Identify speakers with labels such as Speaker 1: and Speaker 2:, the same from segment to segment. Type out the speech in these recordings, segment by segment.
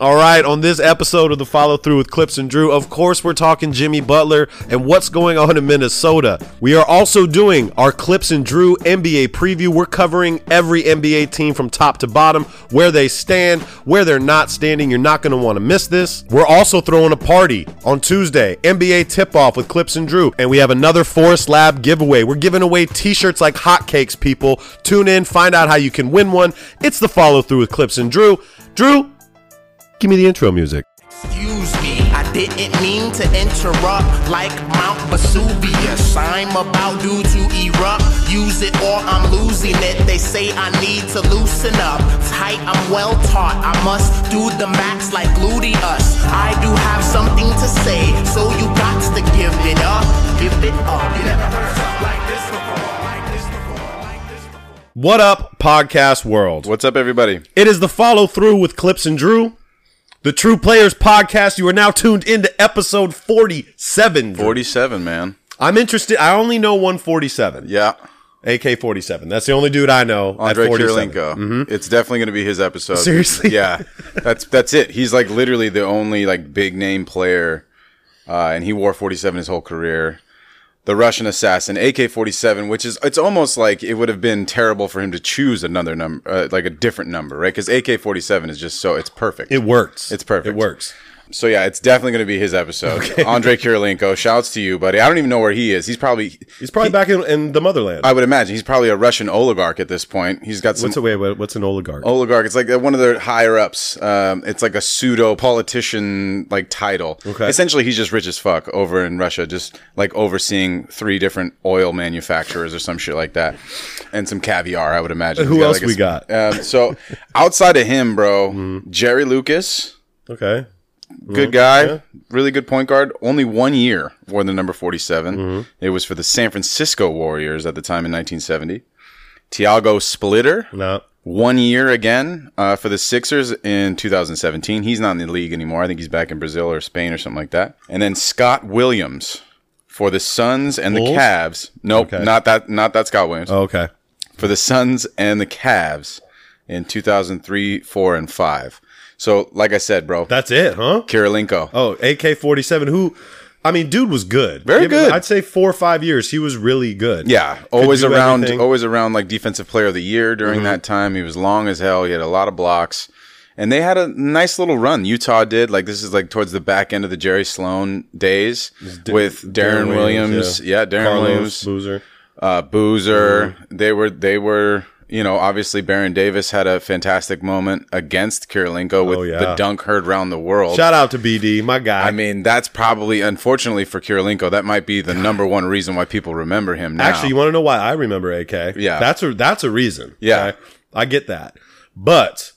Speaker 1: All right, on this episode of the follow through with Clips and Drew, of course, we're talking Jimmy Butler and what's going on in Minnesota. We are also doing our Clips and Drew NBA preview. We're covering every NBA team from top to bottom, where they stand, where they're not standing. You're not going to want to miss this. We're also throwing a party on Tuesday, NBA tip off with Clips and Drew, and we have another Forest Lab giveaway. We're giving away t shirts like hotcakes, people. Tune in, find out how you can win one. It's the follow through with Clips and Drew. Drew, Give me the intro music.
Speaker 2: Excuse me, I didn't mean to interrupt like Mount Vesuvius. I'm about due to erupt. Use it or I'm losing it. They say I need to loosen up. Tight, I'm well taught. I must do the max like gluteus. I do have something to say, so you got to give it up. Give it up. You never heard something like this before. Like this before. Like this before.
Speaker 1: What up, podcast world?
Speaker 3: What's up, everybody?
Speaker 1: It is the follow through with Clips and Drew, the True Players podcast. You are now tuned into episode 47. Drew.
Speaker 3: 47, man.
Speaker 1: I'm interested. I only know 147.
Speaker 3: Yeah.
Speaker 1: AK 47. That's the only dude I know.
Speaker 3: Andre
Speaker 1: at 47.
Speaker 3: Kirilenko. It's definitely going to be his episode.
Speaker 1: Seriously?
Speaker 3: Yeah. That's that's it. He's like literally the only like big name player uh, and he wore 47 his whole career. The Russian assassin AK-47, which is it's almost like it would have been terrible for him to choose another number uh, like a different number, right? Cuz AK-47 is just so it's perfect.
Speaker 1: It works.
Speaker 3: It's perfect.
Speaker 1: It works.
Speaker 3: So yeah, it's definitely going to be his episode. Andre Kirilenko, shouts to you, buddy. I don't even know where he is. He's probably
Speaker 1: He's probably back in, in the motherland.
Speaker 3: I would imagine he's probably a Russian oligarch at this point. He's got some
Speaker 1: what's a wait, wait, What's an oligarch?
Speaker 3: oligarch. It's like one of their higher ups. Um, it's like a pseudo politician like title.
Speaker 1: Okay.
Speaker 3: Essentially, he's just rich as fuck over in Russia, just like overseeing three different oil manufacturers or some shit like that, and some caviar. I would imagine.
Speaker 1: Who
Speaker 3: He's
Speaker 1: else
Speaker 3: like, a
Speaker 1: we
Speaker 3: sp-
Speaker 1: got? Mm-hmm.
Speaker 3: Um, so outside of him, bro, Jerry Lucas,
Speaker 1: Okay.
Speaker 3: good guy, really good point guard. Only one year wore the number 47
Speaker 1: Mm-hmm.
Speaker 3: It was for the San Francisco Warriors at the time in nineteen seventy. Tiago Splitter
Speaker 1: No.
Speaker 3: one year again uh, for the Sixers in 2017. He's not in the league anymore. I think he's back in Brazil or Spain or something like that. And then Scott Williams for the Suns and
Speaker 1: Bulls?
Speaker 3: the Cavs. Nope,
Speaker 1: Okay. Oh.
Speaker 3: not that, not that Scott Williams.
Speaker 1: Okay.
Speaker 3: For the Suns and the Cavs in 2003, four, and five. So, like I said, bro,
Speaker 1: That's it, huh?
Speaker 3: Kirilenko.
Speaker 1: Oh, AK 47. Who, I mean, dude was good.
Speaker 3: Very
Speaker 1: Give him-
Speaker 3: good.
Speaker 1: I'd say four or five years. He was really good.
Speaker 3: Yeah,
Speaker 1: Could
Speaker 3: always
Speaker 1: do Mm-hmm.
Speaker 3: around,
Speaker 1: everything.
Speaker 3: always around like defensive player of the year during that time. He was long as hell. He had a lot of blocks, and they had a nice little run. Utah did like this is like towards the back end of the Jerry Sloan days with Darren, Williams. Yeah, Darren
Speaker 1: Carlos Mm-hmm.
Speaker 3: Williams,
Speaker 1: Boozer.
Speaker 3: uh, Boozer. They were they were you know obviously Baron Davis had a fantastic moment against Kirilenko with
Speaker 1: Oh, yeah.
Speaker 3: the dunk heard round the world.
Speaker 1: Shout out to BD, my guy.
Speaker 3: Oh. I mean, that's probably, unfortunately for Kirilenko, that might be the number one reason why people remember him now.
Speaker 1: Actually, you want to know why I remember AK?
Speaker 3: Yeah.
Speaker 1: that's a that's a reason.
Speaker 3: Yeah.
Speaker 1: I get that. But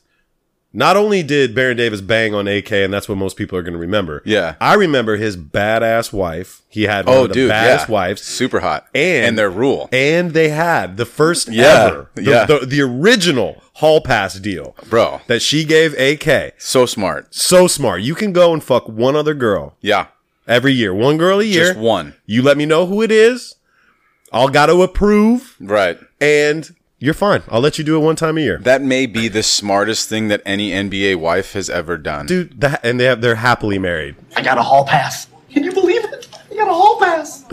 Speaker 1: not only did Baron Davis bang on AK, and that's what most people are going to remember.
Speaker 3: Yeah.
Speaker 1: I remember his badass wife. He had one
Speaker 3: Oh,
Speaker 1: of the
Speaker 3: dude,
Speaker 1: baddest
Speaker 3: yeah.
Speaker 1: wives,
Speaker 3: super hot,
Speaker 1: And-
Speaker 3: and their rule,
Speaker 1: and they had the first
Speaker 3: Yeah,
Speaker 1: ever, the,
Speaker 3: yeah.
Speaker 1: the, the original hall pass deal
Speaker 3: bro.
Speaker 1: that she gave AK.
Speaker 3: So smart.
Speaker 1: So smart. You can go and fuck one other girl
Speaker 3: Yeah,
Speaker 1: every year, one girl a year.
Speaker 3: just one.
Speaker 1: You let me know who it is. I'll got to approve.
Speaker 3: Right.
Speaker 1: and you're fine. I'll let you do it one time a year,
Speaker 3: That may be the smartest thing that any NBA wife has ever done.
Speaker 1: dude. That and they have they're happily married.
Speaker 4: I got a hall pass. Can you believe it? I got a hall pass.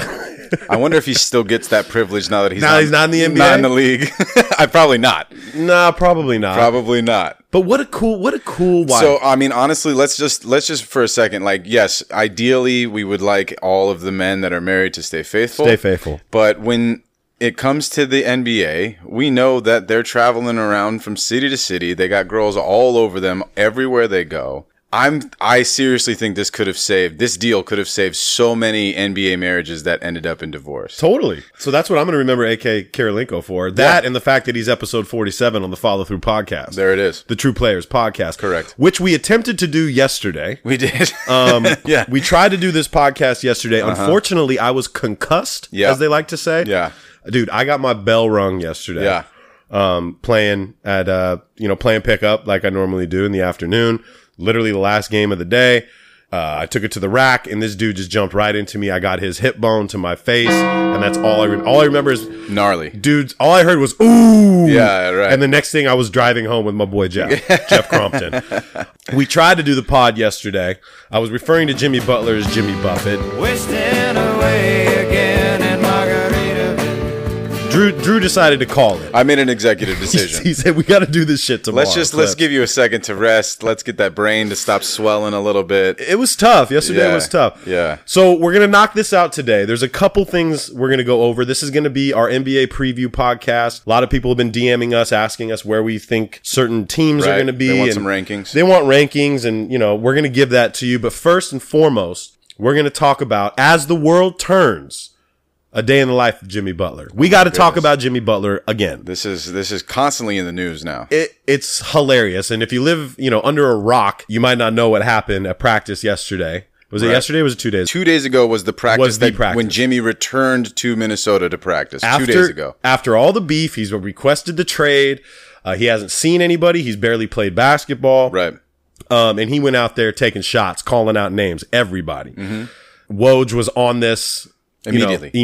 Speaker 3: I wonder if he still gets that privilege now that he's
Speaker 1: Now
Speaker 3: not,
Speaker 1: he's not in the NBA?
Speaker 3: not in the league. I probably not.
Speaker 1: Nah, probably not.
Speaker 3: Probably not.
Speaker 1: but what a cool, what a cool wife.
Speaker 3: So I mean, honestly, let's just let's just for a second, like, yes, ideally we would like all of the men that are married to stay faithful.
Speaker 1: Stay faithful.
Speaker 3: But when it comes to the NBA, we know that they're traveling around from city to city. They got girls all over them everywhere they go. I'm I seriously think this could have saved this deal could have saved so many NBA marriages that ended up in divorce.
Speaker 1: Totally. So that's what I'm going to remember AK Karolinko for. That and the fact that he's episode 47 on the Follow Through podcast.
Speaker 3: There it is.
Speaker 1: The True Players podcast.
Speaker 3: Correct.
Speaker 1: Which we attempted to do yesterday.
Speaker 3: We did.
Speaker 1: Um,
Speaker 3: Yeah. Uh-huh.
Speaker 1: We tried to do this podcast yesterday. Unfortunately, I was concussed,
Speaker 3: Yeah.
Speaker 1: as they like to say.
Speaker 3: Yeah.
Speaker 1: Dude, I got my bell rung yesterday. Um,
Speaker 3: Yeah.
Speaker 1: uh, Uh,
Speaker 3: Gnarly.
Speaker 1: dudes, all I heard was ooh.
Speaker 3: Yeah, right.
Speaker 1: And the next thing I was driving home with my boy Jeff, Jeff Crompton. We tried to do the pod yesterday. I was referring to Jimmy Butler as Jimmy Buffett.
Speaker 4: Wasting away again in Margaritaville.
Speaker 1: Drew Drew decided to call it.
Speaker 3: I made an executive
Speaker 1: He
Speaker 3: decision.
Speaker 1: said we got to do this shit tomorrow.
Speaker 3: Let's just let's
Speaker 1: Cliff."
Speaker 3: give you a second to rest. Let's get that brain to stop swelling a little bit.
Speaker 1: It was tough. Yesterday
Speaker 3: Yeah.
Speaker 1: was tough.
Speaker 3: Yeah.
Speaker 1: So we're gonna knock this out today. There's a couple things we're gonna go over. This is gonna be our NBA preview podcast. A lot of people have been DMing us asking us where we think certain teams are
Speaker 3: Right.
Speaker 1: gonna be.
Speaker 3: They want
Speaker 1: and
Speaker 3: some rankings.
Speaker 1: They want rankings, and you know we're gonna give that to you. But first and foremost, we're gonna talk about as the world turns. A day in the life of Jimmy Butler. We got to talk about Jimmy Butler again.
Speaker 3: This is this is constantly in the news now.
Speaker 1: it it's hilarious. And if you live, you know, under a rock, you might not know what happened at practice yesterday. Was it
Speaker 3: Right.
Speaker 1: yesterday? Or was it two days?
Speaker 3: Two days ago was the practice
Speaker 1: Was the
Speaker 3: that
Speaker 1: practice.
Speaker 3: when Jimmy returned to Minnesota to practice.
Speaker 1: after,
Speaker 3: two days ago.
Speaker 1: After all the beef, he's requested the trade. Uh, he hasn't seen anybody. He's barely played basketball.
Speaker 3: Right.
Speaker 1: Um, and he went out there taking shots, calling out names, everybody. Woj was on this you know,
Speaker 3: Mm-hmm. Immediately.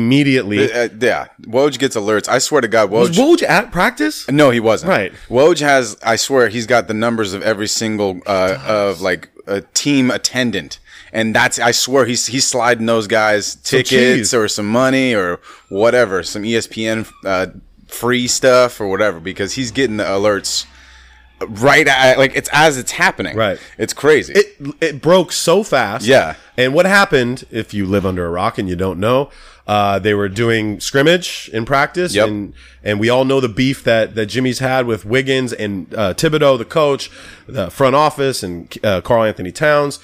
Speaker 1: immediately.
Speaker 3: Uh, yeah. Woj gets alerts. I swear to God,
Speaker 1: was
Speaker 3: Woj.
Speaker 1: Woj at practice?
Speaker 3: no, he wasn't.
Speaker 1: Right.
Speaker 3: Woj has. I swear, he's got the numbers of every single uh, of like a team attendant, and that's. I swear, he's he's sliding those guys tickets
Speaker 1: cheese.
Speaker 3: or some money or whatever, some ESPN uh, free stuff or whatever, because he's getting the alerts right at like it's as it's happening.
Speaker 1: Right.
Speaker 3: It's crazy.
Speaker 1: it it broke so fast.
Speaker 3: Yeah.
Speaker 1: And what happened? If you live under a rock and you don't know, uh, they were doing scrimmage in practice,
Speaker 3: Yep.
Speaker 1: and and we all know the beef that that Jimmy's had with Wiggins and uh, Thibodeau, the coach, the front office, and uh, Carl Anthony Towns.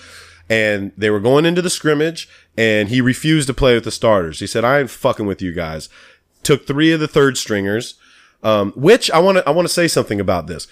Speaker 1: And they were going into the scrimmage, and he refused to play with the starters. He said, "I ain't fucking with you guys." Took three of the third stringers, um, which I want to I want to say something about this.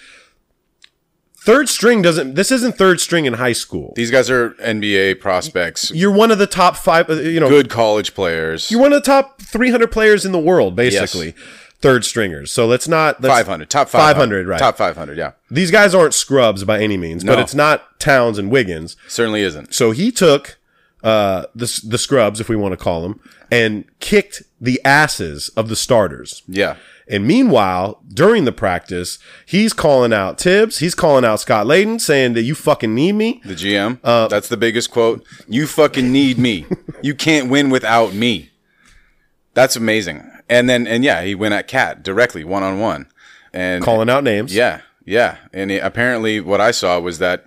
Speaker 1: Third string doesn't. This isn't third string in high school
Speaker 3: These guys are NBA prospects,
Speaker 1: you're one of the top five. uh, You know,
Speaker 3: good college players.
Speaker 1: you're one of the top 300 players in the world, basically. Third stringers. So let's not let's,
Speaker 3: 500, top 500.
Speaker 1: 500, right?
Speaker 3: Top 500, yeah.
Speaker 1: These guys aren't scrubs by any means, but
Speaker 3: No.
Speaker 1: it's not Towns and Wiggins.
Speaker 3: Certainly isn't.
Speaker 1: So he took uh, the s- the scrubs, if we want to call them, and kicked the asses of the starters.
Speaker 3: Yeah.
Speaker 1: And meanwhile, during the practice, he's calling out Tibbs. He's calling out Scott Layden, saying that you fucking need me.
Speaker 3: The GM. That's the biggest quote. You fucking need me. you can't win without me. That's amazing. And then, and yeah, he went at Cat directly, one on one. And
Speaker 1: Calling out names.
Speaker 3: Yeah, yeah. And it, apparently, what I saw was that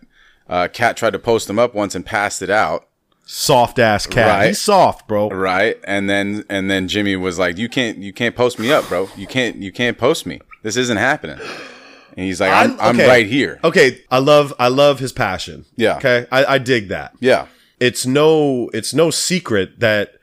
Speaker 3: uh, Cat tried to post him up once and passed it out.
Speaker 1: Soft ass cat.
Speaker 3: Right.
Speaker 1: He's soft, bro.
Speaker 3: Right. And then, and then Jimmy was like, "You can't, you can't post me up, bro. You can't, you can't post me. This isn't happening." And he's like, "I'm, I'm,
Speaker 1: okay.
Speaker 3: right here."
Speaker 1: Okay, I love I love his passion.
Speaker 3: Yeah.
Speaker 1: Okay, I, I dig that.
Speaker 3: Yeah.
Speaker 1: It's no it's no secret that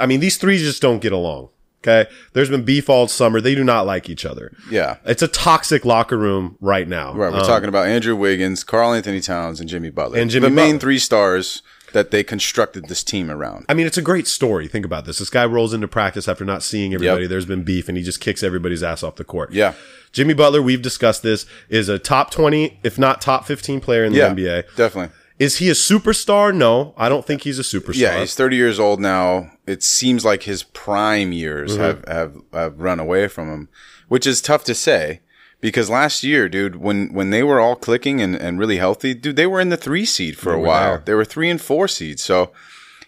Speaker 1: I mean these three just don't get along. Okay, there's been beef all summer. They do not like each other.
Speaker 3: Yeah.
Speaker 1: it's a toxic locker room right now.
Speaker 3: Right, we're
Speaker 1: Um,
Speaker 3: talking about Andrew Wiggins, Carl Anthony Towns, and Jimmy Butler.
Speaker 1: And Jimmy
Speaker 3: the main
Speaker 1: Butler.
Speaker 3: three stars that they constructed this team around.
Speaker 1: I mean, it's a great story. Think about this. This guy rolls into practice after not seeing everybody. There's been beef, and he just kicks everybody's ass off the court.
Speaker 3: Yeah.
Speaker 1: Jimmy Butler, we've discussed this, is a top 20, if not top 15 player in the
Speaker 3: Yeah,
Speaker 1: NBA.
Speaker 3: definitely.
Speaker 1: Is he a superstar? No, I don't think he's a superstar.
Speaker 3: Yeah, he's 30 years old now. It seems like his prime years have, have have run away from him, which is tough to say because last year, dude, when when they were all clicking and, and really healthy, dude, they were in the three seed for a while.
Speaker 1: there.
Speaker 3: They were three and four seed. So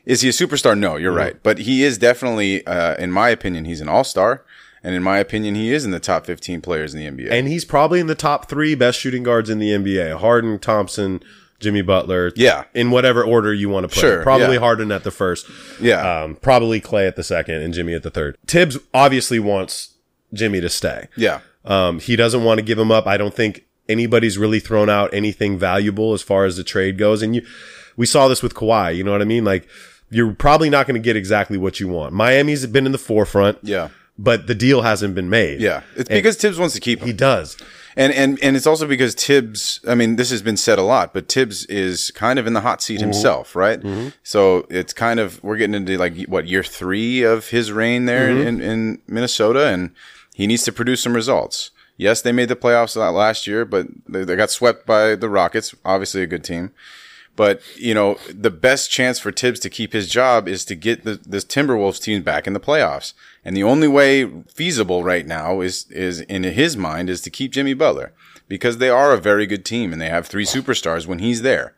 Speaker 3: Is he a superstar? No, you're right. But he is definitely, uh, in my opinion, he's an all star. And in my opinion, he is in the top 15 players in the NBA.
Speaker 1: And he's probably in the top three best shooting guards in the NBA: Harden, Thompson, Jimmy Butler.
Speaker 3: Yeah.
Speaker 1: in whatever order you want to put.
Speaker 3: Sure,
Speaker 1: it. probably
Speaker 3: yeah.
Speaker 1: Harden at the first.
Speaker 3: Yeah.
Speaker 1: um, probably Clay at the second, and Jimmy at the third. Tibbs obviously wants Jimmy to stay.
Speaker 3: yeah.
Speaker 1: Um, he doesn't want to give him up. I don't think anybody's really thrown out anything valuable as far as the trade goes. And you, we saw this with Kawhi. You know what I mean? Like, you're probably not going to get exactly what you want. Miami's been in the forefront,
Speaker 3: Yeah.
Speaker 1: but the deal hasn't been made.
Speaker 3: Yeah. It's because Tibbs wants to keep him.
Speaker 1: he does.
Speaker 3: And and and it's also because Tibbs. I mean, this has been said a lot, but Tibbs is kind of in the hot seat himself, right? So it's kind of we're getting into like what year three of his reign there in, in Minnesota, and he needs to produce some results. Yes, they made the playoffs la- last year, but they, they got swept by the Rockets, obviously a good team. But you know, the best chance for Tibbs to keep his job is to get the, this Timberwolves team back in the playoffs, and the only way feasible right now is is in his mind is to keep Jimmy Butler because they are a very good team and they have three superstars when he's there.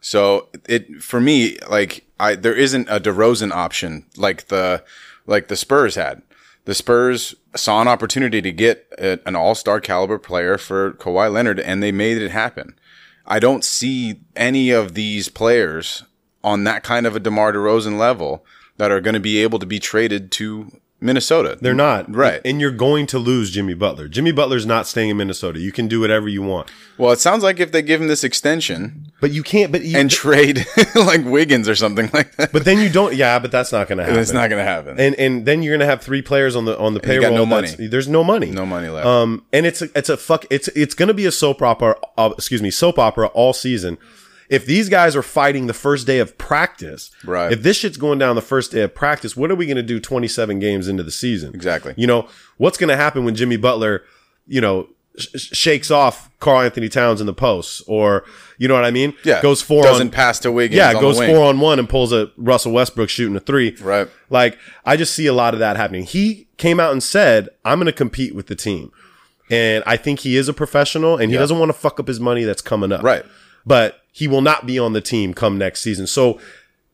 Speaker 3: So it for me, like I there isn't a DeRozan option like the like the Spurs had. The Spurs saw an opportunity to get a, an All Star caliber player for Kawhi Leonard, and they made it happen. I don't see any of these players on that kind of a DeMar DeRozan level that are going to be able to be traded to Minnesota.
Speaker 1: They're not.
Speaker 3: Right.
Speaker 1: And you're going to lose Jimmy Butler. Jimmy Butler's not staying in Minnesota. You can do whatever you want.
Speaker 3: Well, it sounds like if they give him this extension
Speaker 1: But you can't, but you,
Speaker 3: and trade like Wiggins or something like that,
Speaker 1: but then you don't, yeah, but that's not going to happen.
Speaker 3: it's not going to happen.
Speaker 1: and and then you're gonna have three players on the on the
Speaker 3: you
Speaker 1: payroll.
Speaker 3: got no
Speaker 1: that's-
Speaker 3: money.
Speaker 1: There's no money.
Speaker 3: No money left.
Speaker 1: Um, and it's a, it's a fuck. It's it's gonna be a soap opera. Uh, excuse me, soap opera all season. If these guys are fighting the first day of practice,
Speaker 3: Right.
Speaker 1: If this shit's going down the first day of practice, what are we gonna do 27 games into the season?
Speaker 3: Exactly.
Speaker 1: You know what's gonna happen when Jimmy Butler, you know. sh- sh- Shakes off Carl Anthony Towns in the posts, or you know what I mean?
Speaker 3: yeah,
Speaker 1: goes four
Speaker 3: doesn't
Speaker 1: on,
Speaker 3: pass to Wiggins.
Speaker 1: yeah,
Speaker 3: on the
Speaker 1: goes
Speaker 3: wing.
Speaker 1: four on one and pulls a Russell Westbrook shooting a three.
Speaker 3: Right.
Speaker 1: Like I just see a lot of that happening. He came out and said, "I'm going to compete with the team," and I think he is a professional, and he doesn't want to fuck up his money that's coming up.
Speaker 3: Right.
Speaker 1: But he will not be on the team come next season. So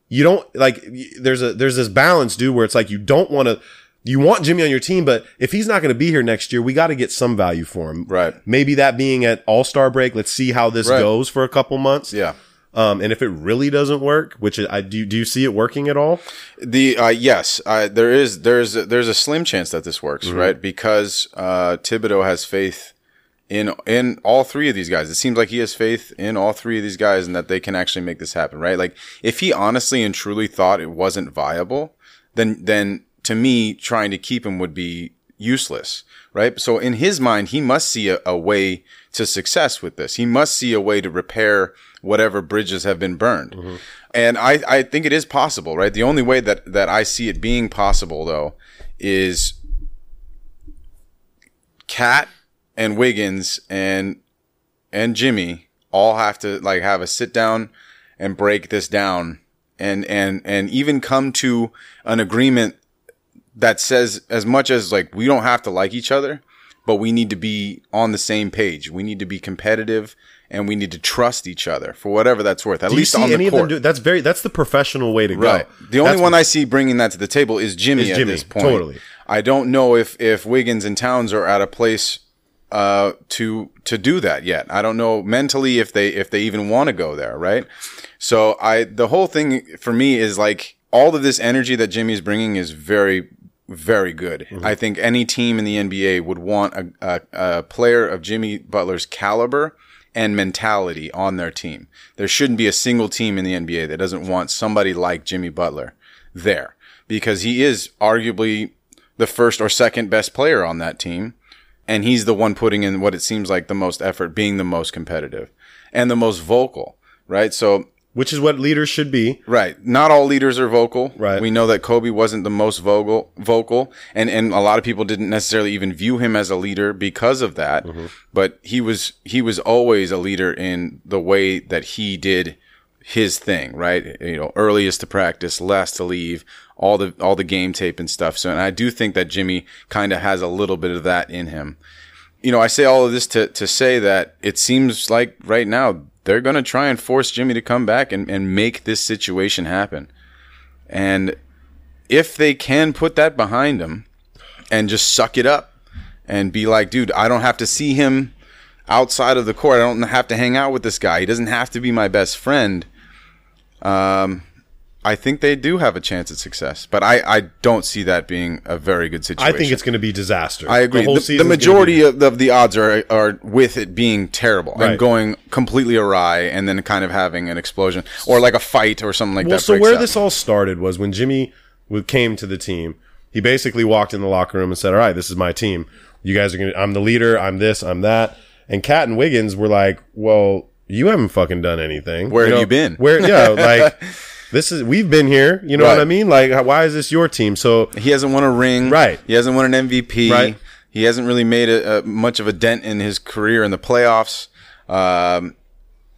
Speaker 1: you don't like. y- There's a there's this balance, dude, where it's like you don't want to. You want Jimmy on your team, but if he's not going to be here next year, we got to get some value for him.
Speaker 3: Right.
Speaker 1: Maybe that being at All Star break. Let's see how this
Speaker 3: Right.
Speaker 1: goes for a couple months.
Speaker 3: Yeah.
Speaker 1: Um, and if it really doesn't work, which I do, do you see it working at all?
Speaker 3: The uh, yes, uh, there is there's there's a slim chance that this works,
Speaker 1: Mm-hmm.
Speaker 3: right? Because uh, Thibodeau has faith in in all three of these guys. It seems like he has faith in all three of these guys and that they can actually make this happen, right? Like if he honestly and truly thought it wasn't viable, then then to me trying to keep him would be useless, right? So in his mind, he must see a, a way to success with this. He must see a way to repair whatever bridges have been burned. And I, I think it is possible, right? The only way that, that I see it being possible though is Cat and Wiggins and and Jimmy all have to like have a sit down and break this down and and and even come to an agreement that says as much as like we don't have to like each other, but we need to be on the same page. We need to be competitive and we need to trust each other for whatever that's worth. At
Speaker 1: Do you
Speaker 3: least
Speaker 1: see
Speaker 3: on the
Speaker 1: any
Speaker 3: court.
Speaker 1: of them do? That's very that's the professional way to
Speaker 3: Right.
Speaker 1: go.
Speaker 3: The only
Speaker 1: That's-
Speaker 3: one I see bringing that to the table is Jimmy
Speaker 1: Is
Speaker 3: at
Speaker 1: Jimmy,
Speaker 3: this point.
Speaker 1: totally.
Speaker 3: I don't know if if Wiggins and Towns are at a place uh, to to do that yet. I don't know mentally if they if they even want to go there. Right. So I the whole thing for me is like all of this energy that Jimmy's bringing is very very good.
Speaker 1: Mm-hmm.
Speaker 3: I think any team in the NBA would want a, a, a player of Jimmy Butler's caliber and mentality on their team. There shouldn't be a single team in the NBA that doesn't want somebody like Jimmy Butler there because he is arguably the first or second best player on that team. And he's the one putting in what it seems like the most effort, being the most competitive and the most vocal, right? So
Speaker 1: which is what leaders should be.
Speaker 3: Right. Not all leaders are vocal.
Speaker 1: Right.
Speaker 3: We know that Kobe wasn't the most vocal, vocal, and and a lot of people didn't necessarily even view him as a leader because of that. But he was he was always a leader in the way that he did his thing. Right. You know, earliest to practice, last to leave, all the all the game tape and stuff. So, and I do think that Jimmy kind of has a little bit of that in him you know, I say all of this to, to say that it seems like right now they're going to try and force Jimmy to come back and, and make this situation happen. And if they can put that behind them and just suck it up and be like, dude, I don't have to see him outside of the court. I don't have to hang out with this guy. He doesn't have to be my best friend. Um, I think they do have a chance at success, but I, I don't see that being a very good
Speaker 1: I
Speaker 3: situation.
Speaker 1: think it's going to be disaster.
Speaker 3: I agree.
Speaker 1: The, whole
Speaker 3: The, the
Speaker 1: season's gonna be-
Speaker 3: majority of, of the odds are are with it being terrible
Speaker 1: Right.
Speaker 3: and going completely awry, and then kind of having an explosion or like a fight or something like
Speaker 1: Well,
Speaker 3: that.
Speaker 1: so
Speaker 3: breaks
Speaker 1: where
Speaker 3: out.
Speaker 1: this all started was when Jimmy w- came to the team. He basically walked in the locker room and said, "All right, this is my team. You guys are gonna. I'm the leader. I'm this. I'm that." And Cat and Wiggins were like, "Well, you haven't fucking done anything.
Speaker 3: Where have
Speaker 1: know,
Speaker 3: you been?"
Speaker 1: Where yeah, like this is we've been here. You know what
Speaker 3: Right.
Speaker 1: I mean? Like, how- why is this your team? So
Speaker 3: he hasn't won a ring,
Speaker 1: Right.
Speaker 3: He hasn't won an MVP,
Speaker 1: Right.
Speaker 3: He hasn't really made a, a, much of a dent in his career in the playoffs. Um,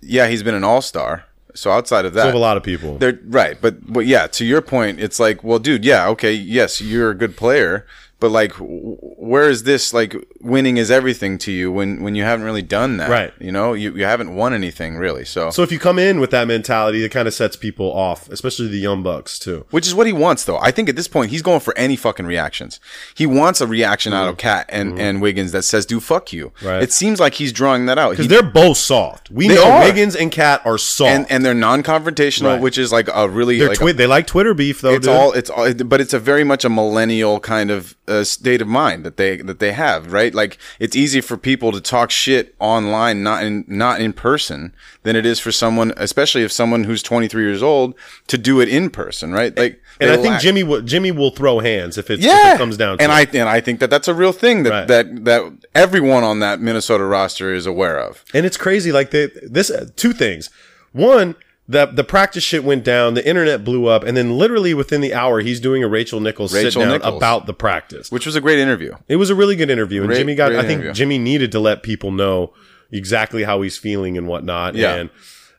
Speaker 3: yeah, he's been an all star. So outside of that,
Speaker 1: so have a lot of people.
Speaker 3: They're right, but but yeah, to your point, it's like, well, dude, yeah, okay, yes, you're a good player, but like, w- where is this? Like, winning is everything to you when when you haven't really done that,
Speaker 1: Right.
Speaker 3: You know, you, you haven't won anything really, so.
Speaker 1: So if you come in with that mentality, it kind of sets people off, especially the young bucks too.
Speaker 3: which is what he wants, though. I think at this point he's going for any fucking reactions. He wants a reaction out of Cat and, and Wiggins that says "do fuck you."
Speaker 1: Mm-hmm. Right.
Speaker 3: It seems like he's drawing that out. He-
Speaker 1: Because they're both soft. We
Speaker 3: They
Speaker 1: know
Speaker 3: are.
Speaker 1: Wiggins and Cat are soft.
Speaker 3: and and they're non-confrontational,
Speaker 1: Right.
Speaker 3: which is like a really
Speaker 1: they're
Speaker 3: like a-
Speaker 1: twi- they like Twitter beef though.
Speaker 3: it's
Speaker 1: dude.
Speaker 3: all it's all but it's a very much a millennial kind of uh, state of mind that they that they have right like it's easy for people to talk shit online not in not in person than it is for someone especially if someone who's 23 years old to do it in person right like
Speaker 1: And
Speaker 3: they
Speaker 1: I think
Speaker 3: lack-
Speaker 1: Jimmy will Jimmy will throw hands if, it's,
Speaker 3: yeah
Speaker 1: if it comes down to
Speaker 3: and
Speaker 1: it.
Speaker 3: i and i think that that's a real thing that
Speaker 1: Right.
Speaker 3: that that everyone on that minnesota roster is aware of
Speaker 1: and it's crazy. Like they, this uh, two things. One, the the practice shit went down, the internet blew up, and then literally within the hour, he's doing a Rachel Nichols sit
Speaker 3: Rachel
Speaker 1: down
Speaker 3: Nichols.
Speaker 1: about the practice.
Speaker 3: which was a great interview
Speaker 1: It was a really good interview, and
Speaker 3: Great-
Speaker 1: Jimmy got.
Speaker 3: great
Speaker 1: I think
Speaker 3: interview.
Speaker 1: Jimmy needed to let people know exactly how he's feeling and whatnot,
Speaker 3: Yeah.
Speaker 1: and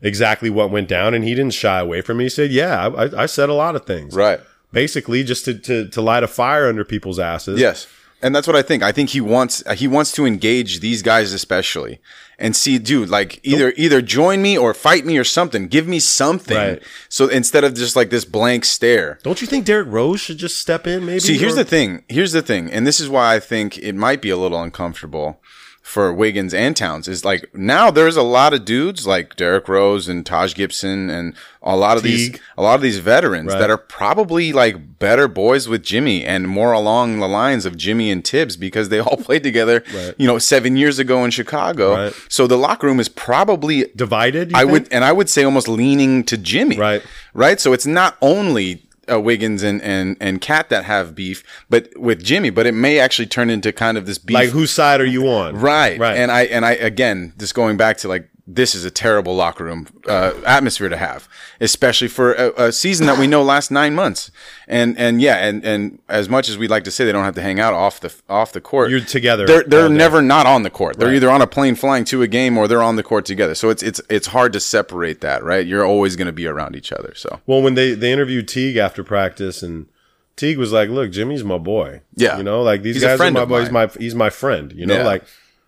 Speaker 1: exactly what went down. And he didn't shy away from it. He said, "Yeah, I, I- I said a lot of things,
Speaker 3: right
Speaker 1: Basically, just to, to to light a fire under people's asses.
Speaker 3: Yes. And that's what I think. I think he wants uh, he wants to engage these guys especially and see dude like either either join me or fight me or something. Give me something.
Speaker 1: Right.
Speaker 3: So instead of just like this blank stare.
Speaker 1: Don't you think Derek Rose should just step in? Maybe.
Speaker 3: See, here's
Speaker 1: Or-
Speaker 3: the thing. Here's the thing. And this is why I think it might be a little uncomfortable for Wiggins and Towns is like now there's a lot of dudes like Derrick Rose and Taj Gibson and a lot of
Speaker 1: Teague.
Speaker 3: these a lot of these veterans
Speaker 1: Right.
Speaker 3: that are probably like better boys with Jimmy and more along the lines of Jimmy and Tibbs because they all played together, you know, 7 years ago in Chicago.
Speaker 1: Right.
Speaker 3: So the locker room is probably
Speaker 1: divided. you
Speaker 3: I
Speaker 1: think?
Speaker 3: would, and I would say almost leaning to Jimmy,
Speaker 1: Right.
Speaker 3: Right. So it's not only uh, Wiggins and and and Cat that have beef, but with Jimmy, but it may actually turn into kind of this beef,
Speaker 1: like whose side are you on?
Speaker 3: right?
Speaker 1: right.
Speaker 3: And I and I again, just going back to like this is a terrible locker room uh, atmosphere to have, especially for a, a season that we know lasts nine months. And and yeah, and and as much as we'd like to say they don't have to hang out off the off the court,
Speaker 1: You're together
Speaker 3: They're
Speaker 1: all
Speaker 3: they're
Speaker 1: day.
Speaker 3: never never not on the court. They're
Speaker 1: Right.
Speaker 3: either on a plane flying to a game or they're on the court together. So it's it's it's hard to separate that, right? You're always going to be around each other. So
Speaker 1: well, when they they interviewed Teague after practice, and Teague was like, "Look, Jimmy's my boy.
Speaker 3: Yeah.
Speaker 1: you know, like these
Speaker 3: He's a
Speaker 1: guys are
Speaker 3: friend
Speaker 1: my
Speaker 3: of
Speaker 1: boy. He's my
Speaker 3: mine.
Speaker 1: he's my friend. You know,
Speaker 3: Yeah.
Speaker 1: like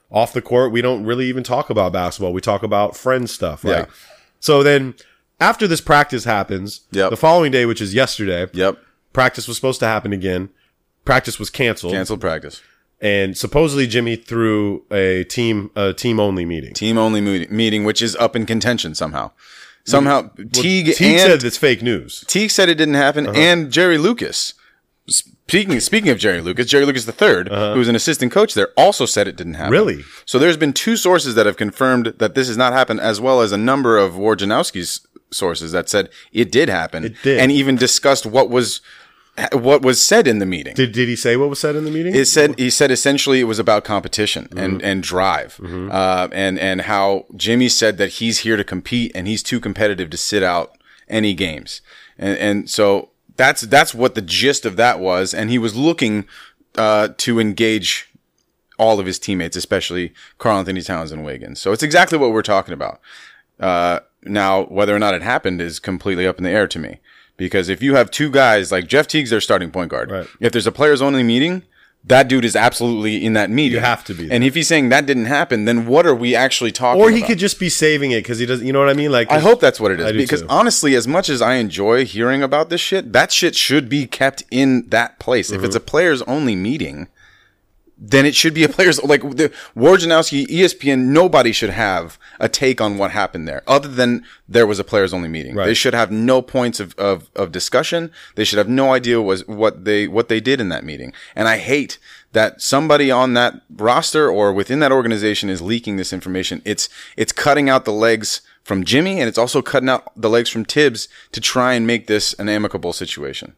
Speaker 1: off the court, we don't really even talk about basketball. We talk about friend stuff. Like,
Speaker 3: Yeah.
Speaker 1: so then after this practice happens,
Speaker 3: Yep.
Speaker 1: the following day, which is yesterday,
Speaker 3: yep,
Speaker 1: practice was supposed to happen again. Practice was canceled,
Speaker 3: canceled practice,
Speaker 1: and supposedly Jimmy threw a team a team only meeting.
Speaker 3: team only meeting, meeting which is up in contention somehow. Somehow Teague,
Speaker 1: Teague
Speaker 3: and
Speaker 1: said it's fake news.
Speaker 3: Teague said it didn't happen,
Speaker 1: Uh-huh.
Speaker 3: and Jerry Lucas. Speaking speaking of Jerry Lucas, Jerry Lucas III, who was an assistant coach there, also said it didn't happen.
Speaker 1: Uh-huh. Really?
Speaker 3: So there's been two sources that have confirmed that this has not happened, as well as a number of Wojnarowski's sources that said it did happen.
Speaker 1: It did.
Speaker 3: and even discussed what was what was said in the meeting.
Speaker 1: Did did he say what was said in the meeting?
Speaker 3: It said he said essentially it was about competition and and drive, uh, and and how Jimmy said that he's here to compete and he's too competitive to sit out any games, and and so that's that's what the gist of that was, and he was looking uh, to engage all of his teammates, especially Carl Anthony Towns and Wiggins. So it's exactly what we're talking about. Uh, now, whether or not it happened is completely up in the air to me. Because if you have two guys like Jeff Teague's their starting point guard,
Speaker 1: Right.
Speaker 3: if there's a players only meeting, that dude is absolutely in that meeting.
Speaker 1: You have to be there.
Speaker 3: And if he's saying that didn't happen, then what are we actually talking?
Speaker 1: Or he
Speaker 3: about?
Speaker 1: could just be saving it because he doesn't. You know what I mean? Like
Speaker 3: I hope that's what it is
Speaker 1: I do
Speaker 3: because
Speaker 1: too.
Speaker 3: honestly, as much as I enjoy hearing about this shit, that shit should be kept in that place. If it's
Speaker 1: Mm-hmm.
Speaker 3: a players only meeting, then it should be a players like the Wojnarowski, E ESPN. Nobody should have a take on what happened there, other than there was a players only meeting.
Speaker 1: Right.
Speaker 3: They should have no points of, of, of discussion. They should have no idea was what they what they did in that meeting. And I hate that somebody on that roster or within that organization is leaking this information. It's it's cutting out the legs from Jimmy, and it's also cutting out the legs from Tibbs to try and make this an amicable situation.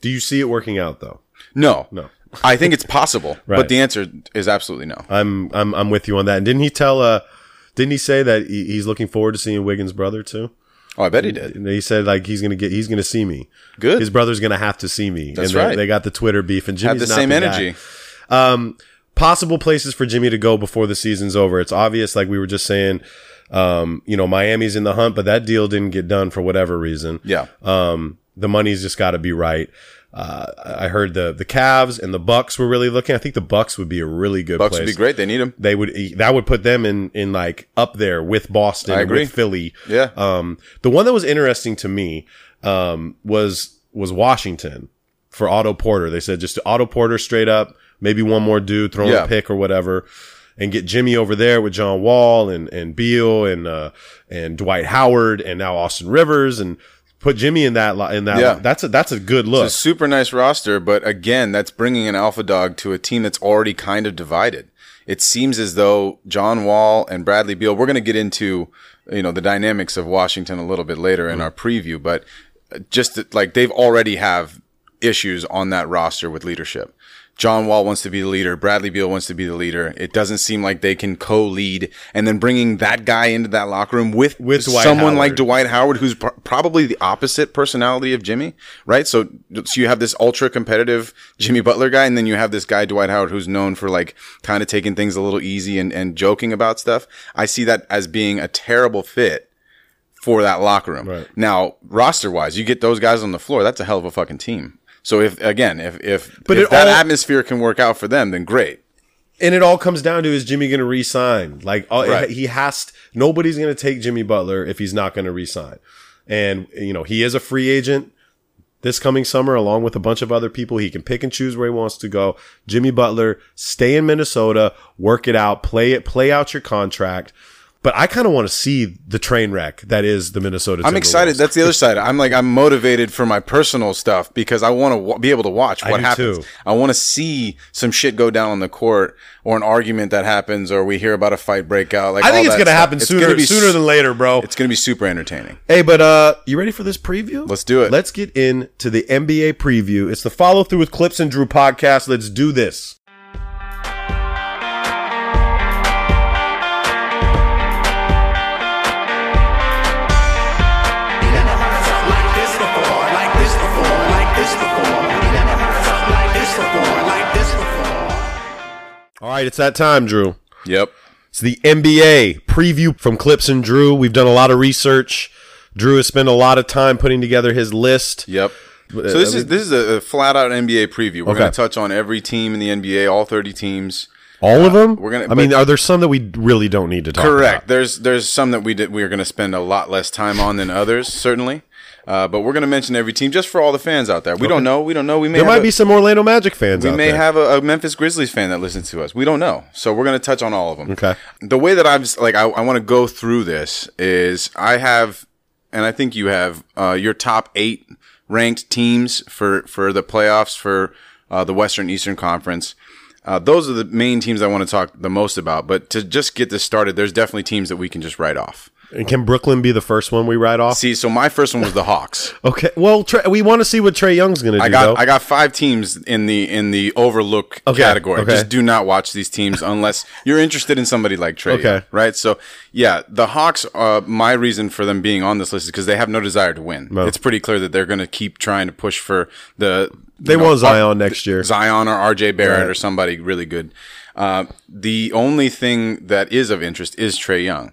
Speaker 1: do you see it working out though?
Speaker 3: No,
Speaker 1: No.
Speaker 3: I think it's possible,
Speaker 1: Right.
Speaker 3: but the answer is absolutely no.
Speaker 1: I'm I'm I'm with you on that. And didn't he tell? Uh, didn't he say that he, he's looking forward to seeing Wiggins' brother too?
Speaker 3: Oh, I bet he did.
Speaker 1: And he said like he's gonna get he's gonna see me.
Speaker 3: Good.
Speaker 1: His brother's gonna have to see me. and
Speaker 3: That's
Speaker 1: they-
Speaker 3: right.
Speaker 1: They got the Twitter beef and Jimmy's
Speaker 3: Had the
Speaker 1: not
Speaker 3: same
Speaker 1: guy.
Speaker 3: energy.
Speaker 1: possible places for Jimmy to go before the season's over. It's obvious, like we were just saying, um, you know, Miami's in the hunt, but that deal didn't get done for whatever reason.
Speaker 3: Yeah.
Speaker 1: Um, the money's just got to be right. Uh, I heard the the Cavs and the Bucks were really looking. I think the Bucks would be a really good
Speaker 3: Bucks
Speaker 1: place.
Speaker 3: would be great. They need him.
Speaker 1: They would that would put them in in like up there with Boston,
Speaker 3: I agree.
Speaker 1: with Philly.
Speaker 3: Yeah.
Speaker 1: Um, the one that was interesting to me um, was was Washington for Otto Porter. They said just Otto Porter straight up, maybe one more dude, throw in
Speaker 3: Yeah.
Speaker 1: a pick or whatever, and get Jimmy over there with John Wall and and Beal and uh, and Dwight Howard and now Austin Rivers and put Jimmy in that li- in that.
Speaker 3: Yeah.
Speaker 1: That's a that's a good look.
Speaker 3: A super nice roster, but again, that's bringing an alpha dog to a team that's already kind of divided. It seems as though John Wall and Bradley Beal. We're going to get into you know the dynamics of Washington a little bit later
Speaker 1: Mm.
Speaker 3: in our preview, but just that, like they've already have issues on that roster with leadership. John Wall wants to be the leader. Bradley Beal wants to be the leader. It doesn't seem like they can co-lead, and then bringing that guy into that locker room with
Speaker 1: With Dwight
Speaker 3: someone like
Speaker 1: Howard.
Speaker 3: Dwight Howard, who's pr- probably the opposite personality of Jimmy, right? So, so you have this ultra competitive Jimmy Butler guy, and then you have this guy Dwight Howard, who's known for like kind of taking things a little easy and, and joking about stuff. I see that as being a terrible fit for that locker room.
Speaker 1: Right.
Speaker 3: Now, roster wise, you get those guys on the floor. That's a hell of a fucking team. So if again, if if,
Speaker 1: But
Speaker 3: if
Speaker 1: it
Speaker 3: that
Speaker 1: all-
Speaker 3: atmosphere can work out for them, then great.
Speaker 1: and it all comes down to is Jimmy going to resign? Like all,
Speaker 3: Right.
Speaker 1: he has t- nobody's going to take Jimmy Butler if he's not going to resign. And you know, he is a free agent this coming summer along with a bunch of other people. He can pick and choose where he wants to go. Jimmy Butler, stay in Minnesota, work it out, play it, play out your contract. But I kind of want to see the train wreck that is the Minnesota.
Speaker 3: I'm excited.
Speaker 1: Timberwolves.
Speaker 3: That's the other side. I'm like I'm motivated for my personal stuff because I want to w- be able to watch what
Speaker 1: do
Speaker 3: happens.
Speaker 1: too.
Speaker 3: I want to see some shit go down on the court or an argument that happens or we hear about a fight break out. Like
Speaker 1: I think
Speaker 3: all
Speaker 1: it's going
Speaker 3: that
Speaker 1: to
Speaker 3: stuff.
Speaker 1: happen
Speaker 3: It's
Speaker 1: sooner
Speaker 3: gonna be
Speaker 1: sooner
Speaker 3: s-
Speaker 1: than later, bro.
Speaker 3: It's going to be super entertaining.
Speaker 1: Hey, but uh, you ready for this preview?
Speaker 3: Let's do it.
Speaker 1: Let's get into the NBA preview. It's the follow through with Clips and Drew podcast. Let's do this.
Speaker 2: Like this before, like this before, like this before. We never heard something like this before, like this before.
Speaker 1: All right, it's that time, Drew.
Speaker 3: Yep.
Speaker 1: It's the NBA preview from Clips and Drew. We've done a lot of research. Drew has spent a lot of time putting together his list.
Speaker 3: Yep. So this is this is a, a flat out NBA preview. We're
Speaker 1: Okay.
Speaker 3: going to touch on every team in the NBA, all 30 teams.
Speaker 1: All of them?
Speaker 3: Uh, we're gonna-
Speaker 1: I mean, are there some that we really don't need to talk
Speaker 3: Correct.
Speaker 1: about?
Speaker 3: There's there's some that we did we are going to spend a lot less time on than others, certainly. Uh, but we're going to mention every team just for all the fans out there. We don't know. We don't know. We may
Speaker 1: There
Speaker 3: have
Speaker 1: might
Speaker 3: a-
Speaker 1: be some Orlando Magic fans
Speaker 3: We
Speaker 1: out
Speaker 3: may
Speaker 1: there.
Speaker 3: have a, a Memphis Grizzlies fan that listens to us. We don't know, so we're going to touch on all of them.
Speaker 1: Okay.
Speaker 3: The way that I've like I, I want to go through this is I have, and I think you have uh, your top eight ranked teams for for the playoffs for uh, the Western Eastern Conference. Uh, those are the main teams I want to talk the most about. But to just get this started, there's definitely teams that we can just write off.
Speaker 1: and can Brooklyn be the first one we write off?
Speaker 3: See, so my first one was the Hawks.
Speaker 1: okay. Well, Tra- we want to see what Trey Young's going to do.
Speaker 3: I got
Speaker 1: though.
Speaker 3: I got five teams in the in the overlook
Speaker 1: Okay,
Speaker 3: category.
Speaker 1: okay.
Speaker 3: Just do not watch these teams unless you're interested in somebody like Trey.
Speaker 1: Okay.
Speaker 3: Young, right? So yeah, the Hawks. Uh, my reason for them being on this list is because they have no desire to win. It's pretty clear that they're going to keep trying to push for the.
Speaker 1: They want Zion next year.
Speaker 3: Zion or RJ Barrett
Speaker 1: Right.
Speaker 3: or somebody really good. Uh, the only thing that is of interest is Trey Young.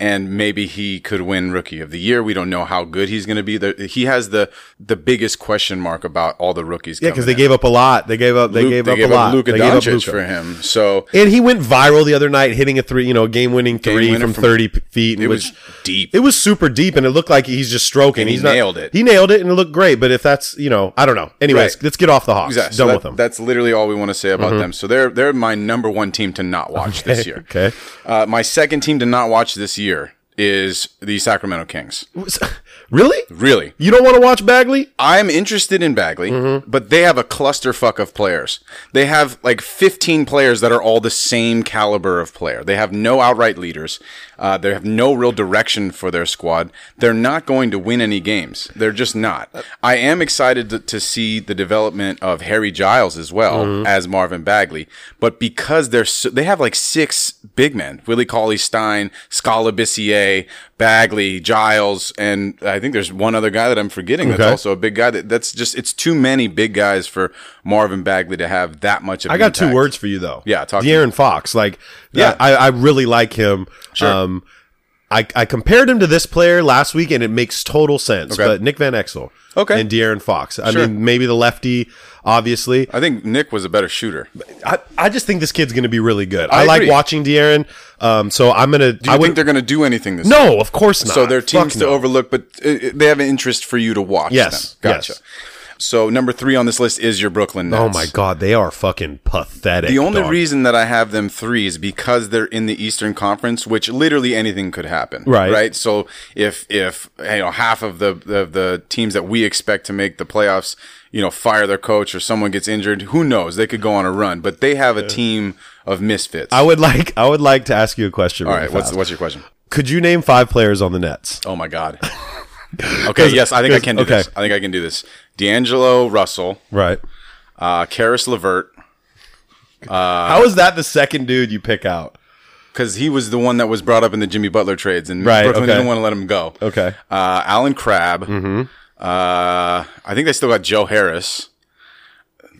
Speaker 3: and maybe he could win rookie of the year. We don't know how good he's going to be. The, he has the the biggest question mark about all the rookies.
Speaker 1: Yeah, because they gave up a lot. They gave up. They gave up a lot.
Speaker 3: Luka
Speaker 1: they gave up
Speaker 3: Doncic
Speaker 1: Luka.
Speaker 3: for him. So
Speaker 1: And he went viral the other night, hitting a three, you know, game winning three
Speaker 3: winner
Speaker 1: from,
Speaker 3: from-
Speaker 1: thirty feet.
Speaker 3: it
Speaker 1: which-
Speaker 3: was deep.
Speaker 1: It was super deep, and it looked like he's just stroking.
Speaker 3: And he
Speaker 1: he's
Speaker 3: nailed
Speaker 1: not,
Speaker 3: it.
Speaker 1: He nailed it, and it looked great. But if that's you know, I don't know. Anyways,
Speaker 3: Right.
Speaker 1: let's get off the Hawks.
Speaker 3: Exactly. So
Speaker 1: Done
Speaker 3: that-
Speaker 1: with them.
Speaker 3: That's literally all we want to say about them. So they're they're my number one team to not watch this year.
Speaker 1: okay.
Speaker 3: Uh, my second team to not watch this year is the Sacramento Kings.
Speaker 1: really?
Speaker 3: Really,
Speaker 1: You don't want to watch Bagley?
Speaker 3: I'm interested in Bagley, but they have a clusterfuck of players. They have like 15 players that are all the same caliber of player. They have no outright leaders. Uh, they have no real direction for their squad. They're not going to win any games. They're just not. I am excited to, to see the development of Harry Giles as well as Marvin Bagley, but because they're so, they have like six big men: Willie Cauley Stein, Scala Bissier, Bagley, Giles, and I think there's one other guy that I'm forgetting that's
Speaker 1: Okay.
Speaker 3: also so a big guy that that's just it's too many big guys for Marvin Bagley to have that much of
Speaker 1: I
Speaker 3: an
Speaker 1: got two
Speaker 3: impact.
Speaker 1: words for you though.
Speaker 3: Yeah, talk to me.
Speaker 1: De'Aaron Fox. Like,
Speaker 3: Yeah.
Speaker 1: yeah, I, I really like him.
Speaker 3: Sure.
Speaker 1: Um, I, I compared him to this player last week, and it makes total sense.
Speaker 3: Okay.
Speaker 1: But Nick Van Exel,
Speaker 3: Okay.
Speaker 1: and De'Aaron Fox. I
Speaker 3: Sure.
Speaker 1: mean, maybe the lefty, obviously.
Speaker 3: I think Nick was a better shooter. Do
Speaker 1: I, I just think this kid's going to be really good. I,
Speaker 3: I
Speaker 1: like
Speaker 3: agree.
Speaker 1: watching De'Aaron. Um, so I'm gonna.
Speaker 3: you
Speaker 1: I
Speaker 3: think
Speaker 1: would.
Speaker 3: they're going to do anything this year?
Speaker 1: No, of course not.
Speaker 3: So they're
Speaker 1: Fuck
Speaker 3: teams to
Speaker 1: no.
Speaker 3: overlook, but uh, uh, they have an interest for you to watch.
Speaker 1: Yes,
Speaker 3: them. gotcha.
Speaker 1: yes.
Speaker 3: So number three on this list is your Brooklyn Nets.
Speaker 1: Oh my god, they are fucking pathetic.
Speaker 3: The only
Speaker 1: dog.
Speaker 3: reason that I have them three is because they're in the Eastern Conference, which literally anything could happen.
Speaker 1: Right.
Speaker 3: Right. So if if you know half of the of the teams that we expect to make the playoffs, you know, fire their coach or someone gets injured, who knows? They could go on a run, but they have a team of misfits.
Speaker 1: I would like I would like to ask you a question.
Speaker 3: All
Speaker 1: really
Speaker 3: right. What's
Speaker 1: fast.
Speaker 3: what's your question?
Speaker 1: Could you name five players on the Nets?
Speaker 3: Oh my God. okay. Yes, I think I can do
Speaker 1: okay.
Speaker 3: this. I think I can do this. D'Angelo Russell,
Speaker 1: Right.
Speaker 3: uh, Karis Levert, Uh,
Speaker 1: How is that the second dude you pick out?
Speaker 3: because he was the one that was brought up in the Jimmy Butler trades, and
Speaker 1: Right,
Speaker 3: Brooklyn
Speaker 1: okay.
Speaker 3: didn't want to let him go.
Speaker 1: Okay. Mm-hmm.
Speaker 3: Uh, Alan Crabb. Uh, I think they still got Joe Harris.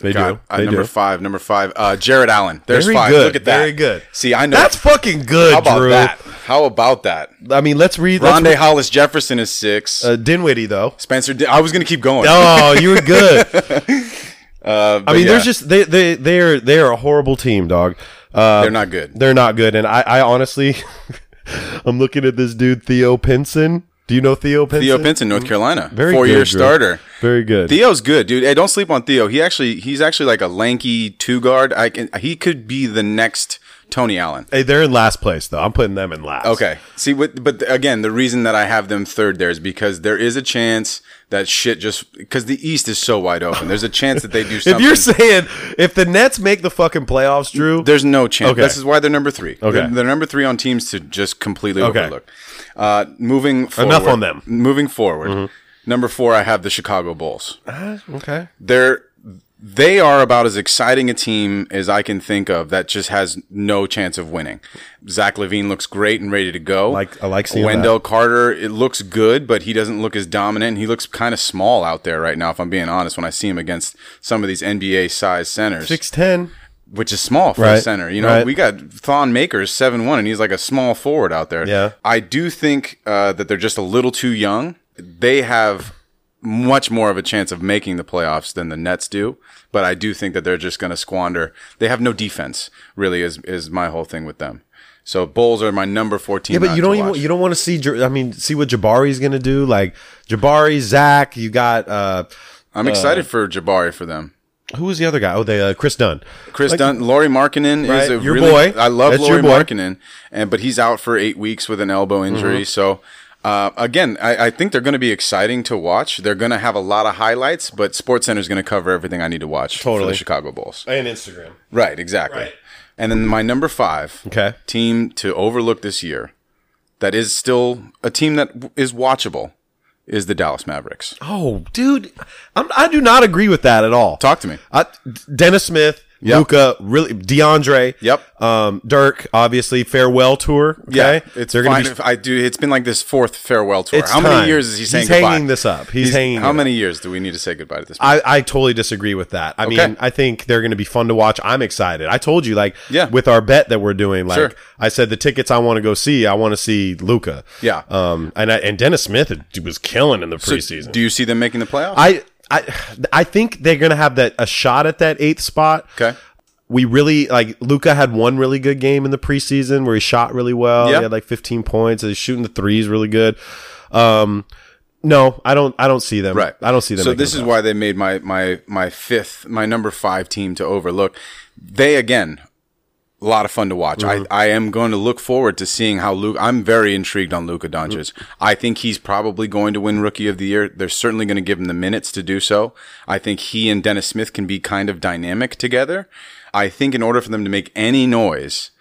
Speaker 1: They
Speaker 3: God,
Speaker 1: do.
Speaker 3: uh,
Speaker 1: They
Speaker 3: number
Speaker 1: do.
Speaker 3: five. Number five. Uh, Jared Allen. There's
Speaker 1: Very
Speaker 3: five.
Speaker 1: good.
Speaker 3: Look at that.
Speaker 1: Very good.
Speaker 3: See, I know.
Speaker 1: That's fucking good,
Speaker 3: How about
Speaker 1: Drew.
Speaker 3: that? How about that?
Speaker 1: I mean, let's read. Let's
Speaker 3: Rondé
Speaker 1: read
Speaker 3: Hollis Jefferson is six.
Speaker 1: uh, Dinwiddie though.
Speaker 3: Spencer. Di- I was gonna keep going.
Speaker 1: Oh, you were good. I mean,
Speaker 3: yeah.
Speaker 1: there's just they they they are they are a horrible team, dog. Uh,
Speaker 3: They're not good.
Speaker 1: They're not good, and I I honestly, I'm looking at this dude Theo Pinson. Do you know Theo Pinson?
Speaker 3: Theo Pinson, North Carolina,
Speaker 1: Mm-hmm. Very
Speaker 3: four-year
Speaker 1: good, Drew.
Speaker 3: starter.
Speaker 1: Very good.
Speaker 3: Theo's good, dude. Hey, don't sleep on Theo. He actually, he's actually like a lanky two guard. I can, he could be the next Tony Allen.
Speaker 1: Hey, they're in last place though. I'm putting them in last.
Speaker 3: Okay. See, what, but again, the reason that I have them third there is because there is a chance that shit just because the East is so wide open. There's a chance that they do
Speaker 1: If
Speaker 3: something.
Speaker 1: you're saying if the Nets make the fucking playoffs, Drew,
Speaker 3: there's no chance.
Speaker 1: Okay.
Speaker 3: This is why they're number three.
Speaker 1: Okay.
Speaker 3: They're, they're number three on teams to just completely
Speaker 1: Okay.
Speaker 3: overlook. Uh, moving forward,
Speaker 1: on them. Mm-hmm.
Speaker 3: Moving forward, number four, I have the Chicago Bulls.
Speaker 1: okay.
Speaker 3: they're they are about as exciting a team as I can think of that just has no chance of winning. Zach Levine looks great and ready to go.
Speaker 1: Like- I like seeing
Speaker 3: Wendell Carter. It looks good, but he doesn't look as dominant. He looks kind of small out there right now. If I'm being honest, when I see him against some of these NBA size centers,
Speaker 1: Six ten.
Speaker 3: which is small for a
Speaker 1: Right.
Speaker 3: center, you know,
Speaker 1: Right.
Speaker 3: we got Thon Makers seven one, and he's like a small forward out there.
Speaker 1: Yeah.
Speaker 3: I do think uh, that they're just a little too young. They have much more of a chance of making the playoffs than the Nets do, but I do think that they're just going to squander. They have no defense, really, is is my whole thing with them. So Bulls are my number fourteen.
Speaker 1: Yeah, but you don't even you don't want to see. J- I mean, see what Jabari's gonna do. Like Jabari, Zach. You got uh,
Speaker 3: I'm excited for Jabari for them.
Speaker 1: who was the other guy? Oh, they uh, Chris Dunn.
Speaker 3: Chris Dunn, Laurie Markkinen is
Speaker 1: Right,
Speaker 3: a
Speaker 1: your
Speaker 3: really,
Speaker 1: boy.
Speaker 3: I love
Speaker 1: That's
Speaker 3: Laurie
Speaker 1: your boy. Mm-hmm.
Speaker 3: Markkinen, and but he's out for eight weeks with an elbow injury. So uh, again, I, I think they're going to be exciting to watch. They're going to have a lot of highlights, but Sports Center is going to cover everything I need to watch for
Speaker 1: Totally.
Speaker 3: the Chicago Bulls.
Speaker 1: and Instagram.
Speaker 3: Right, exactly.
Speaker 1: Right.
Speaker 3: And then my number five
Speaker 1: Okay.
Speaker 3: team to overlook this year, that is still a team that w- is watchable, is the Dallas Mavericks.
Speaker 1: Oh, dude, I'm, I do not agree with that at all.
Speaker 3: Talk to me.
Speaker 1: I, Dennis Smith,
Speaker 3: Yep.
Speaker 1: Luca, really DeAndre.
Speaker 3: Yep.
Speaker 1: Um, Dirk, obviously, farewell tour. Okay?
Speaker 3: Yeah, it's
Speaker 1: They're gonna
Speaker 3: fine.
Speaker 1: be
Speaker 3: if I do. It's been like this fourth farewell tour.
Speaker 1: It's
Speaker 3: how
Speaker 1: time.
Speaker 3: many years is he
Speaker 1: He's
Speaker 3: saying
Speaker 1: hanging
Speaker 3: goodbye?
Speaker 1: this up. He's hanging
Speaker 3: How
Speaker 1: it
Speaker 3: many years do we need to say goodbye to this?
Speaker 1: I, I totally disagree with that. I
Speaker 3: Okay.
Speaker 1: mean, I think they're going to be fun to watch. I'm excited. I told you, like,
Speaker 3: Yeah.
Speaker 1: with our bet that we're doing, like,
Speaker 3: Sure.
Speaker 1: I said the tickets I want to go see, I want to see Luca.
Speaker 3: Yeah.
Speaker 1: Um, and I, and Dennis Smith was killing in the preseason.
Speaker 3: Do you see them making the playoffs?
Speaker 1: I, I, I think they're going to have that a shot at that eighth spot.
Speaker 3: okay.
Speaker 1: We really like Luca had one really good game in the preseason where he shot really well.
Speaker 3: Yeah.
Speaker 1: He had like 15 points. He's shooting the threes really good. Um, no, I don't. I don't see them.
Speaker 3: Right.
Speaker 1: I don't see them.
Speaker 3: So
Speaker 1: making
Speaker 3: this
Speaker 1: the
Speaker 3: is why they made my my my fifth, my number five team to overlook. They again, a lot of fun to watch.
Speaker 1: Mm-hmm.
Speaker 3: I, I am going to look forward to seeing how Luke. I'm very intrigued on Luka
Speaker 1: Mm-hmm.
Speaker 3: Doncic. I think he's probably going to win Rookie of the Year. They're certainly going to give him the minutes to do so. I think he and Dennis Smith can be kind of dynamic together. I think in order for them to make any noise,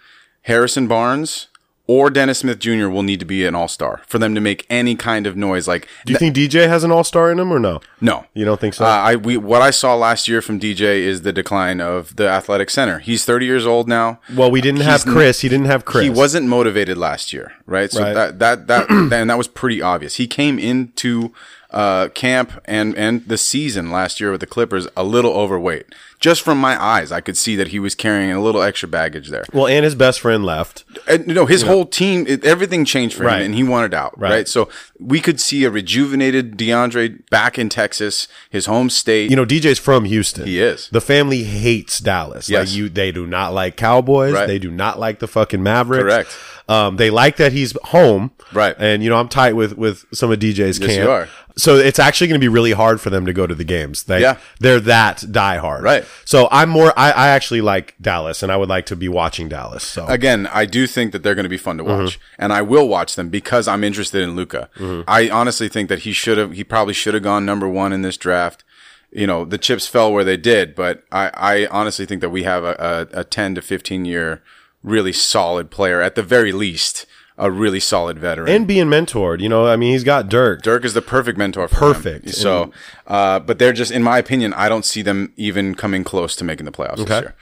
Speaker 3: Harrison Barnes. Or Dennis Smith Jr. will need to be an all star for them to make any kind of noise. Like,
Speaker 1: Do you think DJ has an all star in him or no?
Speaker 3: no,
Speaker 1: You don't think so?
Speaker 3: Uh, I we what I saw last year from DJ is the decline of the athletic center. He's 30 years old now.
Speaker 1: well, we didn't have
Speaker 3: he's n-
Speaker 1: Chris. He didn't have Chris.
Speaker 3: He wasn't motivated last year, right? So
Speaker 1: Right.
Speaker 3: that that that and that was pretty obvious. He came into uh, camp and and the season last year with the Clippers a little overweight. Just from my eyes, I could see that he was carrying a little extra baggage there.
Speaker 1: Well, and his best friend left.
Speaker 3: And, no, his whole team, it, everything changed for
Speaker 1: Right.
Speaker 3: him, and he wanted out.
Speaker 1: Right.
Speaker 3: Right. So we could see a rejuvenated DeAndre back in Texas, his home state.
Speaker 1: You know, DJ's from Houston.
Speaker 3: He is.
Speaker 1: The family hates Dallas.
Speaker 3: Yes.
Speaker 1: Like you, they do not like Cowboys.
Speaker 3: Right.
Speaker 1: They do not like the fucking Mavericks.
Speaker 3: Correct.
Speaker 1: Um, they like that he's home.
Speaker 3: Right.
Speaker 1: And you know, I'm tight with with some of DJ's
Speaker 3: Yes,
Speaker 1: camp.
Speaker 3: you are.
Speaker 1: So it's actually going to be really hard for them to go to the games. They,
Speaker 3: Yeah.
Speaker 1: They're that diehard.
Speaker 3: Right.
Speaker 1: So I'm more. I, I actually like Dallas, and I would like to be watching Dallas. So
Speaker 3: again, I do think that they're going to be fun to watch, and I will watch them because I'm interested in Luca. I honestly think that he should have, he probably should have gone number one in this draft. You know, the chips fell where they did, but I, I honestly think that we have a, a, a 10 to 15 year really solid player, at the very least, a really solid veteran.
Speaker 1: and being mentored, you know, I mean, he's got Dirk.
Speaker 3: Dirk is the perfect mentor. For him.
Speaker 1: Perfect. Mm-hmm.
Speaker 3: So, uh, but they're just, in my opinion, I don't see them even coming close to making the playoffs
Speaker 1: Okay.
Speaker 3: this year.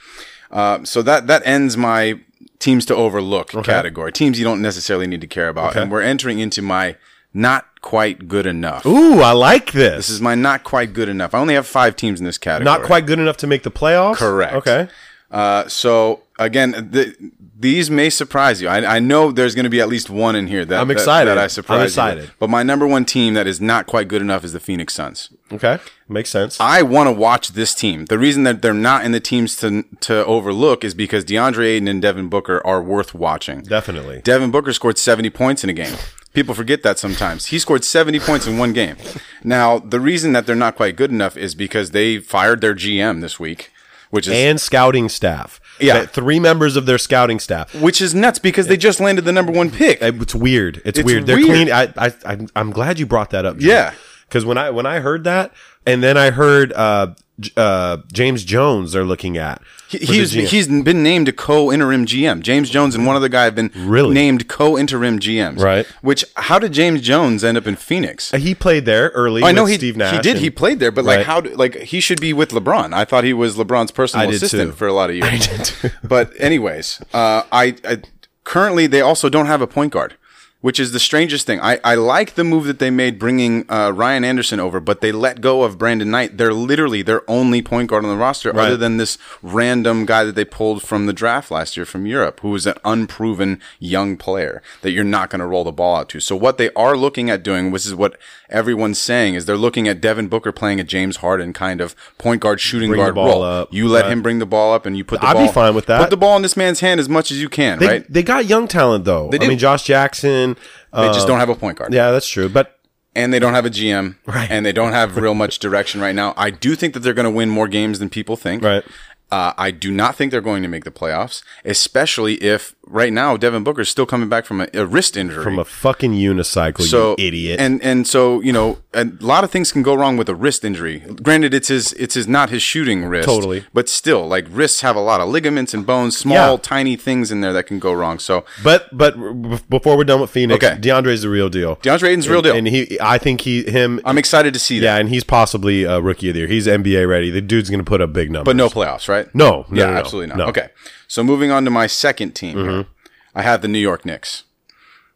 Speaker 3: Uh, so that that ends my teams to overlook category. Teams you don't necessarily need to care about, and we're entering into my not quite good enough.
Speaker 1: Ooh, I like
Speaker 3: This is my not quite good enough. I only have five teams in this category.
Speaker 1: Not quite good enough to make the playoffs.
Speaker 3: Correct.
Speaker 1: Okay.
Speaker 3: Uh, so again, th- these may surprise you. I, I know there's going to be at least one in here that
Speaker 1: I'm
Speaker 3: that-
Speaker 1: excited.
Speaker 3: That, I
Speaker 1: I'm
Speaker 3: surprised. you with.
Speaker 1: excited.
Speaker 3: But my number one team that is not quite good enough is the Phoenix Suns.
Speaker 1: Okay. Makes sense.
Speaker 3: I want to watch this team. The reason that they're not in the teams to to overlook is because DeAndre Ayton and Devin Booker are worth watching.
Speaker 1: Definitely.
Speaker 3: Devin Booker scored 70 points in a game. People forget that sometimes. He scored 70 points in one game. Now, the reason that they're not quite good enough is because they fired their GM this week, which is
Speaker 1: and scouting staff.
Speaker 3: Yeah.
Speaker 1: That three members of their scouting staff.
Speaker 3: which is nuts because they just landed the number 1 pick.
Speaker 1: It's weird. It's,
Speaker 3: It's
Speaker 1: weird. They're
Speaker 3: weird.
Speaker 1: clean. I, I, I'm, I'm glad you brought that up.
Speaker 3: Yeah.
Speaker 1: Because when I when I heard that, and then I heard uh, J- uh, James Jones they're looking at.
Speaker 3: He-
Speaker 1: for the
Speaker 3: He's
Speaker 1: GM.
Speaker 3: he's been named a co interim GM. James Jones and one other guy have been
Speaker 1: Really?
Speaker 3: named co interim GMs.
Speaker 1: Right.
Speaker 3: Which how did James Jones end up in Phoenix?
Speaker 1: Uh, he played there early.
Speaker 3: I know
Speaker 1: with
Speaker 3: he
Speaker 1: Steve Nash.
Speaker 3: he did
Speaker 1: and-
Speaker 3: he played there, but
Speaker 1: Right.
Speaker 3: like how do, like he should be with LeBron. I thought he was LeBron's
Speaker 1: I
Speaker 3: personal
Speaker 1: did
Speaker 3: assistant
Speaker 1: too.
Speaker 3: for a lot of years.
Speaker 1: I did too.
Speaker 3: But anyways, uh, I, I currently they also don't have a point guard, which is the strangest thing. I, I like the move that they made bringing uh, Ryan Anderson over, but they let go of Brandon Knight. They're literally their only point guard on the roster,
Speaker 1: Right.
Speaker 3: other than this random guy that they pulled from the draft last year from Europe, who is an unproven young player that you're not going to roll the ball out to. So what they are looking at doing, which is what everyone's saying, is they're looking at Devin Booker playing a James Harden kind of point guard shooting
Speaker 1: Bring the
Speaker 3: guard
Speaker 1: ball
Speaker 3: role.
Speaker 1: up,
Speaker 3: you let
Speaker 1: right.
Speaker 3: him bring the ball up, and you put the
Speaker 1: I'd be
Speaker 3: ball.
Speaker 1: fine with that.
Speaker 3: Put the ball in this man's hand as much as you can,
Speaker 1: They,
Speaker 3: right?
Speaker 1: they got young talent though.
Speaker 3: They
Speaker 1: I
Speaker 3: do.
Speaker 1: mean, Josh Jackson.
Speaker 3: They
Speaker 1: uh,
Speaker 3: just don't have a point guard.
Speaker 1: yeah, that's true. But
Speaker 3: And they don't have a GM.
Speaker 1: Right.
Speaker 3: And they don't have real much direction right now. I do think that they're going to win more games than people think.
Speaker 1: Right.
Speaker 3: Uh, I do not think they're going to make the playoffs, especially if right now, Devin Booker's still coming back from a, a wrist injury.
Speaker 1: from a fucking unicycle,
Speaker 3: so
Speaker 1: you idiot.
Speaker 3: And and so you know, a lot of things can go wrong with a wrist injury. Granted, it's his it's his not his shooting wrist,
Speaker 1: Totally.
Speaker 3: But still, like wrists have a lot of ligaments and bones, small
Speaker 1: Yeah.
Speaker 3: tiny things in there that can go wrong. So
Speaker 1: but but b- before we're done with Phoenix,
Speaker 3: Okay.
Speaker 1: DeAndre's the real deal.
Speaker 3: DeAndre Ayton's real deal.
Speaker 1: And he, I think he, him,
Speaker 3: I'm excited to see that,
Speaker 1: yeah, and he's possibly a rookie of the year. He's NBA ready. The dude's going to put up big numbers.
Speaker 3: but no playoffs, right?
Speaker 1: No, no,
Speaker 3: yeah,
Speaker 1: no, no,
Speaker 3: absolutely not.
Speaker 1: no. Mm-hmm.
Speaker 3: Okay, so moving on to my second team, here, I have the New York Knicks.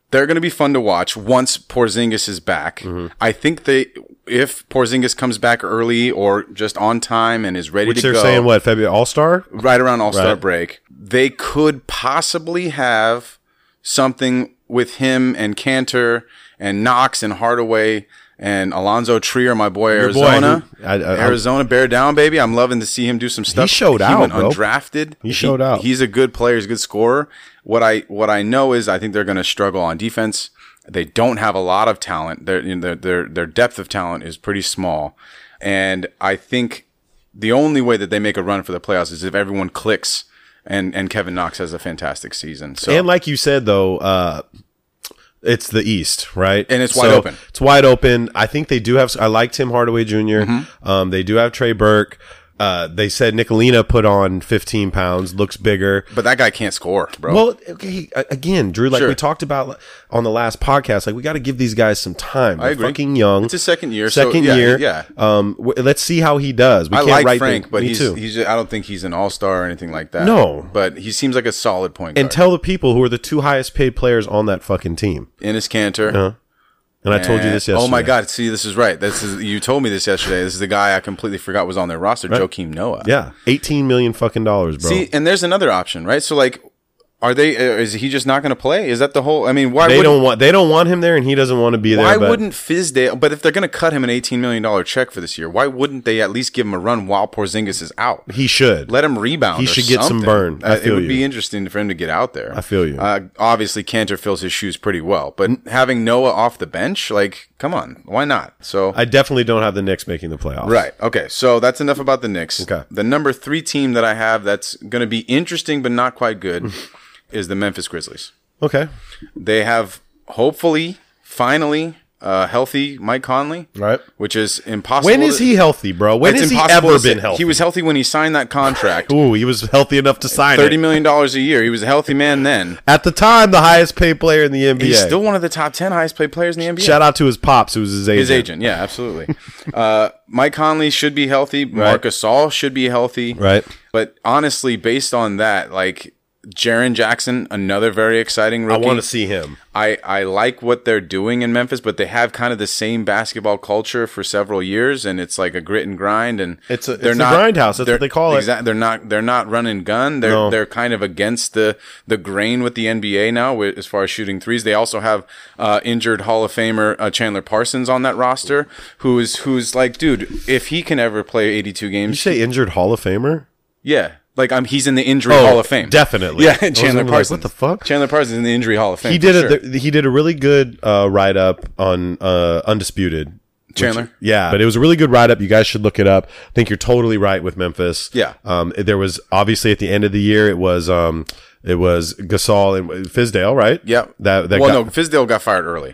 Speaker 3: They're going to be fun to watch once Porzingis is back.
Speaker 1: Mm-hmm.
Speaker 3: I think they, if Porzingis comes back early or just on time and is ready
Speaker 1: Which
Speaker 3: to
Speaker 1: they're
Speaker 3: go, Oh.
Speaker 1: saying what February All Star.
Speaker 3: right around All Star
Speaker 1: Right.
Speaker 3: break, they could possibly have something with him and Cantor and Knox and Hardaway and Alonzo Trier, my boy,
Speaker 1: Your boy,
Speaker 3: Arizona.
Speaker 1: who- I- I-
Speaker 3: Arizona, bear down, baby. I'm loving to see him do some stuff.
Speaker 1: showed
Speaker 3: he
Speaker 1: out,
Speaker 3: went
Speaker 1: bro.
Speaker 3: undrafted.
Speaker 1: He showed out.
Speaker 3: He's a good player. He's a good scorer. What I what I know is I think they're going to struggle on defense. They don't have a lot of talent. Their you know, their, their their depth of talent is pretty small, and I think the only way that they make a run for the playoffs is if everyone clicks and and Kevin Knox has a fantastic season. So
Speaker 1: And like you said though, uh, it's the East, right?
Speaker 3: And it's wide open.
Speaker 1: It's wide open. I think they do have. I like Tim Hardaway junior
Speaker 3: Mm-hmm.
Speaker 1: Um, they do have Trey Burke. Uh, they said Nicolina put on 15 pounds, looks bigger.
Speaker 3: but that guy can't score, bro.
Speaker 1: Well, okay, a- again, Drew, like
Speaker 3: Sure.
Speaker 1: we talked about on the last podcast, like we got to give these guys some time. They're
Speaker 3: agree.
Speaker 1: fucking young.
Speaker 3: It's his second year, so,
Speaker 1: Second
Speaker 3: yeah,
Speaker 1: year.
Speaker 3: yeah.
Speaker 1: Um, w- let's see how he does. We
Speaker 3: I
Speaker 1: can't
Speaker 3: like
Speaker 1: write
Speaker 3: Frank,
Speaker 1: the-
Speaker 3: but
Speaker 1: me
Speaker 3: he's,
Speaker 1: too.
Speaker 3: he's I don't think he's an all star or anything like that.
Speaker 1: No.
Speaker 3: but he seems like a solid point
Speaker 1: and
Speaker 3: guard.
Speaker 1: tell the people who are the two highest paid players on that fucking team.
Speaker 3: Ennis Cantor.
Speaker 1: And I told you
Speaker 3: And-
Speaker 1: this yesterday.
Speaker 3: Oh my God! See, this is right. This is you told me this yesterday. This is the guy I completely forgot was on their roster, Joakim Noah.
Speaker 1: Yeah, eighteen million fucking dollars, bro.
Speaker 3: See, and there's another option, right? So like, are they? uh, Is he just not going to play? Is that the whole? I mean, why
Speaker 1: they
Speaker 3: wouldn't,
Speaker 1: don't want they don't want him there, and he doesn't want to be there.
Speaker 3: Why
Speaker 1: but
Speaker 3: wouldn't Fizdale? But if they're going to cut him an eighteen million dollar check for this year, why wouldn't they at least give him a run while Porzingis is out?
Speaker 1: he should?
Speaker 3: Let him rebound.
Speaker 1: He
Speaker 3: or
Speaker 1: should get some
Speaker 3: something.
Speaker 1: burn. I
Speaker 3: Uh, it
Speaker 1: feel
Speaker 3: would
Speaker 1: you.
Speaker 3: be interesting for him to get out there.
Speaker 1: I feel you.
Speaker 3: Uh, obviously, Cantor fills his shoes pretty well, but having Noah off the bench, like, come on, why not? So
Speaker 1: I definitely don't have the Knicks making the playoffs.
Speaker 3: Right. Okay. So that's enough about the Knicks.
Speaker 1: Okay.
Speaker 3: The number three team that I have that's going to be interesting but not quite good is the Memphis Grizzlies.
Speaker 1: Okay.
Speaker 3: They have hopefully, finally, uh, healthy Mike Conley.
Speaker 1: Right.
Speaker 3: Which is impossible.
Speaker 1: When is
Speaker 3: to-
Speaker 1: he healthy, bro? When
Speaker 3: It's
Speaker 1: has he
Speaker 3: impossible
Speaker 1: ever
Speaker 3: to say-
Speaker 1: been healthy?
Speaker 3: He was healthy when he signed that contract.
Speaker 1: Ooh, he was healthy enough to sign
Speaker 3: Thirty
Speaker 1: it.
Speaker 3: million dollars a year. He was a healthy man then.
Speaker 1: At the time, the highest paid player in the NBA.
Speaker 3: He's still one of the top ten highest paid players in the NBA.
Speaker 1: Shout out to his pops, who was his agent.
Speaker 3: His agent, yeah, absolutely. uh, Mike Conley should be healthy. Marcus Saul should be healthy.
Speaker 1: Right.
Speaker 3: But honestly, based on that, like Jaron Jackson, another very exciting
Speaker 1: I
Speaker 3: rookie.
Speaker 1: want to see him.
Speaker 3: I, I like what they're doing in Memphis, but they have kind of the same basketball culture for several years, and it's like a grit and grind. And
Speaker 1: It's a- it's a grindhouse. That's what
Speaker 3: they're-
Speaker 1: they call it.
Speaker 3: They're not they're not run and gun. They're
Speaker 1: No.
Speaker 3: they're kind of against the the grain with the NBA now wi- as far as shooting threes. They also have uh, injured Hall of Famer uh, Chandler Parsons on that roster, who is who's like, dude, if he can ever play eighty two
Speaker 1: You
Speaker 3: games,
Speaker 1: say injured Hall of Famer?
Speaker 3: yeah. Like I'm, he's in the injury
Speaker 1: Oh,
Speaker 3: hall of fame.
Speaker 1: definitely.
Speaker 3: Yeah,
Speaker 1: I was
Speaker 3: Chandler
Speaker 1: gonna be like,
Speaker 3: Parsons.
Speaker 1: what the fuck?
Speaker 3: Chandler Parsons in the injury hall of fame.
Speaker 1: He
Speaker 3: for
Speaker 1: did
Speaker 3: sure.
Speaker 1: a th- he did a really good uh, write up on uh, Undisputed.
Speaker 3: Chandler.
Speaker 1: Yeah, but it was a really good write up. You guys should look it up. I think you're totally right with Memphis.
Speaker 3: Yeah.
Speaker 1: Um, there was obviously at the end of the year it was um, it was Gasol and Fizdale, right?
Speaker 3: Yeah.
Speaker 1: That that
Speaker 3: well,
Speaker 1: got-
Speaker 3: no, Fizdale got fired early.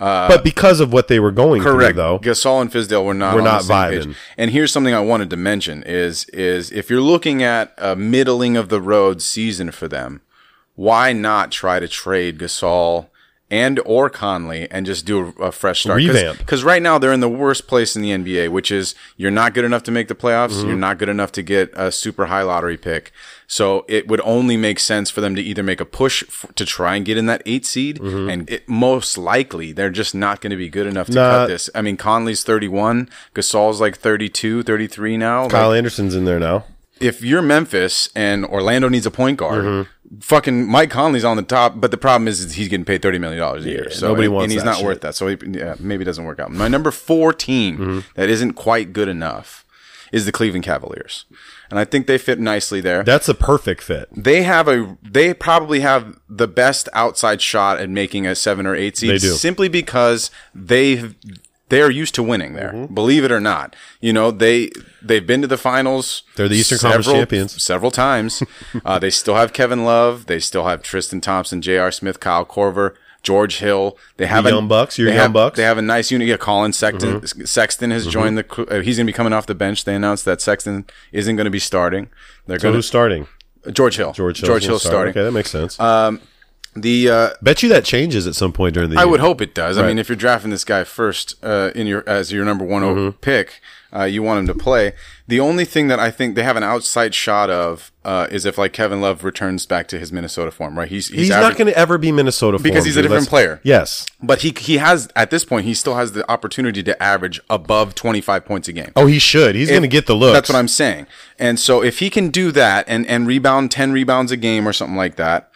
Speaker 1: but because of what they were going
Speaker 3: Correct.
Speaker 1: through, though.
Speaker 3: Gasol and Fizdale were not
Speaker 1: We're
Speaker 3: on
Speaker 1: not
Speaker 3: the same
Speaker 1: vibing.
Speaker 3: Page. And here's something I wanted to mention is is if you're looking at a middling of the road season for them, why not try to trade Gasol and or Conley and just do a, a fresh start?
Speaker 1: Revamp.
Speaker 3: Because right now they're in the worst place in the NBA, which is you're not good enough to make the playoffs. You're not good enough to get a super high lottery pick. So it would only make sense for them to either make a push f- to try and get in that eight seed, and it, most likely they're just not going to be good enough to
Speaker 1: Nah.
Speaker 3: cut this. I mean, Conley's 31, Gasol's like 32, 33 now. Like,
Speaker 1: Kyle Anderson's in there now.
Speaker 3: if you're Memphis and Orlando needs a point guard,
Speaker 1: Mm-hmm.
Speaker 3: fucking Mike Conley's on the top. But the problem is, is he's getting paid thirty million dollars a year. so
Speaker 1: nobody
Speaker 3: and,
Speaker 1: wants
Speaker 3: and he's
Speaker 1: that
Speaker 3: not
Speaker 1: shit.
Speaker 3: worth that. So he, yeah, maybe it doesn't work out. My number four team
Speaker 1: Mm-hmm.
Speaker 3: that isn't quite good enough is the Cleveland Cavaliers, and I think they fit nicely there.
Speaker 1: That's a perfect fit.
Speaker 3: they have a they probably have the best outside shot at making a seven or eight seed
Speaker 1: They do.
Speaker 3: simply because they they are used to winning there.
Speaker 1: Mm-hmm.
Speaker 3: Believe it or not, you know they they've been to the finals.
Speaker 1: They're the Eastern Conference champions.
Speaker 3: several times. uh, they still have Kevin Love. They still have Tristan Thompson, J.R. Smith, Kyle Corver, George Hill. They have
Speaker 1: Young Bucks, your
Speaker 3: they
Speaker 1: Young
Speaker 3: have-
Speaker 1: Bucks. Mm-hmm.
Speaker 3: They have a nice unit. Yeah, Colin Sexton, Sexton has joined the. cr- Uh, he's going to be coming off the bench. They announced that Sexton isn't going to be starting. They're
Speaker 1: So
Speaker 3: going
Speaker 1: who's starting?
Speaker 3: to George Hill.
Speaker 1: George Hill's
Speaker 3: George
Speaker 1: gonna
Speaker 3: Hill
Speaker 1: start.
Speaker 3: starting. Uh,
Speaker 1: Okay, that makes sense.
Speaker 3: The uh,
Speaker 1: Bet you that changes at some point during the
Speaker 3: I
Speaker 1: year.
Speaker 3: would hope it does. I mean,
Speaker 1: Right.
Speaker 3: if you're drafting this guy first uh, in your as your number one
Speaker 1: Mm-hmm.
Speaker 3: o- pick, uh, you want him to play. The only thing that I think they have an outside shot of uh, is if like Kevin Love returns back to his Minnesota form, right? He's
Speaker 1: He's,
Speaker 3: average-
Speaker 1: not going to ever be Minnesota for
Speaker 3: Because
Speaker 1: him,
Speaker 3: he's a
Speaker 1: dude.
Speaker 3: different
Speaker 1: Let's-
Speaker 3: player.
Speaker 1: Yes.
Speaker 3: but he he has at this point he still has the opportunity to average above 25 points a game.
Speaker 1: Oh, he should. He's going to
Speaker 3: If-
Speaker 1: get the look.
Speaker 3: That's what I'm saying. And so if he can do that and and rebound 10 rebounds a game or something like that,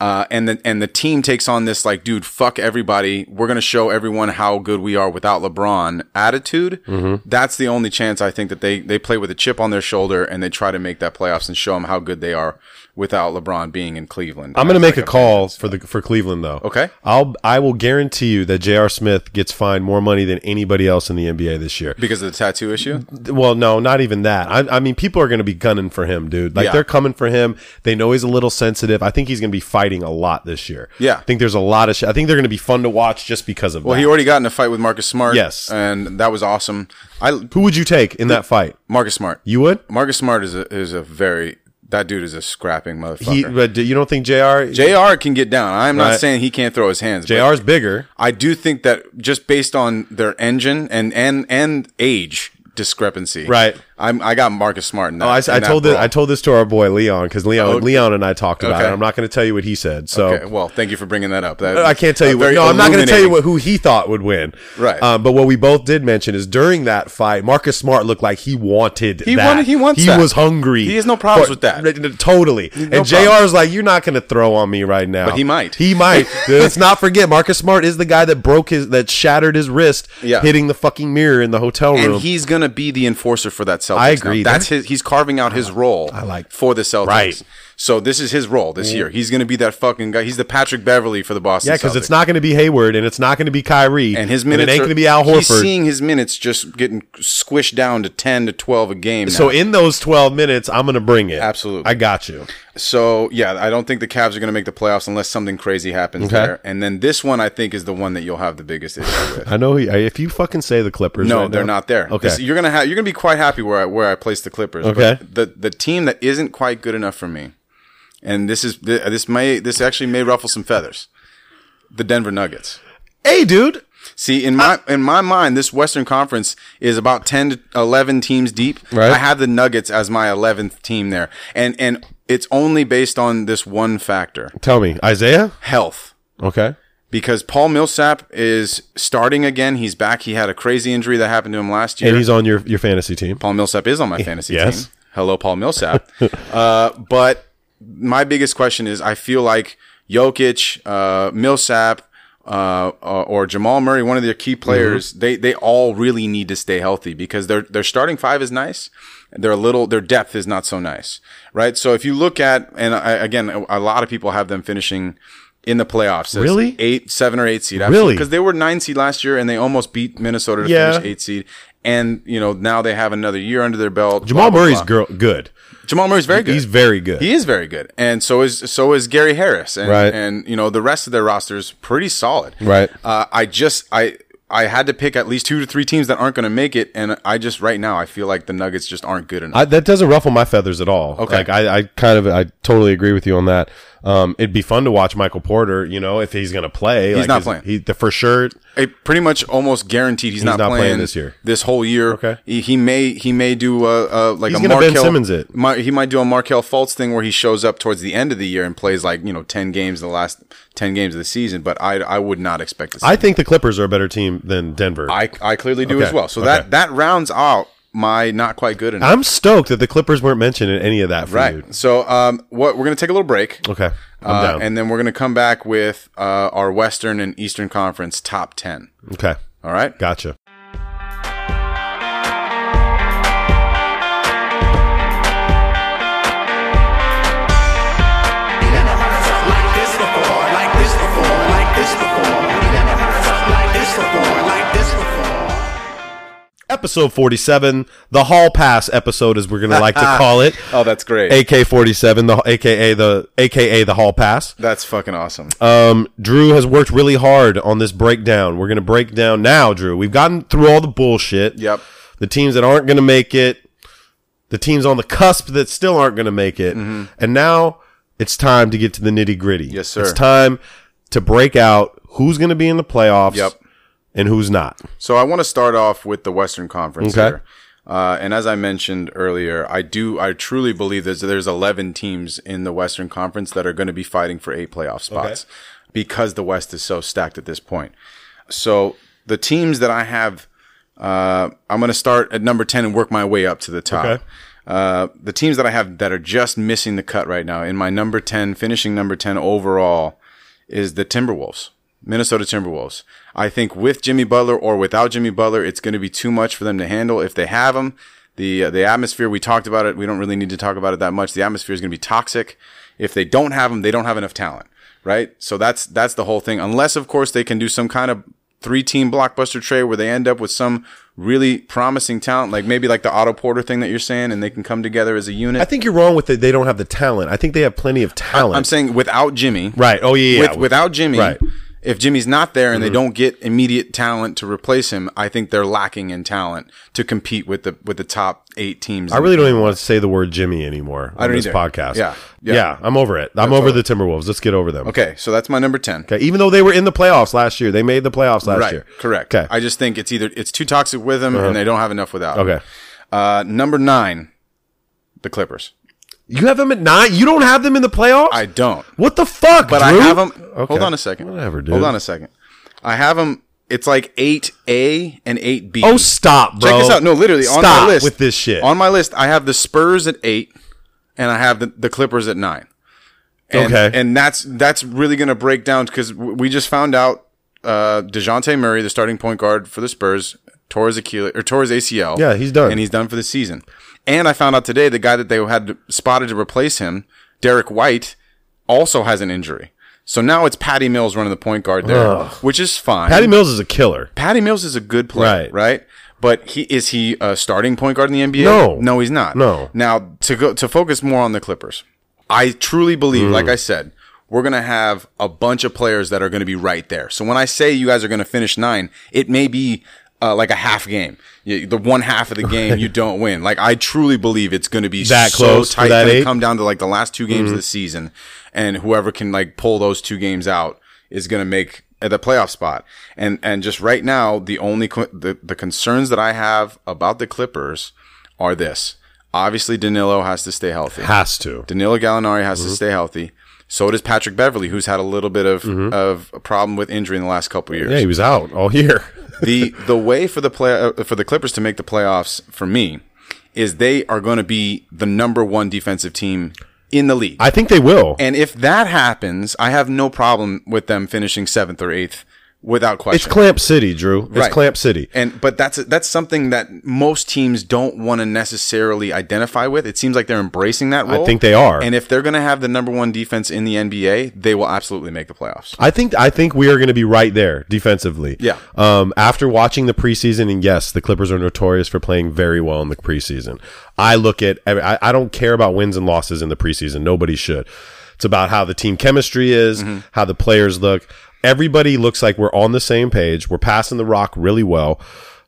Speaker 3: uh, and the and the team takes on this like, dude, fuck everybody. We're gonna show everyone how good we are without LeBron attitude.
Speaker 1: Mm-hmm.
Speaker 3: That's the only chance I think that they they play with a chip on their shoulder and they try to make that playoffs and show them how good they are without LeBron being in Cleveland.
Speaker 1: I'm going to
Speaker 3: As,
Speaker 1: make
Speaker 3: like,
Speaker 1: a call for the for Cleveland though.
Speaker 3: Okay.
Speaker 1: I'll I will guarantee you that J.R. Smith gets fined more money than anybody else in the NBA this year.
Speaker 3: because of the tattoo issue.
Speaker 1: Well, no, not even that. I, I mean, people are going to be gunning for him, dude. Like
Speaker 3: Yeah.
Speaker 1: they're coming for him. They know he's a little sensitive. I think he's going to be fighting a lot this year.
Speaker 3: Yeah.
Speaker 1: I think there's a lot of. Sh- I think they're going to be fun to watch just because of.
Speaker 3: Well,
Speaker 1: that.
Speaker 3: he already got in a fight with Marcus Smart.
Speaker 1: Yes.
Speaker 3: and that was awesome. I
Speaker 1: Who would you take in that fight?
Speaker 3: Marcus Smart.
Speaker 1: You would.
Speaker 3: Marcus Smart is a is a very that dude is a scrapping motherfucker.
Speaker 1: He, but do- you don't think Jr.
Speaker 3: Jr. can get down. I'm
Speaker 1: Right.
Speaker 3: not saying he can't throw his hands. but
Speaker 1: Jr.'s bigger.
Speaker 3: I do think that just based on their engine and and and age discrepancy,
Speaker 1: Right.
Speaker 3: I'm I got Marcus Smart. In that,
Speaker 1: Oh, I,
Speaker 3: in
Speaker 1: I
Speaker 3: that
Speaker 1: told this,
Speaker 3: brawl.
Speaker 1: I told this to our boy Leon because Leon
Speaker 3: okay.
Speaker 1: Leon and I talked about it.
Speaker 3: Okay.
Speaker 1: I'm not going to tell you what he said. So
Speaker 3: Okay, well, thank you for bringing that up. That,
Speaker 1: I can't tell
Speaker 3: uh,
Speaker 1: you what.
Speaker 3: very
Speaker 1: No, I'm not going to tell you
Speaker 3: illuminating.
Speaker 1: what who he thought would win.
Speaker 3: Right.
Speaker 1: Um, but what we both did mention is during that fight, Marcus Smart looked like he wanted.
Speaker 3: He
Speaker 1: that.
Speaker 3: wanted- he wants
Speaker 1: He
Speaker 3: that.
Speaker 1: was hungry.
Speaker 3: He has no problems with that.
Speaker 1: Totally. and Jr.
Speaker 3: problem.
Speaker 1: is like, you're not going to throw on me right now.
Speaker 3: But he might.
Speaker 1: He might. Let's not forget, Marcus Smart is the guy that broke his that shattered his wrist,
Speaker 3: Yeah.
Speaker 1: hitting the fucking mirror in the hotel room.
Speaker 3: And he's gonna be the enforcer for that Celtics.
Speaker 1: I
Speaker 3: now.
Speaker 1: agree.
Speaker 3: That's his. He's carving out his role. I
Speaker 1: like-
Speaker 3: for the Celtics.
Speaker 1: Right.
Speaker 3: So this is his role this year. He's gonna be that fucking guy. He's the Patrick Beverly for the Boston.
Speaker 1: yeah, because
Speaker 3: Celtics.
Speaker 1: it's not going to be Hayward and it's not going to be Kyrie
Speaker 3: and his minutes
Speaker 1: it ain't
Speaker 3: are-
Speaker 1: going to be Al
Speaker 3: He's
Speaker 1: Horford.
Speaker 3: seeing his minutes just getting squished down to ten to twelve a game.
Speaker 1: so
Speaker 3: So
Speaker 1: in those 12 minutes, I'm going to bring it.
Speaker 3: Absolutely.
Speaker 1: I got you.
Speaker 3: so yeah, I don't think the Cavs are going to make the playoffs unless something crazy happens there. And then this one, I think, is the one that you'll have the biggest issue with.
Speaker 1: I know he, if you fucking say the Clippers,
Speaker 3: No,
Speaker 1: right
Speaker 3: they're
Speaker 1: now-
Speaker 3: not there.
Speaker 1: Okay,
Speaker 3: This- you're gonna have you're gonna be quite happy where I where I placed the Clippers.
Speaker 1: Okay.
Speaker 3: but the the team that isn't quite good enough for me, and this is th- this may this actually may ruffle some feathers. The Denver Nuggets.
Speaker 1: hey, dude,
Speaker 3: See, in my in my mind, this Western Conference is about ten to eleven teams deep.
Speaker 1: Right.
Speaker 3: I have the Nuggets as my eleventh team there, and and it's only based on this one factor:
Speaker 1: tell me, Isaiah.
Speaker 3: health
Speaker 1: Okay,
Speaker 3: because Paul Millsap is starting again. He's back. He had a crazy injury that happened to him last year.
Speaker 1: and he's on your your fantasy team.
Speaker 3: Paul Millsap is on my fantasy
Speaker 1: Yes.
Speaker 3: team. Hello, Paul Millsap. uh, but my biggest question is, I feel like Jokic, uh, Millsap, uh, or or Jamal Murray, one of their key players,
Speaker 1: Mm-hmm.
Speaker 3: they they all really need to stay healthy because their their starting five is nice. Their little their depth is not so nice, right? So if you look at and I, again, a a lot of people have them finishing in the playoffs, as
Speaker 1: Really?
Speaker 3: eight, seven or eight seed,
Speaker 1: Really?
Speaker 3: because they were nine seed last year and they almost beat Minnesota to
Speaker 1: Yeah.
Speaker 3: finish eight seed. And you know now they have another year under their belt.
Speaker 1: Jamal
Speaker 3: blah, blah,
Speaker 1: Murray's
Speaker 3: blah.
Speaker 1: girl, good.
Speaker 3: Jamal Murray's very good.
Speaker 1: He's very good.
Speaker 3: He is very good, and so is so is Gary Harris, and
Speaker 1: Right.
Speaker 3: and you know the rest of their roster is pretty solid.
Speaker 1: Right.
Speaker 3: Uh, I just I I had to pick at least two to three teams that aren't going to make it, and I just right now I feel like the Nuggets just aren't good enough.
Speaker 1: I, that doesn't ruffle my feathers at all.
Speaker 3: Okay.
Speaker 1: like I, I kind of I totally agree with you on that. Um, it'd be fun to watch Michael Porter. You know, if he's gonna play, he's
Speaker 3: not playing.
Speaker 1: He the, for sure.
Speaker 3: it pretty much almost guaranteed he's, not,
Speaker 1: not playing
Speaker 3: playing,
Speaker 1: this year.
Speaker 3: this whole year.
Speaker 1: Okay.
Speaker 3: he, he may he may do a, a like
Speaker 1: He's
Speaker 3: a
Speaker 1: gonna Ben
Speaker 3: Markel
Speaker 1: Simmons it.
Speaker 3: mi- he might do a Markel Fultz thing where he shows up towards the end of the year and plays like you know ten games the last ten games of the season. But I I would not expect to see.
Speaker 1: I think the Clippers are a better team than Denver.
Speaker 3: I, I clearly do
Speaker 1: Okay.
Speaker 3: as well. So
Speaker 1: Okay.
Speaker 3: that that rounds out my not quite good enough.
Speaker 1: am stoked that the Clippers weren't mentioned in any of that. For
Speaker 3: right.
Speaker 1: You.
Speaker 3: So um, what we're gonna take a little break.
Speaker 1: Okay, I'm
Speaker 3: Uh,
Speaker 1: down.
Speaker 3: and then we're gonna come back with uh, our Western and Eastern Conference top ten.
Speaker 1: okay,
Speaker 3: All right.
Speaker 1: gotcha.
Speaker 2: Like this before, like this before, like this before. Like this before, like this before.
Speaker 1: episode 47, the Hall Pass episode, as we're going to like to call it.
Speaker 3: Oh, that's great.
Speaker 1: AK 47, the AKA the AKA the Hall Pass.
Speaker 3: that's fucking awesome.
Speaker 1: Um, Drew has worked really hard on this breakdown. We're going to break down now, Drew. We've gotten through all the bullshit.
Speaker 3: Yep.
Speaker 1: The teams that aren't going to make it, the teams on the cusp that still aren't going to make it. And now it's time to get to the nitty gritty.
Speaker 3: Mm-hmm. Yes, sir.
Speaker 1: It's time to break out who's going to be in the playoffs
Speaker 3: Yep.
Speaker 1: and who's not.
Speaker 3: So I want to start off with the Western Conference
Speaker 1: Okay.
Speaker 3: here. Uh, and as I mentioned earlier, I do, I truly believe there's there's 11 teams in the Western Conference that are going to be fighting for eight playoff spots because the West is so stacked at this point. So the teams that I have, uh, I'm going to start at number 10 and work my way up to the top.
Speaker 1: Okay.
Speaker 3: Uh, the teams that I have that are just missing the cut right now in my number 10, finishing number 10 overall is the Timberwolves, Minnesota Timberwolves. I think with Jimmy Butler or without Jimmy Butler, it's going to be too much for them to handle if they have him. The uh, the atmosphere we talked about it. We don't really need to talk about it that much. The atmosphere is going to be toxic. If they don't have him, they don't have enough talent, right? So that's that's the whole thing. Unless of course they can do some kind of three team blockbuster trade where they end up with some really promising talent, like maybe like the Otto Porter thing that you're saying, and they can come together as a unit.
Speaker 1: I think you're wrong with it. They don't have the talent. I think they have plenty of talent.
Speaker 3: I'm saying without Jimmy,
Speaker 1: right. Oh yeah. yeah.
Speaker 3: with, without Jimmy,
Speaker 1: Right. Mm-hmm.
Speaker 3: if Jimmy's not there and they don't get immediate talent to replace him, I think they're lacking in talent to compete with the with the top eight teams.
Speaker 1: I really don't even want to say the word Jimmy anymore on
Speaker 3: don't
Speaker 1: this
Speaker 3: either.
Speaker 1: podcast.
Speaker 3: Yeah.
Speaker 1: yeah,
Speaker 3: Yeah.
Speaker 1: I'm over it. I'm over the Timberwolves. Let's get over them.
Speaker 3: Okay, so that's my number ten.
Speaker 1: Okay, Even though they were in the playoffs last year, they made the playoffs last
Speaker 3: Right,
Speaker 1: year.
Speaker 3: correct.
Speaker 1: Okay. Uh-huh.
Speaker 3: I just think it's either it's too toxic with him and they don't have enough without. him.
Speaker 1: okay.
Speaker 3: Uh, number nine, the Clippers.
Speaker 1: You have them at nine. You don't have them in the playoffs.
Speaker 3: I don't.
Speaker 1: What the fuck,
Speaker 3: But
Speaker 1: Drew?
Speaker 3: I have them.
Speaker 1: Okay.
Speaker 3: Hold on a second.
Speaker 1: Whatever, dude.
Speaker 3: Hold on a second. I have them. It's like eight A and eight B.
Speaker 1: Oh, stop, bro.
Speaker 3: Check this out. No, literally
Speaker 1: stop
Speaker 3: on my list
Speaker 1: with this shit.
Speaker 3: On my list, I have the Spurs at eight, and I have the, the Clippers at nine. And,
Speaker 1: Okay.
Speaker 3: and that's that's really going to break down because we just found out uh, Dejounte Murray, the starting point guard for the Spurs, tore his Achilles or tore his ACL.
Speaker 1: Yeah, he's done.
Speaker 3: and he's done for the season. And I found out today the guy that they had spotted to replace him, Derek White, also has an injury. So now it's Patty Mills running the point guard there, which is fine.
Speaker 1: Patty Mills is a killer.
Speaker 3: Patty Mills is a good player,
Speaker 1: Right.
Speaker 3: right? But he is he a starting point guard in the NBA?
Speaker 1: No.
Speaker 3: no, he's not.
Speaker 1: No.
Speaker 3: Now to go to focus more on the Clippers, I truly believe,
Speaker 1: Hmm.
Speaker 3: like I said, we're gonna have a bunch of players that are gonna be right there. So when I say you guys are gonna finish nine, it may be. Uh, like a half game, You- the one half of the game you don't win. Like I truly believe it's going to be
Speaker 1: That
Speaker 3: so
Speaker 1: close to
Speaker 3: tight.
Speaker 1: that
Speaker 3: gonna
Speaker 1: eight? Mm-hmm.
Speaker 3: come down to like the last two games of the season, and whoever can like pull those two games out is going to make the playoff spot. And and just right now, the only co- the the concerns that I have about the Clippers are this: obviously Danilo has to stay healthy.
Speaker 1: Has to.
Speaker 3: Danilo Gallinari has
Speaker 1: Mm-hmm.
Speaker 3: to stay healthy. So does Patrick Beverly, who's had a little bit of of a problem with injury in the last couple years
Speaker 1: Mm-hmm. Yeah, he was out all year.
Speaker 3: the the way for the play uh, for the Clippers to make the playoffs for me is they are going to be the number one defensive team in the league.
Speaker 1: I think they will.
Speaker 3: and if that happens, I have no problem with them finishing seventh or eighth without question.
Speaker 1: it's Clamp City, Drew. It's
Speaker 3: Right.
Speaker 1: Clamp City.
Speaker 3: And but that's that's something that most teams don't want to necessarily identify with. It seems like they're embracing that role.
Speaker 1: think they are.
Speaker 3: And if they're going to have the number one defense in the NBA, they will absolutely make the playoffs.
Speaker 1: I think I think we are going to be right there defensively.
Speaker 3: Yeah.
Speaker 1: Um, after watching the preseason, and yes, the Clippers are notorious for playing very well in the preseason. I look at I, I don't care about wins and losses in the preseason. Nobody should. It's about how the team chemistry is, how the players look. Everybody looks like we're on the same page. We're passing the rock really well.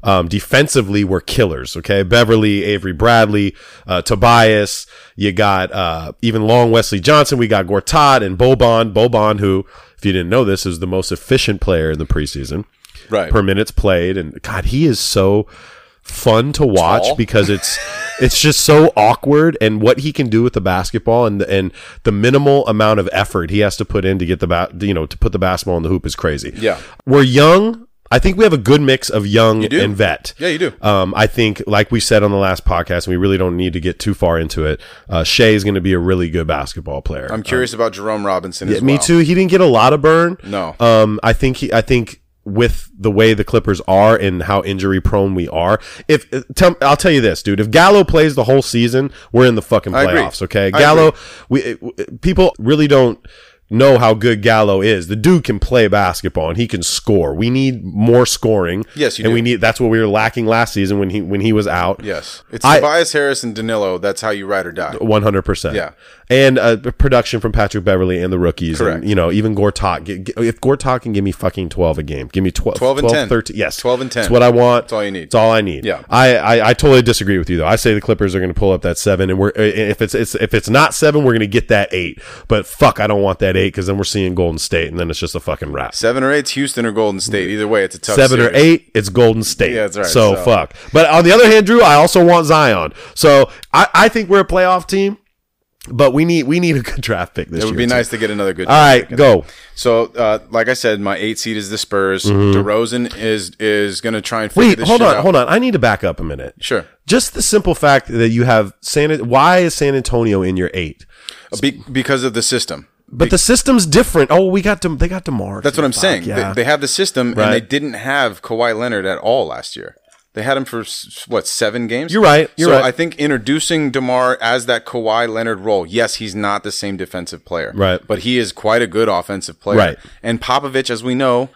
Speaker 1: Um, defensively, we're killers. Okay, Beverly, Avery Bradley, uh, Tobias. You got uh, even Long Wesley Johnson. We got Gortat and Boban. Boban, who, if you didn't know this, is the most efficient player in the preseason
Speaker 3: Right.
Speaker 1: per minutes played. And God, he is so fun to watch
Speaker 3: Tall.
Speaker 1: because it's it's just so awkward and what he can do with the basketball and the, and the minimal amount of effort he has to put in to get the ba- you know to put the basketball in the hoop is crazy.
Speaker 3: Yeah.
Speaker 1: we're young. I think we have a good mix of young
Speaker 3: do.
Speaker 1: and vet.
Speaker 3: Yeah, you do.
Speaker 1: Um, I think, like we said on the last podcast, and we really don't need to get too far into it. Uh, Shea is going to be a really good basketball player.
Speaker 3: I'm curious about Jerome Robinson as
Speaker 1: Me
Speaker 3: well.
Speaker 1: too. He didn't get a lot of burn.
Speaker 3: No.
Speaker 1: Um, I think he, I think with the way the Clippers are and how injury prone we are, if uh, tell, I'll tell you this, dude, if Gallo plays the whole season, we're in the fucking
Speaker 3: I agree.
Speaker 1: playoffs. Okay,
Speaker 3: I
Speaker 1: Gallo, we it- w- people uh, really don't know how good Gallo is. The dude can play basketball and he can score. We need more scoring.
Speaker 3: Yes, you
Speaker 1: and
Speaker 3: do.
Speaker 1: we need that's what we were lacking last season when he when he was out.
Speaker 3: Yes, it's
Speaker 1: I-
Speaker 3: Tobias Harris and Danilo. That's how you ride or die.
Speaker 1: One hundred percent.
Speaker 3: Yeah.
Speaker 1: and uh, p- production from Patrick Beverly and the rookies,
Speaker 3: Correct.
Speaker 1: and you know even Gortat. G- g- If Gortat can give me fucking twelve a game, give me 12,
Speaker 3: 12 and 10.
Speaker 1: 13. Yes,
Speaker 3: 12 and 10.
Speaker 1: It's what I want.
Speaker 3: It's all you need.
Speaker 1: It's all I need.
Speaker 3: Yeah.
Speaker 1: I, I, I totally disagree with you though. I say the Clippers are going to pull up that seven, and we're uh, if it's, it's if it's not seven, we're going to get that eight. But fuck, I don't want that eight because then we're seeing Golden State, and then it's just a fucking wrap.
Speaker 3: Seven or eight's Houston or Golden State. Either way, it's a tough
Speaker 1: seven or
Speaker 3: series.
Speaker 1: eight, it's Golden State.
Speaker 3: Yeah, that's right,
Speaker 1: So,
Speaker 3: so-
Speaker 1: fuck. But on the other hand, Drew, I also want Zion. So I, I think we're a playoff team, but we need we need a good draft pick this
Speaker 3: It
Speaker 1: year.
Speaker 3: would be
Speaker 1: too.
Speaker 3: nice to get another good.
Speaker 1: All right, go.
Speaker 3: So, uh, like I said, my eight seed is the Spurs. DeRozan is is going to try and figure
Speaker 1: Mm-hmm. Wait,
Speaker 3: this
Speaker 1: hold
Speaker 3: shit
Speaker 1: on,
Speaker 3: out.
Speaker 1: hold on. I need to back up a minute.
Speaker 3: Sure.
Speaker 1: Just the simple fact that you have San. Why is San Antonio in your eight?
Speaker 3: Be- because of the system.
Speaker 1: But the system's different. Oh, we got dem- they got Demar.
Speaker 3: That's what I'm
Speaker 1: Fuck,
Speaker 3: saying.
Speaker 1: Yeah.
Speaker 3: They, they have the system,
Speaker 1: Right.
Speaker 3: and they didn't have Kawhi Leonard at all last year. They had him for s- what seven games.
Speaker 1: You're right, you're
Speaker 3: so
Speaker 1: right.
Speaker 3: I think introducing Demar as that Kawhi Leonard role. Yes, he's not the same defensive player,
Speaker 1: Right.
Speaker 3: But he is quite a good offensive player,
Speaker 1: Right.
Speaker 3: And Popovich, as we know,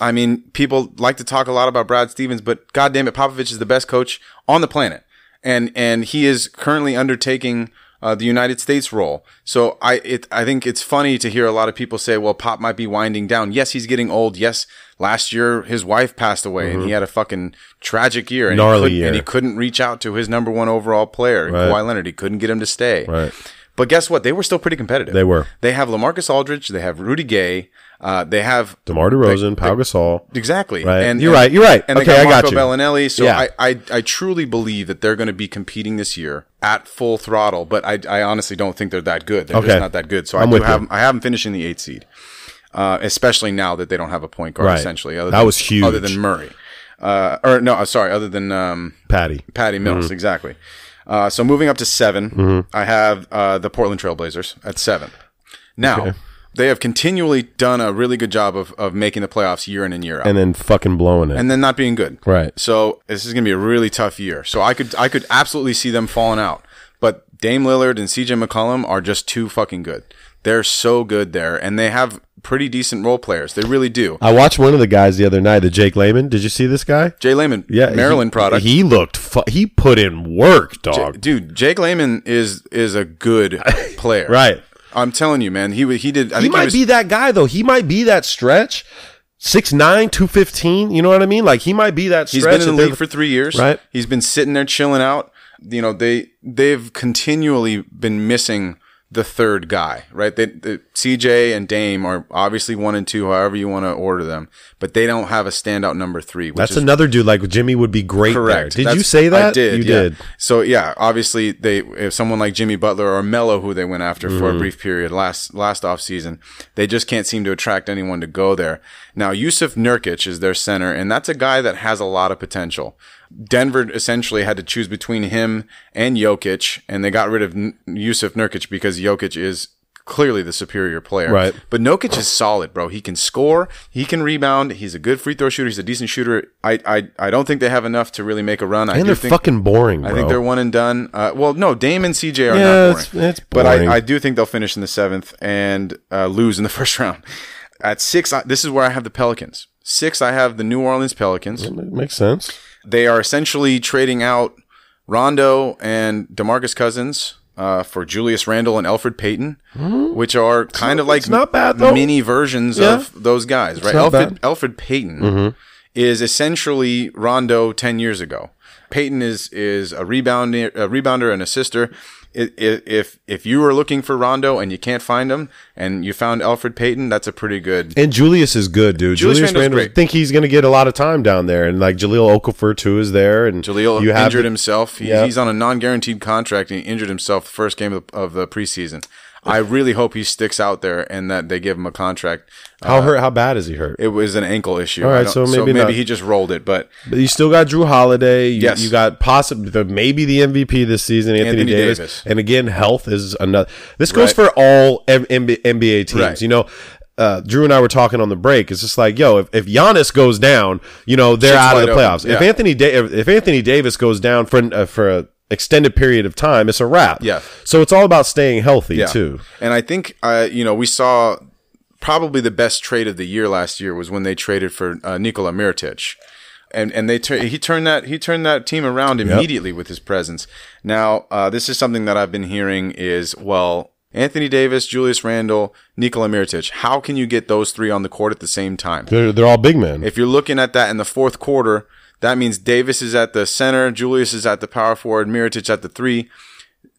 Speaker 3: I mean, people like to talk a lot about Brad Stevens, but goddamn it, Popovich is the best coach on the planet, and and he is currently undertaking. Uh, the United States role. So I, it, I think it's funny to hear a lot of people say, "Well, Pop might be winding down." Yes, he's getting old. Yes, last year his wife passed away, and he had a fucking tragic year, and,
Speaker 1: Mm-hmm. Gnarly
Speaker 3: he, couldn't-
Speaker 1: year.
Speaker 3: and he couldn't reach out to his number one overall player,
Speaker 1: Right.
Speaker 3: Kawhi Leonard. He couldn't get him to stay.
Speaker 1: Right.
Speaker 3: But guess what? They were still pretty competitive.
Speaker 1: They were.
Speaker 3: They have Lamarcus Aldridge. They have Rudy Gay. Uh, they have
Speaker 1: Demar Derozan, Pau Gasol.
Speaker 3: exactly.
Speaker 1: Right. You're right, you're right.
Speaker 3: And
Speaker 1: Okay,
Speaker 3: they
Speaker 1: I
Speaker 3: got
Speaker 1: got
Speaker 3: Marco
Speaker 1: you.
Speaker 3: Bellinelli. So
Speaker 1: Yeah.
Speaker 3: I, I, I truly believe that they're going to be competing this year at full throttle. But I, I honestly don't think they're that good. They're
Speaker 1: Okay.
Speaker 3: just not that good. So i
Speaker 1: I'm
Speaker 3: do
Speaker 1: with you.
Speaker 3: have I have them finishing the eight seed, uh, especially now that they don't have a point guard.
Speaker 1: Right.
Speaker 3: Essentially,
Speaker 1: That
Speaker 3: than,
Speaker 1: was huge.
Speaker 3: Other than Murray, uh, or no, uh, sorry, other than um,
Speaker 1: Patty.
Speaker 3: Patty Mills,
Speaker 1: Mm-hmm.
Speaker 3: exactly. Uh, so moving up to 7 I have uh, the Portland Trailblazers at seven. Now, they have continually done a really good job of, of making the playoffs year in and year out.
Speaker 1: And
Speaker 3: And
Speaker 1: then fucking blowing it.
Speaker 3: then not being good,
Speaker 1: Right.
Speaker 3: So this is going to be a really tough year. So I could I could absolutely see them falling out. But Dame Lillard and CJ McCollum are just too fucking good. They're so good there, and they have pretty decent role players. They really do.
Speaker 1: I watched one of the guys the other night, the Jake Lehman. Did you see this guy?
Speaker 3: Jay Lehman,
Speaker 1: Yeah,
Speaker 3: Maryland
Speaker 1: he,
Speaker 3: product.
Speaker 1: He looked. Fu- he put in work, dog.
Speaker 3: dude jake lehman is is a good player
Speaker 1: Right.
Speaker 3: i'm telling you man he wa- he did i
Speaker 1: he
Speaker 3: think
Speaker 1: might
Speaker 3: he was,
Speaker 1: be that guy though. He might be that stretch. 6'9", 215, You know what I mean? Like he might be that.
Speaker 3: he's
Speaker 1: stretch
Speaker 3: been in the
Speaker 1: that they're-
Speaker 3: league for three years
Speaker 1: Right.
Speaker 3: he's been sitting there chilling out you know they they've continually been missing the third guy right they, the, cj and dame are obviously one and two however you want to order them but they don't have a standout number three which
Speaker 1: That's
Speaker 3: is
Speaker 1: another dude. Like Jimmy would be great.
Speaker 3: Correct.
Speaker 1: There. Did
Speaker 3: That's-
Speaker 1: you say that?
Speaker 3: I
Speaker 1: You
Speaker 3: did. yeah.
Speaker 1: did.
Speaker 3: So yeah, obviously they if someone like Jimmy Butler or Mello who they went after
Speaker 1: Mm-hmm.
Speaker 3: for a brief period last last offseason, they just can't seem to attract anyone to go there. Now Yusuf Nurkic is their center, and that's a guy that has a lot of potential. Denver essentially had to choose between him and Jokic, and they got rid of N- Yusuf Nurkic because Jokic is clearly the superior player.
Speaker 1: Right.
Speaker 3: But Nokic is solid, bro. He can score. He can rebound. He's a good free throw shooter. He's a decent shooter. I I, I don't think they have enough to really make a run. I
Speaker 1: And
Speaker 3: do
Speaker 1: they're
Speaker 3: think,
Speaker 1: fucking boring. Bro.
Speaker 3: I think they're one and done. Uh, well, no, Dame and CJ are
Speaker 1: Yeah,
Speaker 3: not boring.
Speaker 1: it's- it's
Speaker 3: But
Speaker 1: boring.
Speaker 3: I, I do think they'll finish in the seventh and uh, lose in the first round. At six, I, this is where I have the Pelicans. Six, I have the New Orleans Pelicans.
Speaker 1: Makes sense.
Speaker 3: They are essentially trading out Rondo and DeMarcus Cousins uh, for Julius Randle and Alfred Payton, which are kind of like
Speaker 1: Hmm. not bad, though.
Speaker 3: mini versions
Speaker 1: Yeah.
Speaker 3: of those guys, right?
Speaker 1: not
Speaker 3: Alfred,
Speaker 1: bad. Mm-hmm.
Speaker 3: Alfred Payton is essentially Rondo 10 years ago. Payton is is a rebounder, a rebounder and a sister. If if you were looking for Rondo and you can't find him, and you found Alfred Payton, that's a pretty good.
Speaker 1: And Julius is good, dude.
Speaker 3: Julius
Speaker 1: Julius,
Speaker 3: Randle's
Speaker 1: Randle, I
Speaker 3: great.
Speaker 1: think he's going to get a lot of time down there, and like Jaleel Okafor too is there, and
Speaker 3: Jaleel
Speaker 1: you have
Speaker 3: injured
Speaker 1: the-
Speaker 3: himself. He,
Speaker 1: Yeah.
Speaker 3: He's on a non-guaranteed contract, and he injured himself the first game of the, of the preseason. I really hope he sticks out there and that they give him a contract.
Speaker 1: How hurt? How bad is he hurt?
Speaker 3: It was an ankle issue.
Speaker 1: All right,
Speaker 3: I don't-
Speaker 1: so maybe not.
Speaker 3: he just rolled it, but
Speaker 1: But you still got Drew Holiday. You,
Speaker 3: Yes.
Speaker 1: you got possibly the, maybe the MVP this season, Anthony,
Speaker 3: Anthony
Speaker 1: Davis.
Speaker 3: Davis.
Speaker 1: And again, health is another. This goes
Speaker 3: Right.
Speaker 1: for all M- M- NBA teams.
Speaker 3: Right.
Speaker 1: You know, uh, Drew and I were talking on the break. It's just like, yo, if, if Giannis goes down, you know they're
Speaker 3: Shit's
Speaker 1: out of
Speaker 3: wide
Speaker 1: the
Speaker 3: open.
Speaker 1: playoffs. If
Speaker 3: Yeah.
Speaker 1: Anthony da- if if Anthony Davis goes down for an- uh, for a extended period of time, it's a wrap.
Speaker 3: Yeah.
Speaker 1: So it's all about staying healthy too.
Speaker 3: And I think uh, you know we saw probably the best trade of the year last year was when they traded for uh, Nikola Mirotic. And, and they tur- he turned that he turned that team around immediately with his presence. Now uh, this is something that I've been hearing is well Anthony Davis, Julius Randle, Nikola Mirotic. How can you get those three on the court at the same time?
Speaker 1: They're they're all big men.
Speaker 3: If you're looking at that in the fourth quarter, that means Davis is at the center, Julius is at the power forward, Miritich at the three.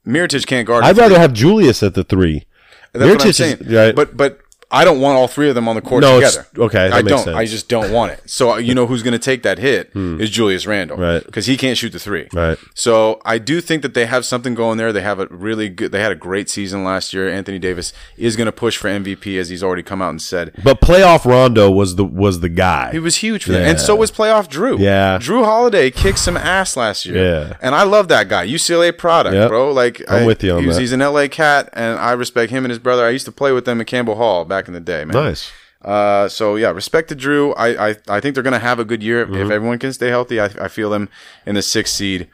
Speaker 3: Miritich can't guard.
Speaker 1: I'd
Speaker 3: the
Speaker 1: rather
Speaker 3: three.
Speaker 1: have Julius at the three.
Speaker 3: That's what
Speaker 1: Mirotic
Speaker 3: I'm
Speaker 1: is-
Speaker 3: saying.
Speaker 1: right.
Speaker 3: But but I don't want all three of them on the court
Speaker 1: No, it's-
Speaker 3: together.
Speaker 1: okay, that
Speaker 3: I
Speaker 1: makes
Speaker 3: don't.
Speaker 1: sense. Hmm.
Speaker 3: I just don't want it. So uh, you know who's going to take that hit is Julius Randle,
Speaker 1: Right.
Speaker 3: Because he can't shoot the three,
Speaker 1: Right.
Speaker 3: So I do think that they have something going there. They have a really good. They had a great season last year. Anthony Davis is going to push for MVP as he's already come out and said.
Speaker 1: But playoff Rondo was the was the guy.
Speaker 3: He was huge for them. And so was playoff Drew.
Speaker 1: Yeah.
Speaker 3: Drew Holiday kicked some ass last year.
Speaker 1: Yeah.
Speaker 3: And I love that guy. UCLA product,
Speaker 1: Yep.
Speaker 3: bro. Like
Speaker 1: I'm
Speaker 3: I-
Speaker 1: with you on
Speaker 3: he was-
Speaker 1: that.
Speaker 3: He's an LA cat and I respect him and his brother. I used to play with them at Campbell Hall back in the day, man.
Speaker 1: nice.
Speaker 3: Uh, so yeah, respect to Drew. I, I, I think they're going to have a good year if,
Speaker 1: Mm-hmm.
Speaker 3: if everyone can stay healthy. I, I feel them in the sixth seed.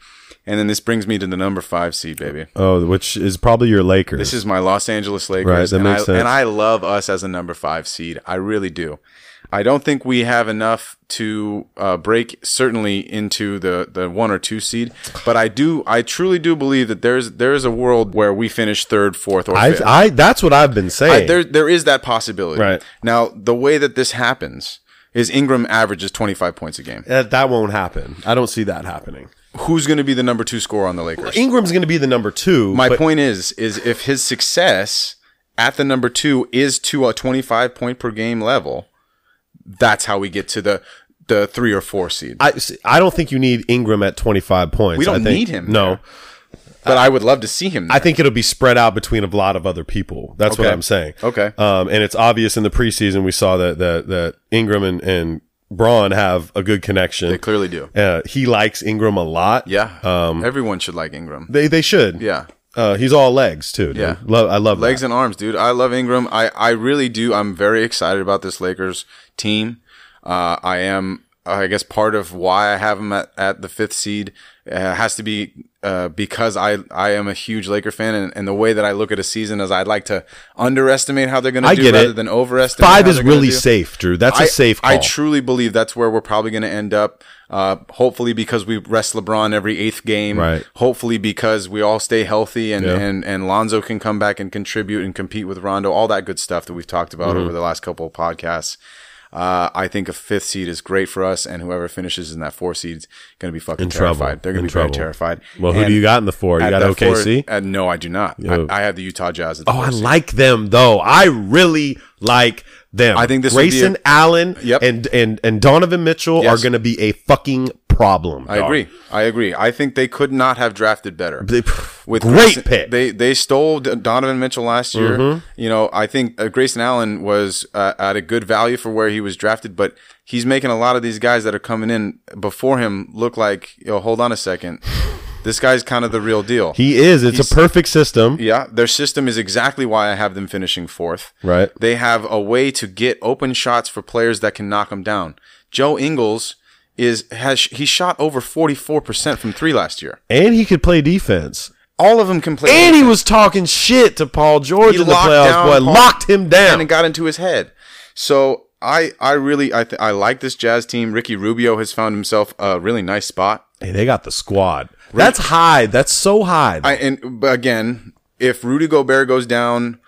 Speaker 3: And then this brings me to the number five seed, baby.
Speaker 1: Oh, which is probably your Lakers.
Speaker 3: This is my Los Angeles Lakers,
Speaker 1: Right, that
Speaker 3: and,
Speaker 1: makes
Speaker 3: I,
Speaker 1: sense.
Speaker 3: and I love us as a number five seed. I really do. I don't think we have enough to uh, break certainly into the, the one or two seed, but I do. I truly do believe that there's there is a world where we finish third, fourth, or
Speaker 1: I,
Speaker 3: fifth.
Speaker 1: I that's what I've been saying.
Speaker 3: I- there there is that possibility.
Speaker 1: Right.
Speaker 3: now, the way that this happens is Ingram averages twenty five points a game.
Speaker 1: that, that won't happen. I don't see that happening.
Speaker 3: Who's going to be the number two scorer on the Lakers?
Speaker 1: Ingram's going to be the number two.
Speaker 3: My
Speaker 1: but-
Speaker 3: point is, is if his success at the number two is to a 25 point per game level, that's how we get to the the three or four seed.
Speaker 1: I see, I don't think you need Ingram at 25 points.
Speaker 3: We don't
Speaker 1: I think-
Speaker 3: need him
Speaker 1: No,
Speaker 3: there. but I would love to see him. There.
Speaker 1: I think it'll be spread out between a lot of other people. That's what
Speaker 3: Okay.
Speaker 1: I'm saying.
Speaker 3: Okay.
Speaker 1: Um, and it's obvious in the preseason we saw that that that Ingram and and Braun have a good connection.
Speaker 3: they clearly do.
Speaker 1: uh, he likes Ingram a lot.
Speaker 3: Yeah.
Speaker 1: Um,
Speaker 3: Everyone should like Ingram.
Speaker 1: They they should.
Speaker 3: Yeah.
Speaker 1: Uh, he's all legs too. dude.
Speaker 3: Yeah.
Speaker 1: Love I love
Speaker 3: Legs
Speaker 1: that.
Speaker 3: and arms, dude. I love Ingram. I, I really do. I'm very excited about this Lakers team. Uh, I am, I guess, part of why I have him at, at the fifth seed uh, has to be uh, because I, I am a huge Laker fan, and, and the way that I look at a season is I'd like to underestimate how they're going
Speaker 1: I
Speaker 3: to do
Speaker 1: get it.
Speaker 3: rather than overestimate.
Speaker 1: Five
Speaker 3: how
Speaker 1: is
Speaker 3: they're gonna
Speaker 1: really
Speaker 3: do.
Speaker 1: safe, Drew. That's a
Speaker 3: I-
Speaker 1: safe call.
Speaker 3: I truly believe that's where we're probably going to end up. Uh, hopefully, because we rest LeBron every eighth game.
Speaker 1: Right.
Speaker 3: Hopefully, because we all stay healthy and,
Speaker 1: Yeah.
Speaker 3: and, and Lonzo can come back and contribute and compete with Rondo, all that good stuff that we've talked about
Speaker 1: Mm-hmm.
Speaker 3: over the last couple of podcasts. Uh, I think a fifth seed is great for us, and whoever finishes in that four seed is going to be fucking
Speaker 1: In trouble.
Speaker 3: terrified. They're going
Speaker 1: In
Speaker 3: to be very
Speaker 1: trouble.
Speaker 3: terrified.
Speaker 1: well, who
Speaker 3: And
Speaker 1: do you got in the four? You
Speaker 3: at
Speaker 1: got
Speaker 3: that four-
Speaker 1: OKC.
Speaker 3: uh, no, I do not.
Speaker 1: Yeah.
Speaker 3: I, I have the Utah Jazz. At the
Speaker 1: Oh,
Speaker 3: four
Speaker 1: I
Speaker 3: seed.
Speaker 1: like them though. I really like them.
Speaker 3: I think this would be
Speaker 1: Grayson
Speaker 3: a-
Speaker 1: Allen
Speaker 3: Yep.
Speaker 1: and and and Donovan Mitchell
Speaker 3: Yes.
Speaker 1: are going to be a fucking problem.
Speaker 3: I
Speaker 1: dog.
Speaker 3: agree. I agree. I think they could not have drafted better.
Speaker 1: They-
Speaker 3: with
Speaker 1: great
Speaker 3: Grayson-
Speaker 1: pick. Mm-hmm.
Speaker 3: They they stole D- Donovan Mitchell last year. You know, I think uh, Grayson Allen was uh, at a good value for where he was drafted, but he's making a lot of these guys that are coming in before him look like, yo, hold on a second, this guy's kind of the real deal.
Speaker 1: he is. It's a perfect system.
Speaker 3: yeah, their system is exactly why I have them finishing fourth.
Speaker 1: Right.
Speaker 3: They have a way to get open shots for players that can knock them down. Joe Ingles is has he shot over forty four percent from three last year.
Speaker 1: And he could play defense.
Speaker 3: All of them can play.
Speaker 1: And he was talking shit to Paul George in the
Speaker 3: locked
Speaker 1: playoffs,
Speaker 3: down
Speaker 1: boy.
Speaker 3: Paul-
Speaker 1: locked him down.
Speaker 3: and it got into his head. So I, I really, I, th- I like this Jazz team. Ricky Rubio has found himself a really nice spot.
Speaker 1: hey, they got the squad. That's high. That's so high.
Speaker 3: I, and but again, if Rudy Gobert goes down,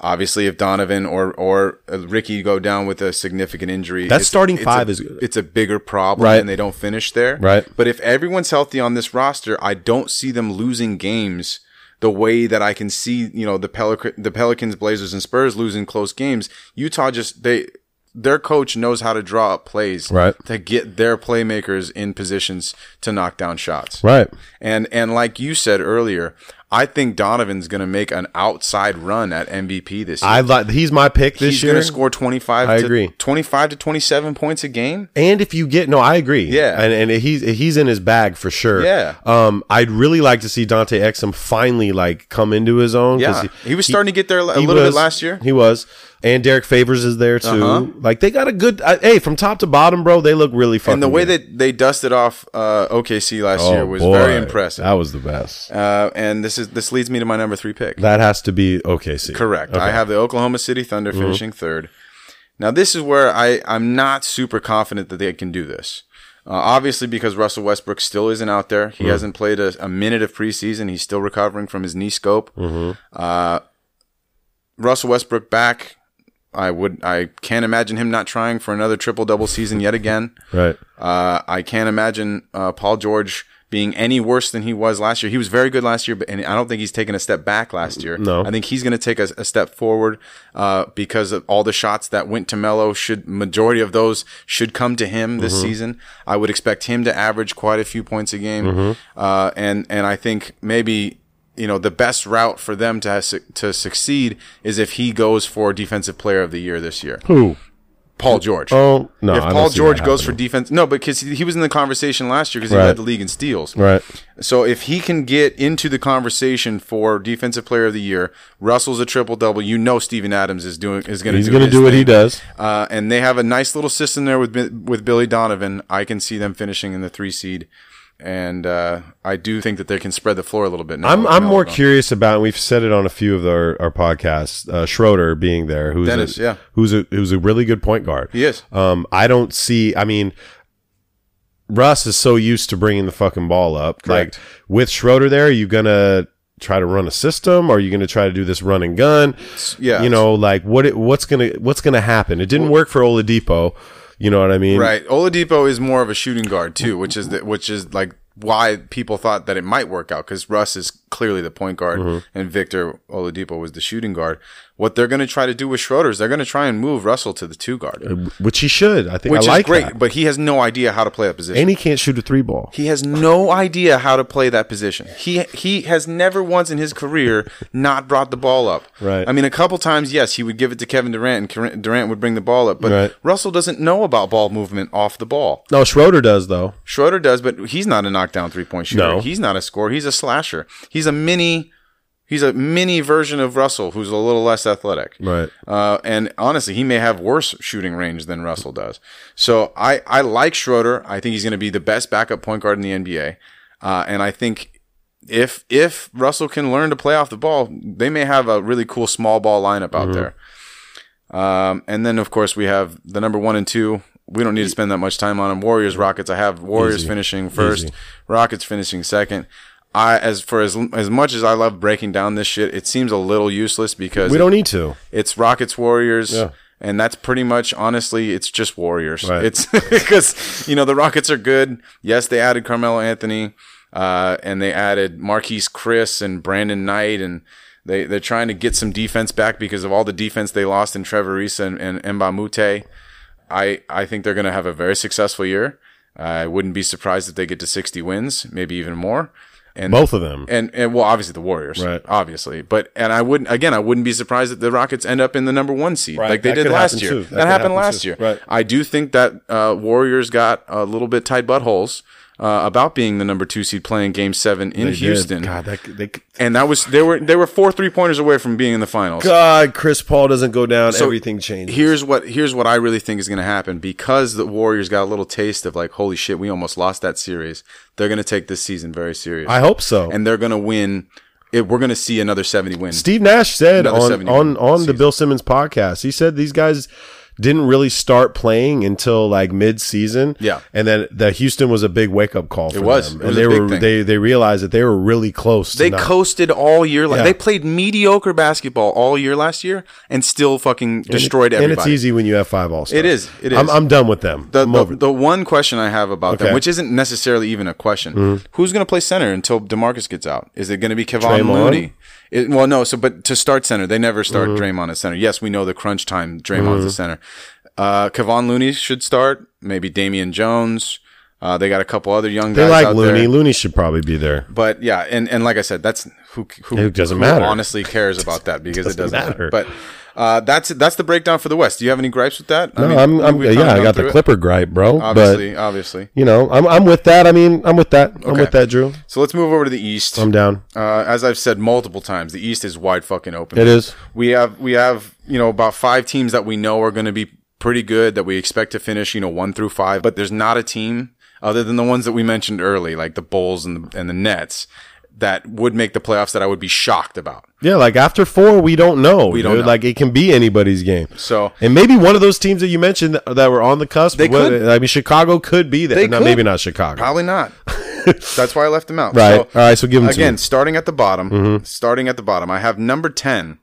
Speaker 3: obviously if Donovan or or uh, Ricky go down with a significant injury,
Speaker 1: That
Speaker 3: it's-
Speaker 1: starting
Speaker 3: it's
Speaker 1: five
Speaker 3: a-
Speaker 1: is-
Speaker 3: it's a bigger problem,
Speaker 1: Right.
Speaker 3: and they don't finish there,
Speaker 1: Right.
Speaker 3: But if everyone's healthy on this roster, I don't see them losing games. The way that I can see, you know, the Pelic- the Pelicans, Blazers, and Spurs losing close games, Utah just they their coach knows how to draw up plays
Speaker 1: Right.
Speaker 3: to get their playmakers in positions to knock down shots.
Speaker 1: right.
Speaker 3: And and like you said earlier, I think Donovan's going to make an outside run at MVP this year.
Speaker 1: I like. He's my pick this
Speaker 3: He's
Speaker 1: year.
Speaker 3: going to score 25
Speaker 1: I
Speaker 3: to
Speaker 1: agree.
Speaker 3: 25 to 27 points a game.
Speaker 1: And if you get no, I agree.
Speaker 3: Yeah.
Speaker 1: and and he's he's in his bag for sure.
Speaker 3: Yeah.
Speaker 1: Um, I'd really like to see Dante Exum finally like come into his own. 'cause
Speaker 3: Yeah. He was starting to get there a little bit
Speaker 1: was-
Speaker 3: last year. Uh-huh.
Speaker 1: He was, and Derek Favors is there too. Like they got a good. Uh, hey, from top to bottom, bro, they look really fucking.
Speaker 3: And the way
Speaker 1: good.
Speaker 3: that they dusted off uh, OKC last
Speaker 1: Oh,
Speaker 3: year was
Speaker 1: boy.
Speaker 3: very impressive.
Speaker 1: That was the best.
Speaker 3: Uh, and this is this leads me to my number 3 pick.
Speaker 1: That has to be OKC.
Speaker 3: Correct. I have the Oklahoma City Thunder finishing third. Now, this is where I, I'm not super confident that they can do this. Uh, obviously, because Russell Westbrook still isn't out there. He hasn't played a, a minute of preseason. He's still recovering from his knee scope. Uh, Russell Westbrook back. I would. I can't imagine him not trying for another triple double season yet again.
Speaker 1: Right.
Speaker 3: Uh, I can't imagine uh, Paul George being any worse than he was last year. He was very good last year, but and I don't think he's taken a step back last year.
Speaker 1: No.
Speaker 3: I think he's going to take a, a step forward uh, because of all the shots that went to Melo. Should majority of those should come to him
Speaker 1: Mm-hmm.
Speaker 3: this season. I would expect him to average quite a few points a game,
Speaker 1: Mm-hmm.
Speaker 3: uh, and and I think maybe. You know the best route for them to has, to succeed is if he goes for defensive player of the year this year.
Speaker 1: Who?
Speaker 3: Paul George.
Speaker 1: Oh, no,
Speaker 3: If
Speaker 1: I don't
Speaker 3: Paul
Speaker 1: see that
Speaker 3: George goes for
Speaker 1: happening.
Speaker 3: defense, no, because he he was in the conversation last year because he
Speaker 1: Right.
Speaker 3: led the league in steals.
Speaker 1: Right.
Speaker 3: So if he can get into the conversation for defensive player of the year, Russell's a triple double. You know Steven Adams is doing is going to
Speaker 1: He's
Speaker 3: do
Speaker 1: going to
Speaker 3: his
Speaker 1: do what he
Speaker 3: thing.
Speaker 1: does.
Speaker 3: Uh, and they have a nice little system there with Bi- with Billy Donovan. I can see them finishing in the three seed, and uh, I do think that they can spread the floor a little bit. now
Speaker 1: I'm
Speaker 3: with
Speaker 1: I'm more
Speaker 3: Melo.
Speaker 1: curious about. And we've said it on a few of our, our podcasts. Uh, Schroeder being there, who's
Speaker 3: Dennis,
Speaker 1: a,
Speaker 3: yeah.
Speaker 1: who's a who's a really good point guard.
Speaker 3: He is.
Speaker 1: Um, I don't see. I mean, Russ is so used to bringing the fucking ball up.
Speaker 3: Correct.
Speaker 1: Like with Schroeder there, are you gonna try to run a system? Or are you gonna try to do this run and gun?
Speaker 3: yeah.
Speaker 1: You know, like what it, what's gonna what's gonna happen? It didn't work for Oladipo. You know what I mean?
Speaker 3: Right. Oladipo is more of a shooting guard too, which is the, which is like why people thought that it might work out because Russ is clearly the point guard
Speaker 1: Mm-hmm.
Speaker 3: and Victor Oladipo was the shooting guard. What they're going to try to do with Schroeder is they're going to try and move Russell to the two guard,
Speaker 1: Which he should. I think
Speaker 3: which
Speaker 1: I like
Speaker 3: is great,
Speaker 1: that.
Speaker 3: but he has no idea how to play that position.
Speaker 1: And he can't shoot a three ball.
Speaker 3: he has no idea how to play that position. He he has never once in his career not brought the ball up.
Speaker 1: Right.
Speaker 3: I mean, a couple times, yes, he would give it to Kevin Durant, and Ker- Durant would bring the ball up. But
Speaker 1: Right.
Speaker 3: Russell doesn't know about ball movement off the ball.
Speaker 1: No, Schroeder does though.
Speaker 3: Schroeder does, but he's not a knockdown three point shooter.
Speaker 1: No.
Speaker 3: He's not a scorer. He's a slasher. He's a mini. He's a mini version of Russell, who's a little less athletic.
Speaker 1: Right.
Speaker 3: Uh, and honestly, he may have worse shooting range than Russell does. So I, I like Schroeder. I think he's going to be the best backup point guard in the NBA. Uh, and I think if if Russell can learn to play off the ball, they may have a really cool small ball lineup
Speaker 1: Mm-hmm.
Speaker 3: out there. Um, and then of course we have the number one and two. We don't need to spend that much time on them. Warriors, Rockets. I have Warriors finishing first, Rockets finishing second. I as for as as much as I love breaking down this shit, it seems a little useless because
Speaker 1: We don't need to.
Speaker 3: it's Rockets Warriors.
Speaker 1: Yeah.
Speaker 3: And that's pretty much honestly, it's just Warriors.
Speaker 1: Right.
Speaker 3: It's because you know the Rockets are good. Yes, they added Carmelo Anthony, uh, and they added Marquise Chris and Brandon Knight, and they they're trying to get some defense back because of all the defense they lost in Trevor Ariza and, and Mba Mute. I I think they're going to have a very successful year. I wouldn't be surprised if they get to sixty wins, maybe even more. And
Speaker 1: Both of them.
Speaker 3: and and well, obviously the Warriors,
Speaker 1: Right.
Speaker 3: Obviously, but and I wouldn't again. I wouldn't be surprised if the Rockets end up in the number one seed,
Speaker 1: Right.
Speaker 3: like they
Speaker 1: That
Speaker 3: did
Speaker 1: could
Speaker 3: last
Speaker 1: happen
Speaker 3: year.
Speaker 1: too.
Speaker 3: That,
Speaker 1: That could
Speaker 3: happened
Speaker 1: happen
Speaker 3: last
Speaker 1: too.
Speaker 3: year.
Speaker 1: Right.
Speaker 3: I do think that uh, Warriors got a little bit tight buttholes uh, about being the number two seed playing Game Seven in
Speaker 1: They did.
Speaker 3: Houston,
Speaker 1: God, that, they,
Speaker 3: and that was they were they were four three pointers away from being in the finals.
Speaker 1: God, Chris Paul doesn't go down.
Speaker 3: So
Speaker 1: everything changes.
Speaker 3: Here's what here's what I really think is going to happen because the Warriors got a little taste of like holy shit, we almost lost that series. They're going to take this season very serious
Speaker 1: I hope so.
Speaker 3: and they're going to win. It, we're going to see another 70 win.
Speaker 1: Steve Nash said
Speaker 3: Another
Speaker 1: on
Speaker 3: 70
Speaker 1: on on the
Speaker 3: season.
Speaker 1: Bill Simmons podcast, he said these guys didn't really start playing until like mid season.
Speaker 3: Yeah.
Speaker 1: and then the Houston was a big wake up call. For
Speaker 3: was.
Speaker 1: them.
Speaker 3: It
Speaker 1: and
Speaker 3: was
Speaker 1: they
Speaker 3: a big
Speaker 1: were
Speaker 3: thing.
Speaker 1: they they realized that they were really close. to
Speaker 3: they
Speaker 1: not-
Speaker 3: coasted all year. Like
Speaker 1: Yeah.
Speaker 3: They played mediocre basketball all year last year and still fucking destroyed
Speaker 1: and
Speaker 3: everybody.
Speaker 1: it's easy when you have five all stars.
Speaker 3: It is. It
Speaker 1: I'm,
Speaker 3: is.
Speaker 1: I'm done with them.
Speaker 3: The,
Speaker 1: I'm
Speaker 3: the,
Speaker 1: over it.
Speaker 3: the one question I have about
Speaker 1: Okay. Mm-hmm.
Speaker 3: them, which isn't necessarily even a question, who's going to play center until Demarcus gets out? Is it going to be Kevon
Speaker 1: Draymond? Mm-hmm.
Speaker 3: Looney? It- well, no. So, but to start center, they never start Draymond at center. Yes, we know the crunch time. Draymond's the center. Uh, Kevon Looney should start. Maybe Damian Jones. Uh, they got a couple other young
Speaker 1: they
Speaker 3: guys
Speaker 1: like
Speaker 3: out
Speaker 1: Looney.
Speaker 3: there.
Speaker 1: Looney should probably be there.
Speaker 3: But yeah, and, and like I said, that's who who
Speaker 1: It doesn't
Speaker 3: who
Speaker 1: matter.
Speaker 3: Honestly, cares about that because it
Speaker 1: doesn't
Speaker 3: doesn't matter.
Speaker 1: matter.
Speaker 3: But uh, that's that's the breakdown for the West. Do you have any gripes with that?
Speaker 1: No, I am I'm
Speaker 3: we've
Speaker 1: yeah.
Speaker 3: kinda
Speaker 1: I
Speaker 3: gone
Speaker 1: got the
Speaker 3: through it.
Speaker 1: Clipper gripe, bro.
Speaker 3: Obviously,
Speaker 1: But
Speaker 3: obviously.
Speaker 1: you know, I'm I'm with that. I mean, I'm with that. I'm
Speaker 3: Okay.
Speaker 1: with that, Drew.
Speaker 3: So let's move over to the East.
Speaker 1: I'm down.
Speaker 3: uh, as I've said multiple times, the East is wide fucking open.
Speaker 1: It is.
Speaker 3: We have we have you know about five teams that we know are going to be pretty good that we expect to finish you know one through five, but there's not a team other than the ones that we mentioned early, like the Bulls and the, and the Nets, that would make the playoffs that I would be shocked about.
Speaker 1: Yeah, like after four, we don't know.
Speaker 3: We don't
Speaker 1: dude.
Speaker 3: know.
Speaker 1: Like it can be anybody's game.
Speaker 3: So-
Speaker 1: and maybe one of those teams that you mentioned that, that were on the cusp.
Speaker 3: They
Speaker 1: well,
Speaker 3: could.
Speaker 1: I mean, Chicago could be there.
Speaker 3: They
Speaker 1: No,
Speaker 3: could.
Speaker 1: maybe not Chicago.
Speaker 3: Probably not. That's why I left them out.
Speaker 1: Right. All right, so give 'em to Mm-hmm.
Speaker 3: again.
Speaker 1: me.
Speaker 3: Starting at the bottom. Starting at the bottom. I have number ten,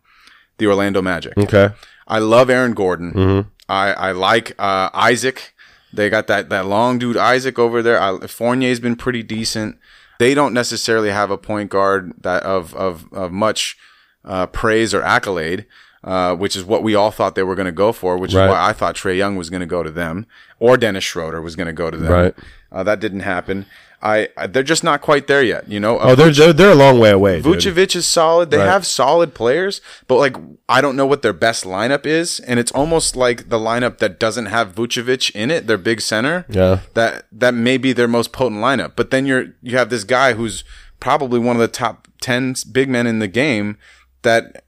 Speaker 3: the Orlando Magic.
Speaker 1: Okay.
Speaker 3: I love Aaron Gordon.
Speaker 1: Mm-hmm.
Speaker 3: I I like uh, Isaac. They got that that long dude Isaac over there. I, Fournier's been pretty decent. They don't necessarily have a point guard that of of, of much uh, praise or accolade, uh, which is what we all thought they were going to go for. Which
Speaker 1: Right.
Speaker 3: is why I thought Trey Young was going to go to them or Dennis Schroeder was going to go to them.
Speaker 1: Right.
Speaker 3: Uh, that didn't happen. I, I they're just not quite there yet. You know.
Speaker 1: Oh, they're they're, they're a long way away. dude.
Speaker 3: Vucevic is solid. They
Speaker 1: Right.
Speaker 3: have solid players, but like I don't know what their best lineup is, and it's almost like the lineup that doesn't have Vucevic in it, their big center.
Speaker 1: Yeah.
Speaker 3: That that may be their most potent lineup. But then you're you have this guy who's probably one of the top 10 big men in the game that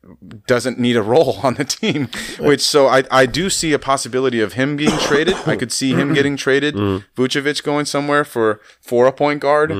Speaker 3: doesn't need a role on the team, which so I, I do see a possibility of him being traded. I could see him getting traded,
Speaker 1: Mm.
Speaker 3: Vucevic going somewhere for for a point guard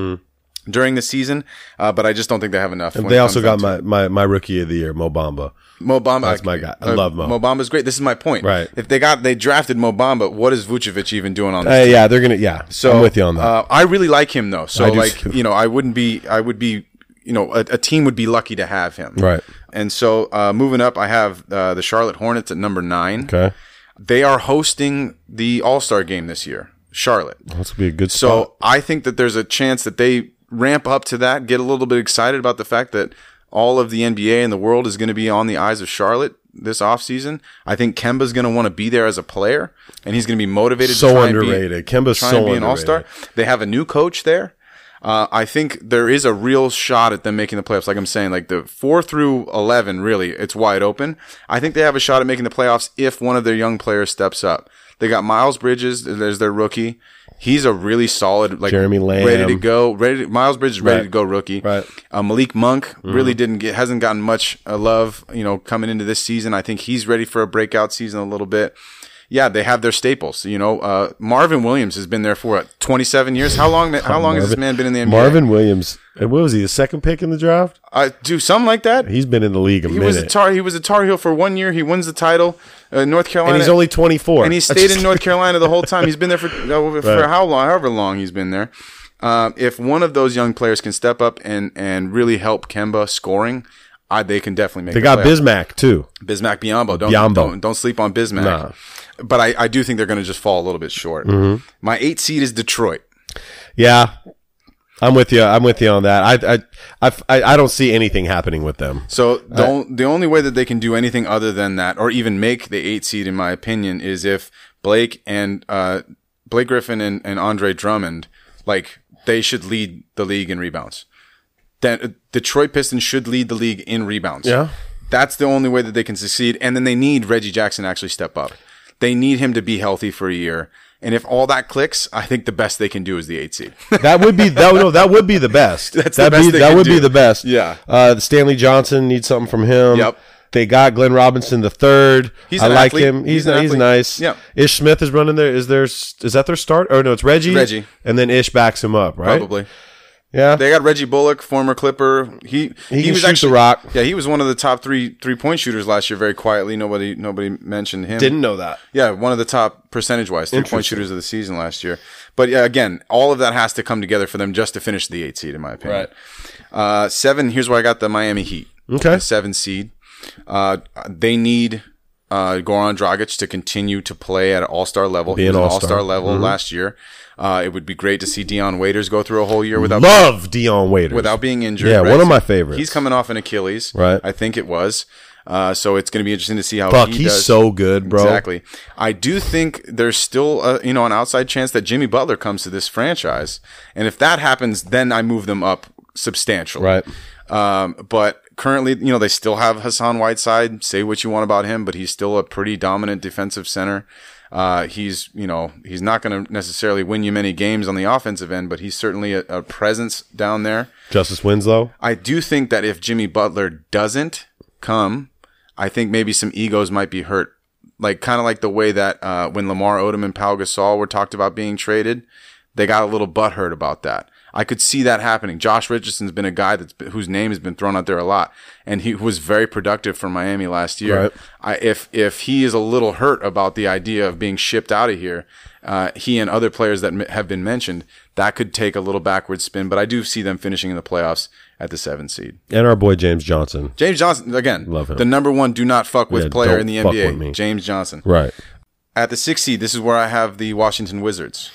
Speaker 3: during the season, uh, but I just don't think they have enough. when
Speaker 1: They
Speaker 3: it
Speaker 1: also got
Speaker 3: comes down
Speaker 1: my, my my rookie of the year, Mobamba.
Speaker 3: to- Mo Bamba.
Speaker 1: That's my guy. I love Mo.
Speaker 3: Mo Bamba's great. This is my point.
Speaker 1: Right.
Speaker 3: If they got they drafted Mo Bamba, what is Vucevic even doing on this?
Speaker 1: Uh, yeah, they're gonna. Yeah,
Speaker 3: So
Speaker 1: I'm with you on that.
Speaker 3: Uh, I really like him though. So
Speaker 1: I do
Speaker 3: like
Speaker 1: too.
Speaker 3: you know, I wouldn't be. I would be. You know, a, a team would be lucky to have him.
Speaker 1: Right.
Speaker 3: And so uh, moving up, I have uh, the Charlotte Hornets at number nine.
Speaker 1: okay,
Speaker 3: They are hosting the All Star game this year. Charlotte.
Speaker 1: that's gonna be a good.
Speaker 3: So
Speaker 1: spot.
Speaker 3: I think that there's a chance that they ramp up to that, get a little bit excited about the fact that all of the NBA and the world is going to be on the eyes of Charlotte this offseason. I think Kemba's going to want to be there as a player, and he's going to be motivated.
Speaker 1: So
Speaker 3: to try
Speaker 1: underrated.
Speaker 3: And be,
Speaker 1: Kemba's
Speaker 3: try
Speaker 1: so
Speaker 3: and be an
Speaker 1: underrated.
Speaker 3: all-star. They have a new coach there. Uh, I think there is a real shot at them making the playoffs. Like I'm saying, like the four through eleven, really, it's wide open. I think they have a shot at making the playoffs if one of their young players steps up. They got Miles Bridges. There's their rookie. He's a really solid, like
Speaker 1: Jeremy Lamb.
Speaker 3: ready to go. Ready, to- Miles Bridges ready
Speaker 1: Right.
Speaker 3: to go rookie.
Speaker 1: Right. Mm-hmm.
Speaker 3: Uh, Malik Monk really didn't get hasn't gotten much uh, love, you know, coming into this season. I think he's ready for a breakout season a little bit. Yeah, they have their staples. You know, uh, Marvin Williams has been there for what, 27 years. How long? How long has this man been in the NBA?
Speaker 1: Marvin Williams. and What was he? The second pick in the draft?
Speaker 3: uh, do something like that.
Speaker 1: He's been in the league a
Speaker 3: He
Speaker 1: minute,
Speaker 3: was a tar. He was a Tar Heel for one year. He wins the title, uh, North Carolina,
Speaker 1: and he's only 24.
Speaker 3: and he stayed in North Carolina the whole time. He's been there for uh, for how long? However long he's been there. Um, if one of those young players can step up and and really help Kemba scoring, I, they can definitely make.
Speaker 1: They
Speaker 3: the
Speaker 1: got
Speaker 3: playoffs.
Speaker 1: Bismack too.
Speaker 3: Bismack Biombo. Don't,
Speaker 1: Biyombo.
Speaker 3: don't don't sleep on Bismack.
Speaker 1: Nah. Mm-hmm.
Speaker 3: But I, I do think they're going to just fall a little bit short. My eight seed is Detroit.
Speaker 1: Yeah, I'm with you. I'm with you on that. I I I, I don't see anything happening with them.
Speaker 3: So the, on- the only way that they can do anything other than that, or even make the eight seed, in my opinion, is if Blake and uh, Blake Griffin and, and Andre Drummond, like they should lead the league in rebounds. Then uh, Detroit Pistons should lead the league in rebounds.
Speaker 1: Yeah.
Speaker 3: that's the only way that they can succeed. And then they need Reggie Jackson to actually step up. They need him to be healthy for a year. And if all that clicks, I think the best they can do is the eight seed.
Speaker 1: That would be that. would- No, that would be the best.
Speaker 3: That's the
Speaker 1: That'd
Speaker 3: best
Speaker 1: be,
Speaker 3: they
Speaker 1: That
Speaker 3: can
Speaker 1: would be
Speaker 3: do.
Speaker 1: the best.
Speaker 3: Yeah.
Speaker 1: Uh, Stanley Johnson needs something from him.
Speaker 3: Yep.
Speaker 1: They got Glenn Robinson the third.
Speaker 3: He's
Speaker 1: I
Speaker 3: an
Speaker 1: like
Speaker 3: athlete.
Speaker 1: him. He's
Speaker 3: He's an
Speaker 1: he's
Speaker 3: athlete.
Speaker 1: nice.
Speaker 3: Yeah.
Speaker 1: Ish Smith is running there. Is there is that their start? Or no, it's Reggie.
Speaker 3: Reggie.
Speaker 1: And then Ish backs him up, right?
Speaker 3: Probably.
Speaker 1: Yeah.
Speaker 3: They got Reggie Bullock, former Clipper. He
Speaker 1: He can shoot the rock.
Speaker 3: Yeah, he was one of the top three three point shooters last year. Very quietly, nobody nobody mentioned him.
Speaker 1: Didn't know that.
Speaker 3: Yeah, one of the top percentage wise three point shooters of the season last year. But yeah, again, all of that has to come together for them just to finish the eight seed, in my opinion.
Speaker 1: Right.
Speaker 3: Uh, seven. Here's where I got the Miami Heat.
Speaker 1: Okay.
Speaker 3: The seven seed. Uh, they need uh, Goran Dragic to continue to play at an All Star level.
Speaker 1: Be
Speaker 3: he
Speaker 1: an
Speaker 3: was an All
Speaker 1: all-star. Mm-hmm.
Speaker 3: Star level last year. Uh, it would be great to see Dion Waiters go through a whole year without
Speaker 1: Love Dion Waiters.
Speaker 3: without being injured.
Speaker 1: Yeah,
Speaker 3: right?
Speaker 1: one of my
Speaker 3: So
Speaker 1: favorites.
Speaker 3: He's coming off an Achilles,
Speaker 1: Right.
Speaker 3: I think it was. Uh, so it's going to be interesting to see how
Speaker 1: Fuck,
Speaker 3: he
Speaker 1: he's
Speaker 3: does.
Speaker 1: so good, bro.
Speaker 3: Exactly. I do think there's still uh you know an outside chance that Jimmy Butler comes to this franchise, and if that happens, then I move them up substantially.
Speaker 1: Right.
Speaker 3: Um, but currently, you know, they still have Hassan Whiteside. Say what you want about him, but he's still a pretty dominant defensive center. Uh, he's, you know, he's not going to necessarily win you many games on the offensive end, but he's certainly a, a presence down there.
Speaker 1: Justice Winslow.
Speaker 3: I do think that if Jimmy Butler doesn't come, I think maybe some egos might be hurt. Like kind of like the way that uh, when Lamar Odom and Pau Gasol were talked about being traded, they got a little butthurt about that. I could see that happening. Josh Richardson's been a guy that's been, whose name has been thrown out there a lot, and he was very productive for Miami last year.
Speaker 1: Right.
Speaker 3: I, if if he is a little hurt about the idea of being shipped out of here, uh, he and other players that m- have been mentioned, that could take a little backward spin. But I do see them finishing in the playoffs at the seven seed.
Speaker 1: And our boy James Johnson.
Speaker 3: James Johnson again,
Speaker 1: Love him.
Speaker 3: the number one do not fuck with
Speaker 1: Yeah,
Speaker 3: player
Speaker 1: don't
Speaker 3: in the
Speaker 1: fuck with me.
Speaker 3: NBA, James Johnson.
Speaker 1: Right.
Speaker 3: At the six seed, this is where I have the Washington Wizards.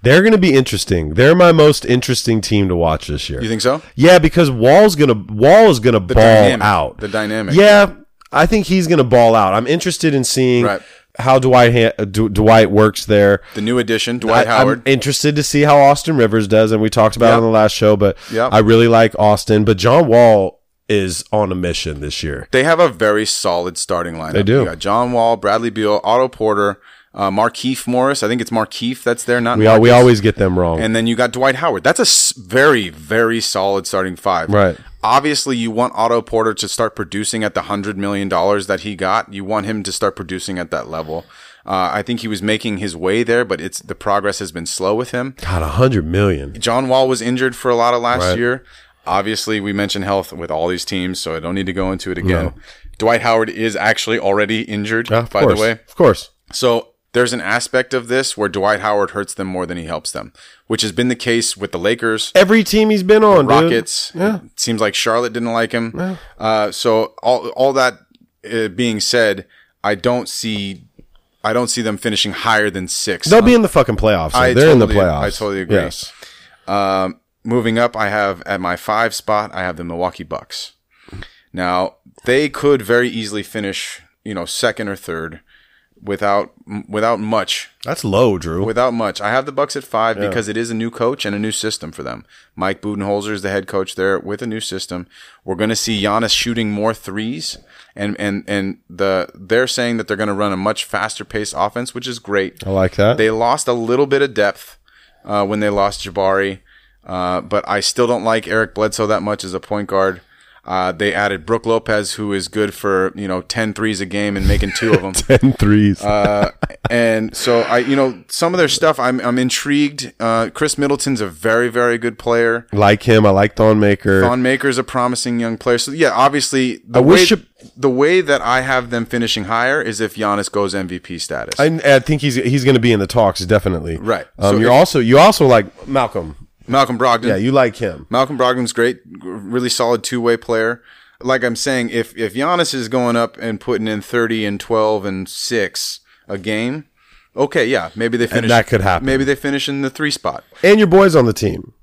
Speaker 1: They're going to be interesting. They're my most interesting team to watch this year.
Speaker 3: You think so?
Speaker 1: Yeah, because Wall's gonna Wall is gonna ball
Speaker 3: dynamic.
Speaker 1: out.
Speaker 3: The dynamic.
Speaker 1: Yeah, I think he's gonna ball out. I'm interested in seeing
Speaker 3: Right.
Speaker 1: how Dwight ha- D- Dwight works there.
Speaker 3: The new addition, Dwight
Speaker 1: I,
Speaker 3: Howard.
Speaker 1: am interested to see how Austin Rivers does, and we talked about it
Speaker 3: Yep.
Speaker 1: on the last show. But
Speaker 3: Yep.
Speaker 1: I really like Austin, but John Wall is on a mission this year.
Speaker 3: they have a very solid starting lineup.
Speaker 1: They do.
Speaker 3: You got John Wall, Bradley Beal, Otto Porter, uh, Markeith Morris. I think it's Markeith that's there, not
Speaker 1: We all, we
Speaker 3: Marcus.
Speaker 1: always get them wrong.
Speaker 3: And then you got Dwight Howard. That's a s- very, very solid starting five.
Speaker 1: Right.
Speaker 3: Obviously, you want Otto Porter to start producing at the $100 million that he got. You want him to start producing at that level. Uh, I think he was making his way there, but it's the progress has been slow with him.
Speaker 1: God, a hundred million.
Speaker 3: John Wall was injured for a lot of last
Speaker 1: Right.
Speaker 3: year. Obviously, we mentioned health with all these teams, so I don't need to go into it again. Dwight Howard is actually already injured,
Speaker 1: Yeah, of
Speaker 3: by
Speaker 1: course,
Speaker 3: the way.
Speaker 1: of course.
Speaker 3: So there's an aspect of this where Dwight Howard hurts them more than he helps them, which has been the case with the Lakers.
Speaker 1: Every team he's been on, dude.
Speaker 3: Rockets. It seems like Charlotte didn't like him. Uh, so all all that uh, being said, I don't see I don't see them finishing higher than six.
Speaker 1: They'll be in the fucking playoffs.
Speaker 3: I
Speaker 1: They're in the
Speaker 3: totally-
Speaker 1: playoffs.
Speaker 3: I totally agree.
Speaker 1: Yes.
Speaker 3: Um, moving up, I have at my five spot, I have the Milwaukee Bucks. Now they could very easily finish, you know, second or third, without without much
Speaker 1: That's low, Drew.
Speaker 3: Without much, I have the Bucks at five because it is a new coach and a new system for them. Mike Budenholzer is the head coach there with a new system. We're going to see Giannis shooting more threes, and and and the they're saying that they're going to run a much faster paced offense, which is great.
Speaker 1: I like that.
Speaker 3: They lost a little bit of depth uh, when they lost Jabari, uh, but I still don't like Eric Bledsoe that much as a point guard. Uh, they added Brooke Lopez, who is good for you know 10 threes a game and making two of them.
Speaker 1: Ten threes.
Speaker 3: Uh, and so I, you know, some of their stuff I'm I'm intrigued. Uh, Chris Middleton's a very very good player.
Speaker 1: like him. I like Thon Maker.
Speaker 3: Von Maker's a promising young player. So yeah, obviously
Speaker 1: I
Speaker 3: the way
Speaker 1: wish you-
Speaker 3: the way that I have them finishing higher is if Giannis goes MVP status.
Speaker 1: I, I think he's he's going to be in the talks definitely.
Speaker 3: Right.
Speaker 1: Um,
Speaker 3: So
Speaker 1: you're
Speaker 3: if-
Speaker 1: also you also like Malcolm.
Speaker 3: Malcolm Brogdon.
Speaker 1: Yeah, you like him.
Speaker 3: Malcolm Brogdon's great, really solid two way player. Like I'm saying, if if Giannis is going up and putting in 30 and 12 and six a game, okay, yeah, maybe they finish.
Speaker 1: that could happen.
Speaker 3: Maybe they finish in the three spot.
Speaker 1: And your boy's on the team,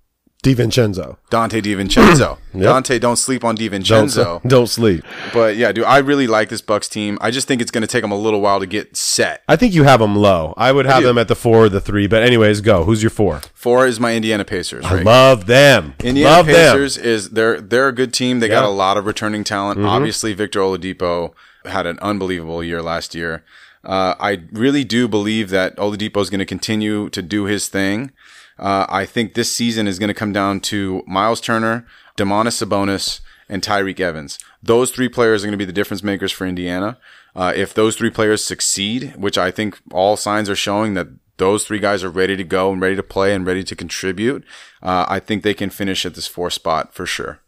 Speaker 1: DiVincenzo.
Speaker 3: Dante DiVincenzo. Dante, don't sleep on
Speaker 1: Don't
Speaker 3: DiVincenzo.
Speaker 1: don't sleep.
Speaker 3: but yeah, dude, I really like this Bucks team. I just think it's going to take them a little while to get set.
Speaker 1: I think you have him low. I would have
Speaker 3: do.
Speaker 1: them at the four or the three. But anyways, go. Who's your four?
Speaker 3: Four is my Indiana Pacers. Right?
Speaker 1: Love them.
Speaker 3: Indiana
Speaker 1: Love
Speaker 3: Pacers is they're they're a good team. They got
Speaker 1: Yeah. Mm-hmm.
Speaker 3: a lot of returning talent. Obviously, Victor Oladipo had an unbelievable year last year. Uh, I really do believe that Oladipo is going to continue to do his thing. Uh, I think this season is going to come down to Miles Turner, Demonis Sabonis, and Tyreek Evans. Those three players are going to be the difference makers for Indiana. Uh, if those three players succeed, which I think all signs are showing that those three guys are ready to go and ready to play and ready to contribute, uh, I think they can finish at this four spot for sure.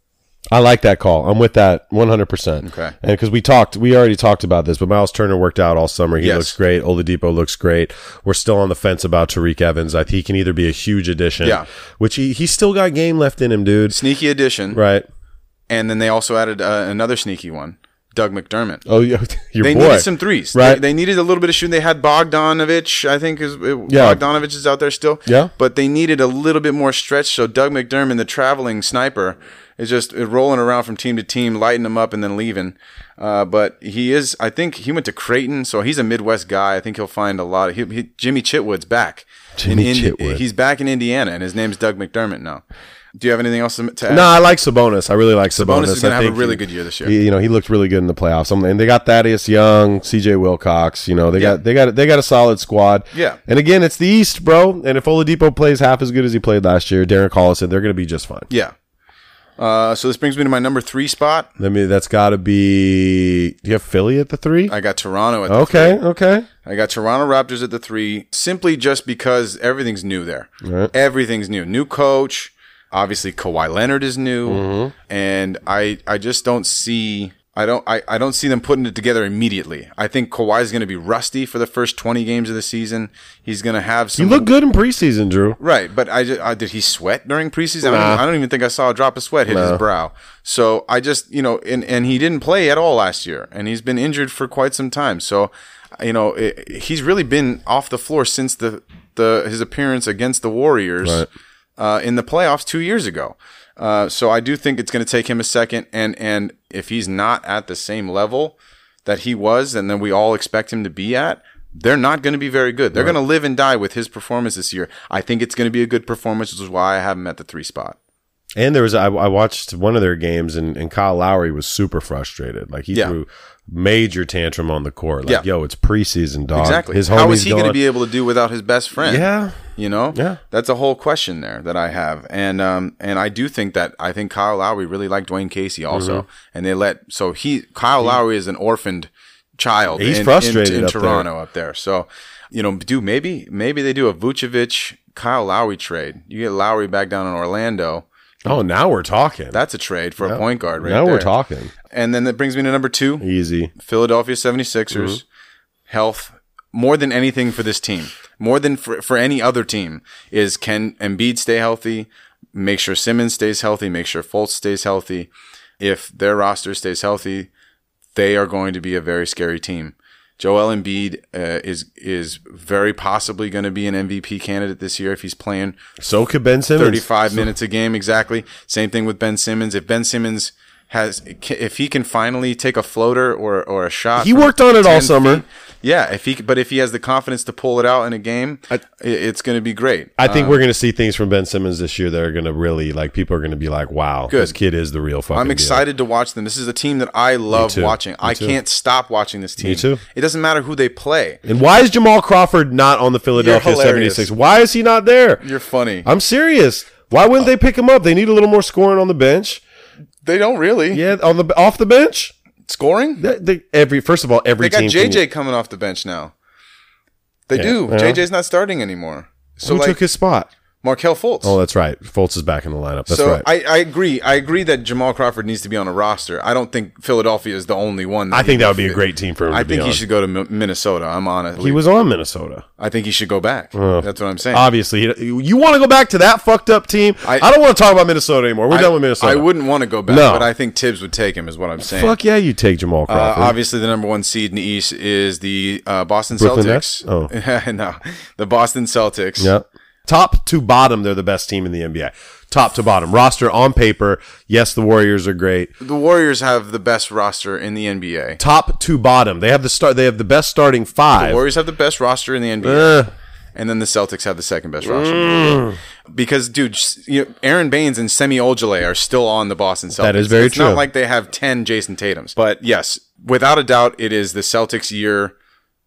Speaker 1: I like that call. I'm with that 100%.
Speaker 3: Okay.
Speaker 1: And because we talked, we already talked about this, but Miles Turner worked out all summer. He
Speaker 3: Yes.
Speaker 1: looks great. Oladipo looks great. We're still on the fence about Tariq Evans. I think he can either be a huge addition,
Speaker 3: Yeah.
Speaker 1: which he, he's still got game left in him, dude.
Speaker 3: Sneaky addition,
Speaker 1: Right.
Speaker 3: and then they also added uh, another sneaky one, Doug McDermott.
Speaker 1: Oh, yeah, your
Speaker 3: They
Speaker 1: boy.
Speaker 3: needed some threes.
Speaker 1: Right.
Speaker 3: They, they needed a little bit of shooting. They had Bogdanovich, I think is
Speaker 1: Yeah.
Speaker 3: Bogdanovich is out there still.
Speaker 1: Yeah.
Speaker 3: But they needed a little bit more stretch. So Doug McDermott, the traveling sniper, is just uh, rolling around from team to team, lighting them up and then leaving. Uh, but he is, I think he went to Creighton, so he's a Midwest guy. I think he'll find a lot. Of, he, he, Jimmy Chitwood's back.
Speaker 1: Jimmy
Speaker 3: in, Indi-
Speaker 1: Chitwood.
Speaker 3: He's back in Indiana, and his name's Doug McDermott now. Do you have anything else to to add?
Speaker 1: No, I like Sabonis. I really like Sabonis.
Speaker 3: Sabonis is
Speaker 1: I
Speaker 3: gonna have a
Speaker 1: think
Speaker 3: really
Speaker 1: he-
Speaker 3: good year this year.
Speaker 1: he- you know, he looked really good in the playoffs. Um, And they got Thaddeus Young, CJ Wilcox. You know, they
Speaker 3: Yeah.
Speaker 1: got they got they got a solid squad.
Speaker 3: Yeah.
Speaker 1: And again, it's the East, bro. And if Oladipo plays half as good as he played last year, Darren Collison, they're going to be just fine.
Speaker 3: Yeah. Uh, so this brings me to my number three spot.
Speaker 1: I mean, that's got to be. Do you have Philly at the three?
Speaker 3: I got Toronto at the
Speaker 1: okay, okay.
Speaker 3: I got Toronto Raptors at the three, simply just because everything's new there. Everything's new. New coach. Obviously, Kawhi Leonard is new, and I I just don't see I don't I, I don't see them putting it together immediately. I think Kawhi's going to be rusty for the first twenty games of the season. He's going to have
Speaker 1: You
Speaker 3: some
Speaker 1: look good in preseason, Drew.
Speaker 3: Right, but I, ju- I did he sweat during preseason? I, don't,
Speaker 1: Nah.
Speaker 3: I don't even think I saw a drop of sweat hit his brow. So I just you know, and and he didn't play at all last year, and he's been injured for quite some time. So you know, it, he's really been off the floor since the the his appearance against the Warriors
Speaker 1: Right.
Speaker 3: uh, in the playoffs two years ago. Uh, so I do think it's going to take him a second, and and if he's not at the same level that he was, and then we all expect him to be at, they're not going to be very good. They're going to live and die with his performance this year. I think it's going to be a good performance, which is why I have him at the three spot.
Speaker 1: And there was I, I watched one of their games and, and Kyle Lowry was super frustrated. Like he
Speaker 3: Yeah.
Speaker 1: threw major tantrum on the court. Like,
Speaker 3: Yeah.
Speaker 1: yo, it's preseason, dog.
Speaker 3: Exactly.
Speaker 1: His
Speaker 3: How
Speaker 1: homie's
Speaker 3: is he going to
Speaker 1: gone.
Speaker 3: be able to do without his best friend?
Speaker 1: Yeah.
Speaker 3: You know,
Speaker 1: Yeah.
Speaker 3: that's a whole question there that I have, and um, and I do think that I think Kyle Lowry really liked Dwayne Casey also,
Speaker 1: Mm-hmm.
Speaker 3: and they let so he Kyle Lowry is an orphaned child.
Speaker 1: He's
Speaker 3: in- in-
Speaker 1: frustrated
Speaker 3: in,
Speaker 1: up there.
Speaker 3: Toronto up there. So, you know, do maybe maybe they do a Vucevic Kyle Lowry trade. You get Lowry back down in Orlando.
Speaker 1: Oh, now we're talking.
Speaker 3: That's a trade for a point guard, right?
Speaker 1: now we're
Speaker 3: there.
Speaker 1: talking.
Speaker 3: And then that brings me to number two.
Speaker 1: Easy.
Speaker 3: Philadelphia 76ers, health more than anything for this team, more than for, for any other team is can Embiid stay healthy, make sure Simmons stays healthy, make sure Fultz stays healthy. If their roster stays healthy, they are going to be a very scary team. Joel Embiid uh, is is very possibly going to be an MVP candidate this year if he's playing
Speaker 1: So could Ben Simmons.
Speaker 3: 35 minutes a game exactly. Same thing with Ben Simmons. If Ben Simmons has, if he can finally take a floater or, or a shot,
Speaker 1: He
Speaker 3: from
Speaker 1: worked on it all
Speaker 3: 10
Speaker 1: summer.
Speaker 3: feet, yeah, if he, but if he has the confidence to pull it out in a game,
Speaker 1: I-
Speaker 3: it- it's going to be great.
Speaker 1: I think we're going to see things from Ben Simmons this year that are going to really like people are going to be like, "Wow, this kid is the real fucking."
Speaker 3: I'm
Speaker 1: deal.
Speaker 3: excited to watch them. This is a team that I love
Speaker 1: too.
Speaker 3: watching.
Speaker 1: Me
Speaker 3: I
Speaker 1: too.
Speaker 3: can't stop watching this team.
Speaker 1: too.
Speaker 3: It doesn't matter who they play.
Speaker 1: And why is Jamal Crawford not on the Philadelphia
Speaker 3: hilarious.
Speaker 1: 76? Why is he not there?
Speaker 3: You're funny.
Speaker 1: I'm serious. Why wouldn't they pick him up? They need a little more scoring on the bench.
Speaker 3: they don't really
Speaker 1: Yeah, on the off the bench.
Speaker 3: scoring.
Speaker 1: They- they- every first of all, every
Speaker 3: They got
Speaker 1: team can-
Speaker 3: JJ coming off the bench now. They do.
Speaker 1: yeah.
Speaker 3: JJ's not starting anymore. So
Speaker 1: who
Speaker 3: like
Speaker 1: took his spot.
Speaker 3: Markel Fultz.
Speaker 1: Oh, that's right. Fultz is back in the lineup. That's
Speaker 3: so
Speaker 1: right. I,
Speaker 3: I, I agree. I agree that Jamal Crawford needs to be on a roster. I don't think Philadelphia is the only one. he
Speaker 1: think that would
Speaker 3: would
Speaker 1: be a great team for him.
Speaker 3: I
Speaker 1: to be
Speaker 3: think he
Speaker 1: on.
Speaker 3: should go to Mi- Minnesota. I'm honest.
Speaker 1: He was on Minnesota.
Speaker 3: I think he should go back. That's what I'm saying.
Speaker 1: Obviously, he- you want to go back to that fucked up team. I,
Speaker 3: I-
Speaker 1: don't want to talk about Minnesota anymore. We're
Speaker 3: I,
Speaker 1: done with Minnesota.
Speaker 3: I wouldn't want to go back,
Speaker 1: No.
Speaker 3: but I think Tibbs would take him. Is what I'm saying.
Speaker 1: Fuck yeah, you take Jamal
Speaker 3: Uh,
Speaker 1: Crawford.
Speaker 3: obviously, the number one seed in the East is the uh, Boston
Speaker 1: Brooklyn Nets?
Speaker 3: Celtics. Oh. no, the Boston Celtics.
Speaker 1: yeah. Top to bottom, they're the best team in the NBA. Top to bottom roster on paper. Yes, the Warriors are great.
Speaker 3: The Warriors have the best roster in the NBA.
Speaker 1: Top to bottom, they have the start. They have the best starting
Speaker 3: The
Speaker 1: five. Uh,
Speaker 3: Warriors have the best roster in the NBA. And then the Celtics have the second best roster. in
Speaker 1: Mm.
Speaker 3: the NBA. Because, dude, s- you know, Aaron Baines and Semi Ojeley are still on the Boston Celtics.
Speaker 1: That is very
Speaker 3: it's
Speaker 1: true.
Speaker 3: not like they have 10 Jason Tatums. But yes, without a doubt, it is the Celtics' year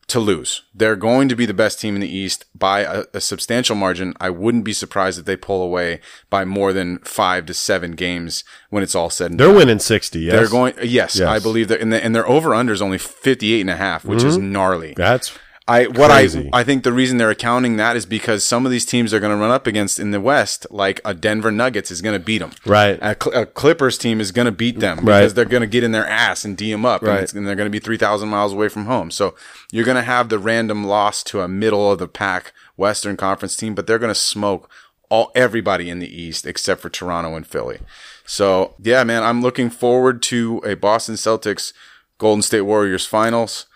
Speaker 3: to lose. They're going to be the best team in the East by a, a substantial margin. I wouldn't be surprised if they pull away by more than five to seven games when it's all said and
Speaker 1: they're winning sixty. Yes,
Speaker 3: They're going, yes,
Speaker 1: Yes.
Speaker 3: I believe that. And, the, and their over under is only 58 and a half, which is
Speaker 1: Mm-hmm.
Speaker 3: gnarly.
Speaker 1: That's
Speaker 3: I what
Speaker 1: Crazy.
Speaker 3: I I think the reason they're accounting that is because some of these teams they're going to run up against in the West, like a Denver Nuggets, is going to beat them.
Speaker 1: Right.
Speaker 3: A, Cl- a Clippers team is going to beat them because
Speaker 1: Right.
Speaker 3: they're going to get in their ass and D them up, and,
Speaker 1: Right.
Speaker 3: it's- and they're going to be three thousand miles away from home. So you're going to have the random loss to a middle of the pack Western Conference team, but they're going to smoke all everybody in the East except for Toronto and Philly. So yeah, man, I'm looking forward to a Boston Celtics Golden State Warriors finals.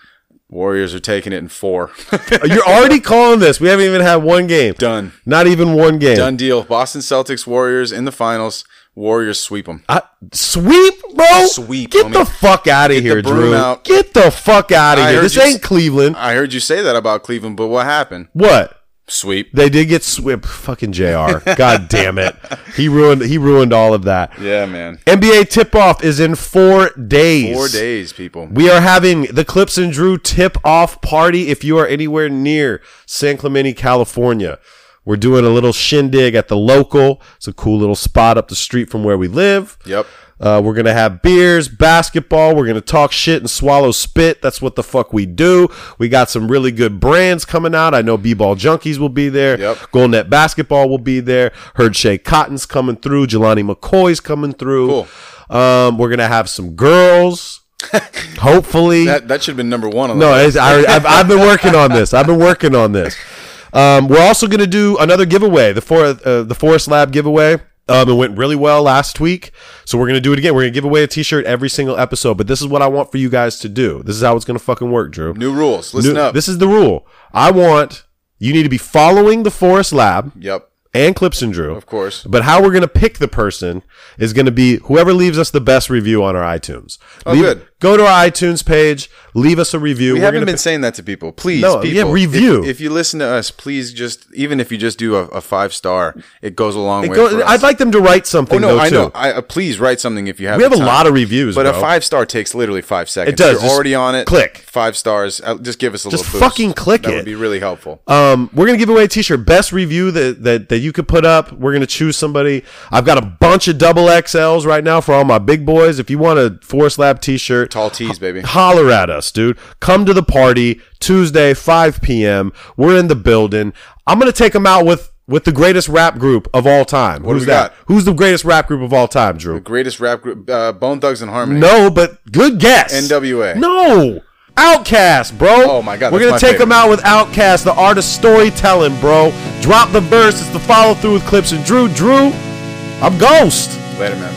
Speaker 3: Warriors are taking it in four.
Speaker 1: You're already calling this. We haven't even had one game.
Speaker 3: Done.
Speaker 1: Not even one game.
Speaker 3: Done deal. Boston Celtics, Warriors in the finals. Warriors sweep them.
Speaker 1: I- sweep, bro.
Speaker 3: Sweep,
Speaker 1: Get
Speaker 3: homie.
Speaker 1: the fuck out of here,
Speaker 3: broom
Speaker 1: Drew.
Speaker 3: out.
Speaker 1: Get the fuck out of
Speaker 3: I
Speaker 1: here.
Speaker 3: heard
Speaker 1: This
Speaker 3: you s-
Speaker 1: ain't Cleveland.
Speaker 3: I heard you say that about Cleveland, but what happened?
Speaker 1: what?
Speaker 3: Sweep.
Speaker 1: They did get swept. Fucking Jr. God damn it. He ruined. He ruined all of that.
Speaker 3: Yeah, man.
Speaker 1: NBA tip off is in four days.
Speaker 3: Four days, people.
Speaker 1: We are having the Clips and Drew tip off party if you are anywhere near San Clemente, California. We're doing a little shindig at the local. It's a cool little spot up the street from where we live.
Speaker 3: Yep.
Speaker 1: Uh, we're gonna have beers, basketball. We're gonna talk shit and swallow spit. That's what the fuck we do. We got some really good brands coming out. I know B-ball junkies will be there.
Speaker 3: Yep.
Speaker 1: Gold Net basketball will be there. Heard Shea Cotton's coming through. Jelani McCoy's coming through. Um, we're gonna have some girls. Hopefully,
Speaker 3: That that should have been number one on the
Speaker 1: no, it's,
Speaker 3: list.
Speaker 1: I, I've, I've been working on this. I've been working on this. Um, we're also going to do another giveaway, the for, uh, the Forest Lab giveaway. Um, it went really well last week, so we're going to do it again. We're going to give away a T-shirt every single episode. But this is what I want for you guys to do. This is how it's going to fucking work, Drew.
Speaker 3: New rules. Listen
Speaker 1: New-
Speaker 3: up.
Speaker 1: This is the rule. I want you need to be following the Forest Lab
Speaker 3: yep.
Speaker 1: and Clips and Drew,
Speaker 3: Of course.
Speaker 1: But how we're going to pick the person is going to be whoever leaves us the best review on our iTunes.
Speaker 3: Oh,
Speaker 1: Leave-
Speaker 3: good.
Speaker 1: Go to our iTunes page, leave us a review.
Speaker 3: We
Speaker 1: We're
Speaker 3: haven't
Speaker 1: gonna
Speaker 3: been
Speaker 1: pick-
Speaker 3: saying that to people. Please,
Speaker 1: No,
Speaker 3: people,
Speaker 1: yeah, review.
Speaker 3: If, if you listen to us, please just even if you just do a, a five star, it goes a long
Speaker 1: It
Speaker 3: way.
Speaker 1: goes-
Speaker 3: for us.
Speaker 1: I'd like them to write
Speaker 3: Oh
Speaker 1: something.
Speaker 3: no,
Speaker 1: though,
Speaker 3: I
Speaker 1: too.
Speaker 3: know. I, uh, please write something if you have.
Speaker 1: We have
Speaker 3: the
Speaker 1: a
Speaker 3: time.
Speaker 1: lot of reviews,
Speaker 3: but
Speaker 1: bro.
Speaker 3: a five star takes literally five seconds.
Speaker 1: does.
Speaker 3: If
Speaker 1: Just
Speaker 3: you're already on it.
Speaker 1: click.
Speaker 3: five stars. Uh, Just give us a
Speaker 1: Just
Speaker 3: little. boost.
Speaker 1: fucking click
Speaker 3: That
Speaker 1: it.
Speaker 3: would be really helpful.
Speaker 1: Um, we're gonna give away a T-shirt, best review that that that you could put up. We're gonna choose somebody. I've got a bunch of double XLs right now for all my big boys. If you want a Forest Lab T-shirt,
Speaker 3: Tall tees, baby.
Speaker 1: holler at us, dude. Come to the party Tuesday, 5 p.m. We're in the building. I'm gonna take them out with with the greatest rap group of all time. Who's
Speaker 3: we
Speaker 1: that?
Speaker 3: got?
Speaker 1: Who's the greatest rap group of all time, Drew?
Speaker 3: Greatest rap group, uh, Bone Thugs and Harmony.
Speaker 1: No, but good guess.
Speaker 3: NWA.
Speaker 1: No. Outcast, bro.
Speaker 3: Oh my God,
Speaker 1: We're
Speaker 3: that's
Speaker 1: gonna
Speaker 3: my
Speaker 1: take them
Speaker 3: favorite.
Speaker 1: out with Outcast, the art of storytelling, bro. Drop the verse. It's the follow through with clips and Drew. Drew, I'm Ghost.
Speaker 3: Later, man.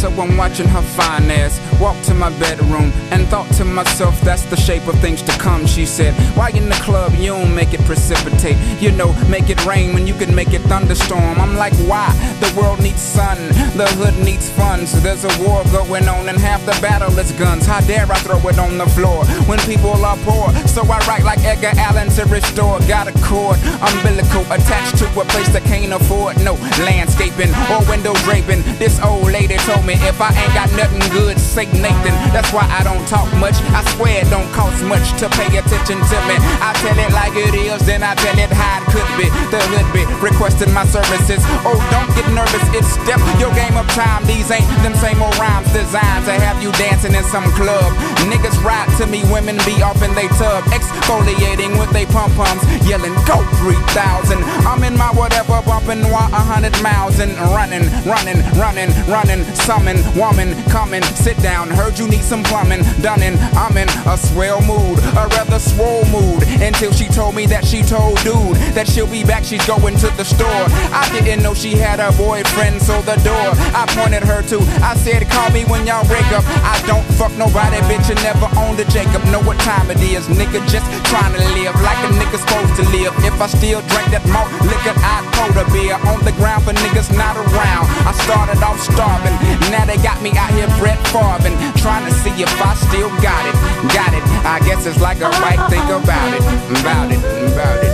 Speaker 5: So I'm watching her fine ass walk to my bedroom and thought to myself, that's the shape of things to come. She said, Why in the club you don't make it precipitate? You know, make it rain when you can make it thunderstorm. I'm like, Why? The world needs sun, the hood needs fun. So there's a war going on and half the battle is guns. How dare I throw it on the floor when people are poor? So I write like Edgar Allan to restore. Got a cord, umbilical attached to a place that can't afford no landscaping or window draping. This old lady told me if I ain't got nothing good, say Nathan. That's why I don't talk much. I swear it don't cost much to pay attention to me. I tell it like it is, then I tell it how it could be. The hood be requesting my services. Oh, don't get nervous, it's step your game up time. These ain't them same old rhymes designed to have you dancing in some club. Niggas ride to me, women be off in they tub, exfoliating with they pom poms, yelling go 3000. I'm in my whatever bumping noir a hundred miles and running, running, running, running. Summon woman coming, sit down. Heard you need some plumbing, done in. I'm in a swell mood, a rather swole mood. Until she told me that she told dude that she'll be back. She's going to the store. I didn't know she had a boyfriend, so the door I pointed her to. I said, call me when y'all break up. I don't fuck nobody, bitch. You never owned a Jacob. Know what time it is, nigga. Just trying to live like a nigga's supposed to live. If I still drink that malt liquor, I'd pour the beer on the ground for niggas not around. I started off starving, now they got me out here Brett Farvin, trying to see if I still got it. Got it. I guess it's like a right thing about it, about it, about it.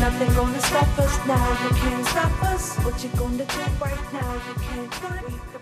Speaker 6: Nothing gonna stop us now, you can't stop us. What you gonna do right now, you can't.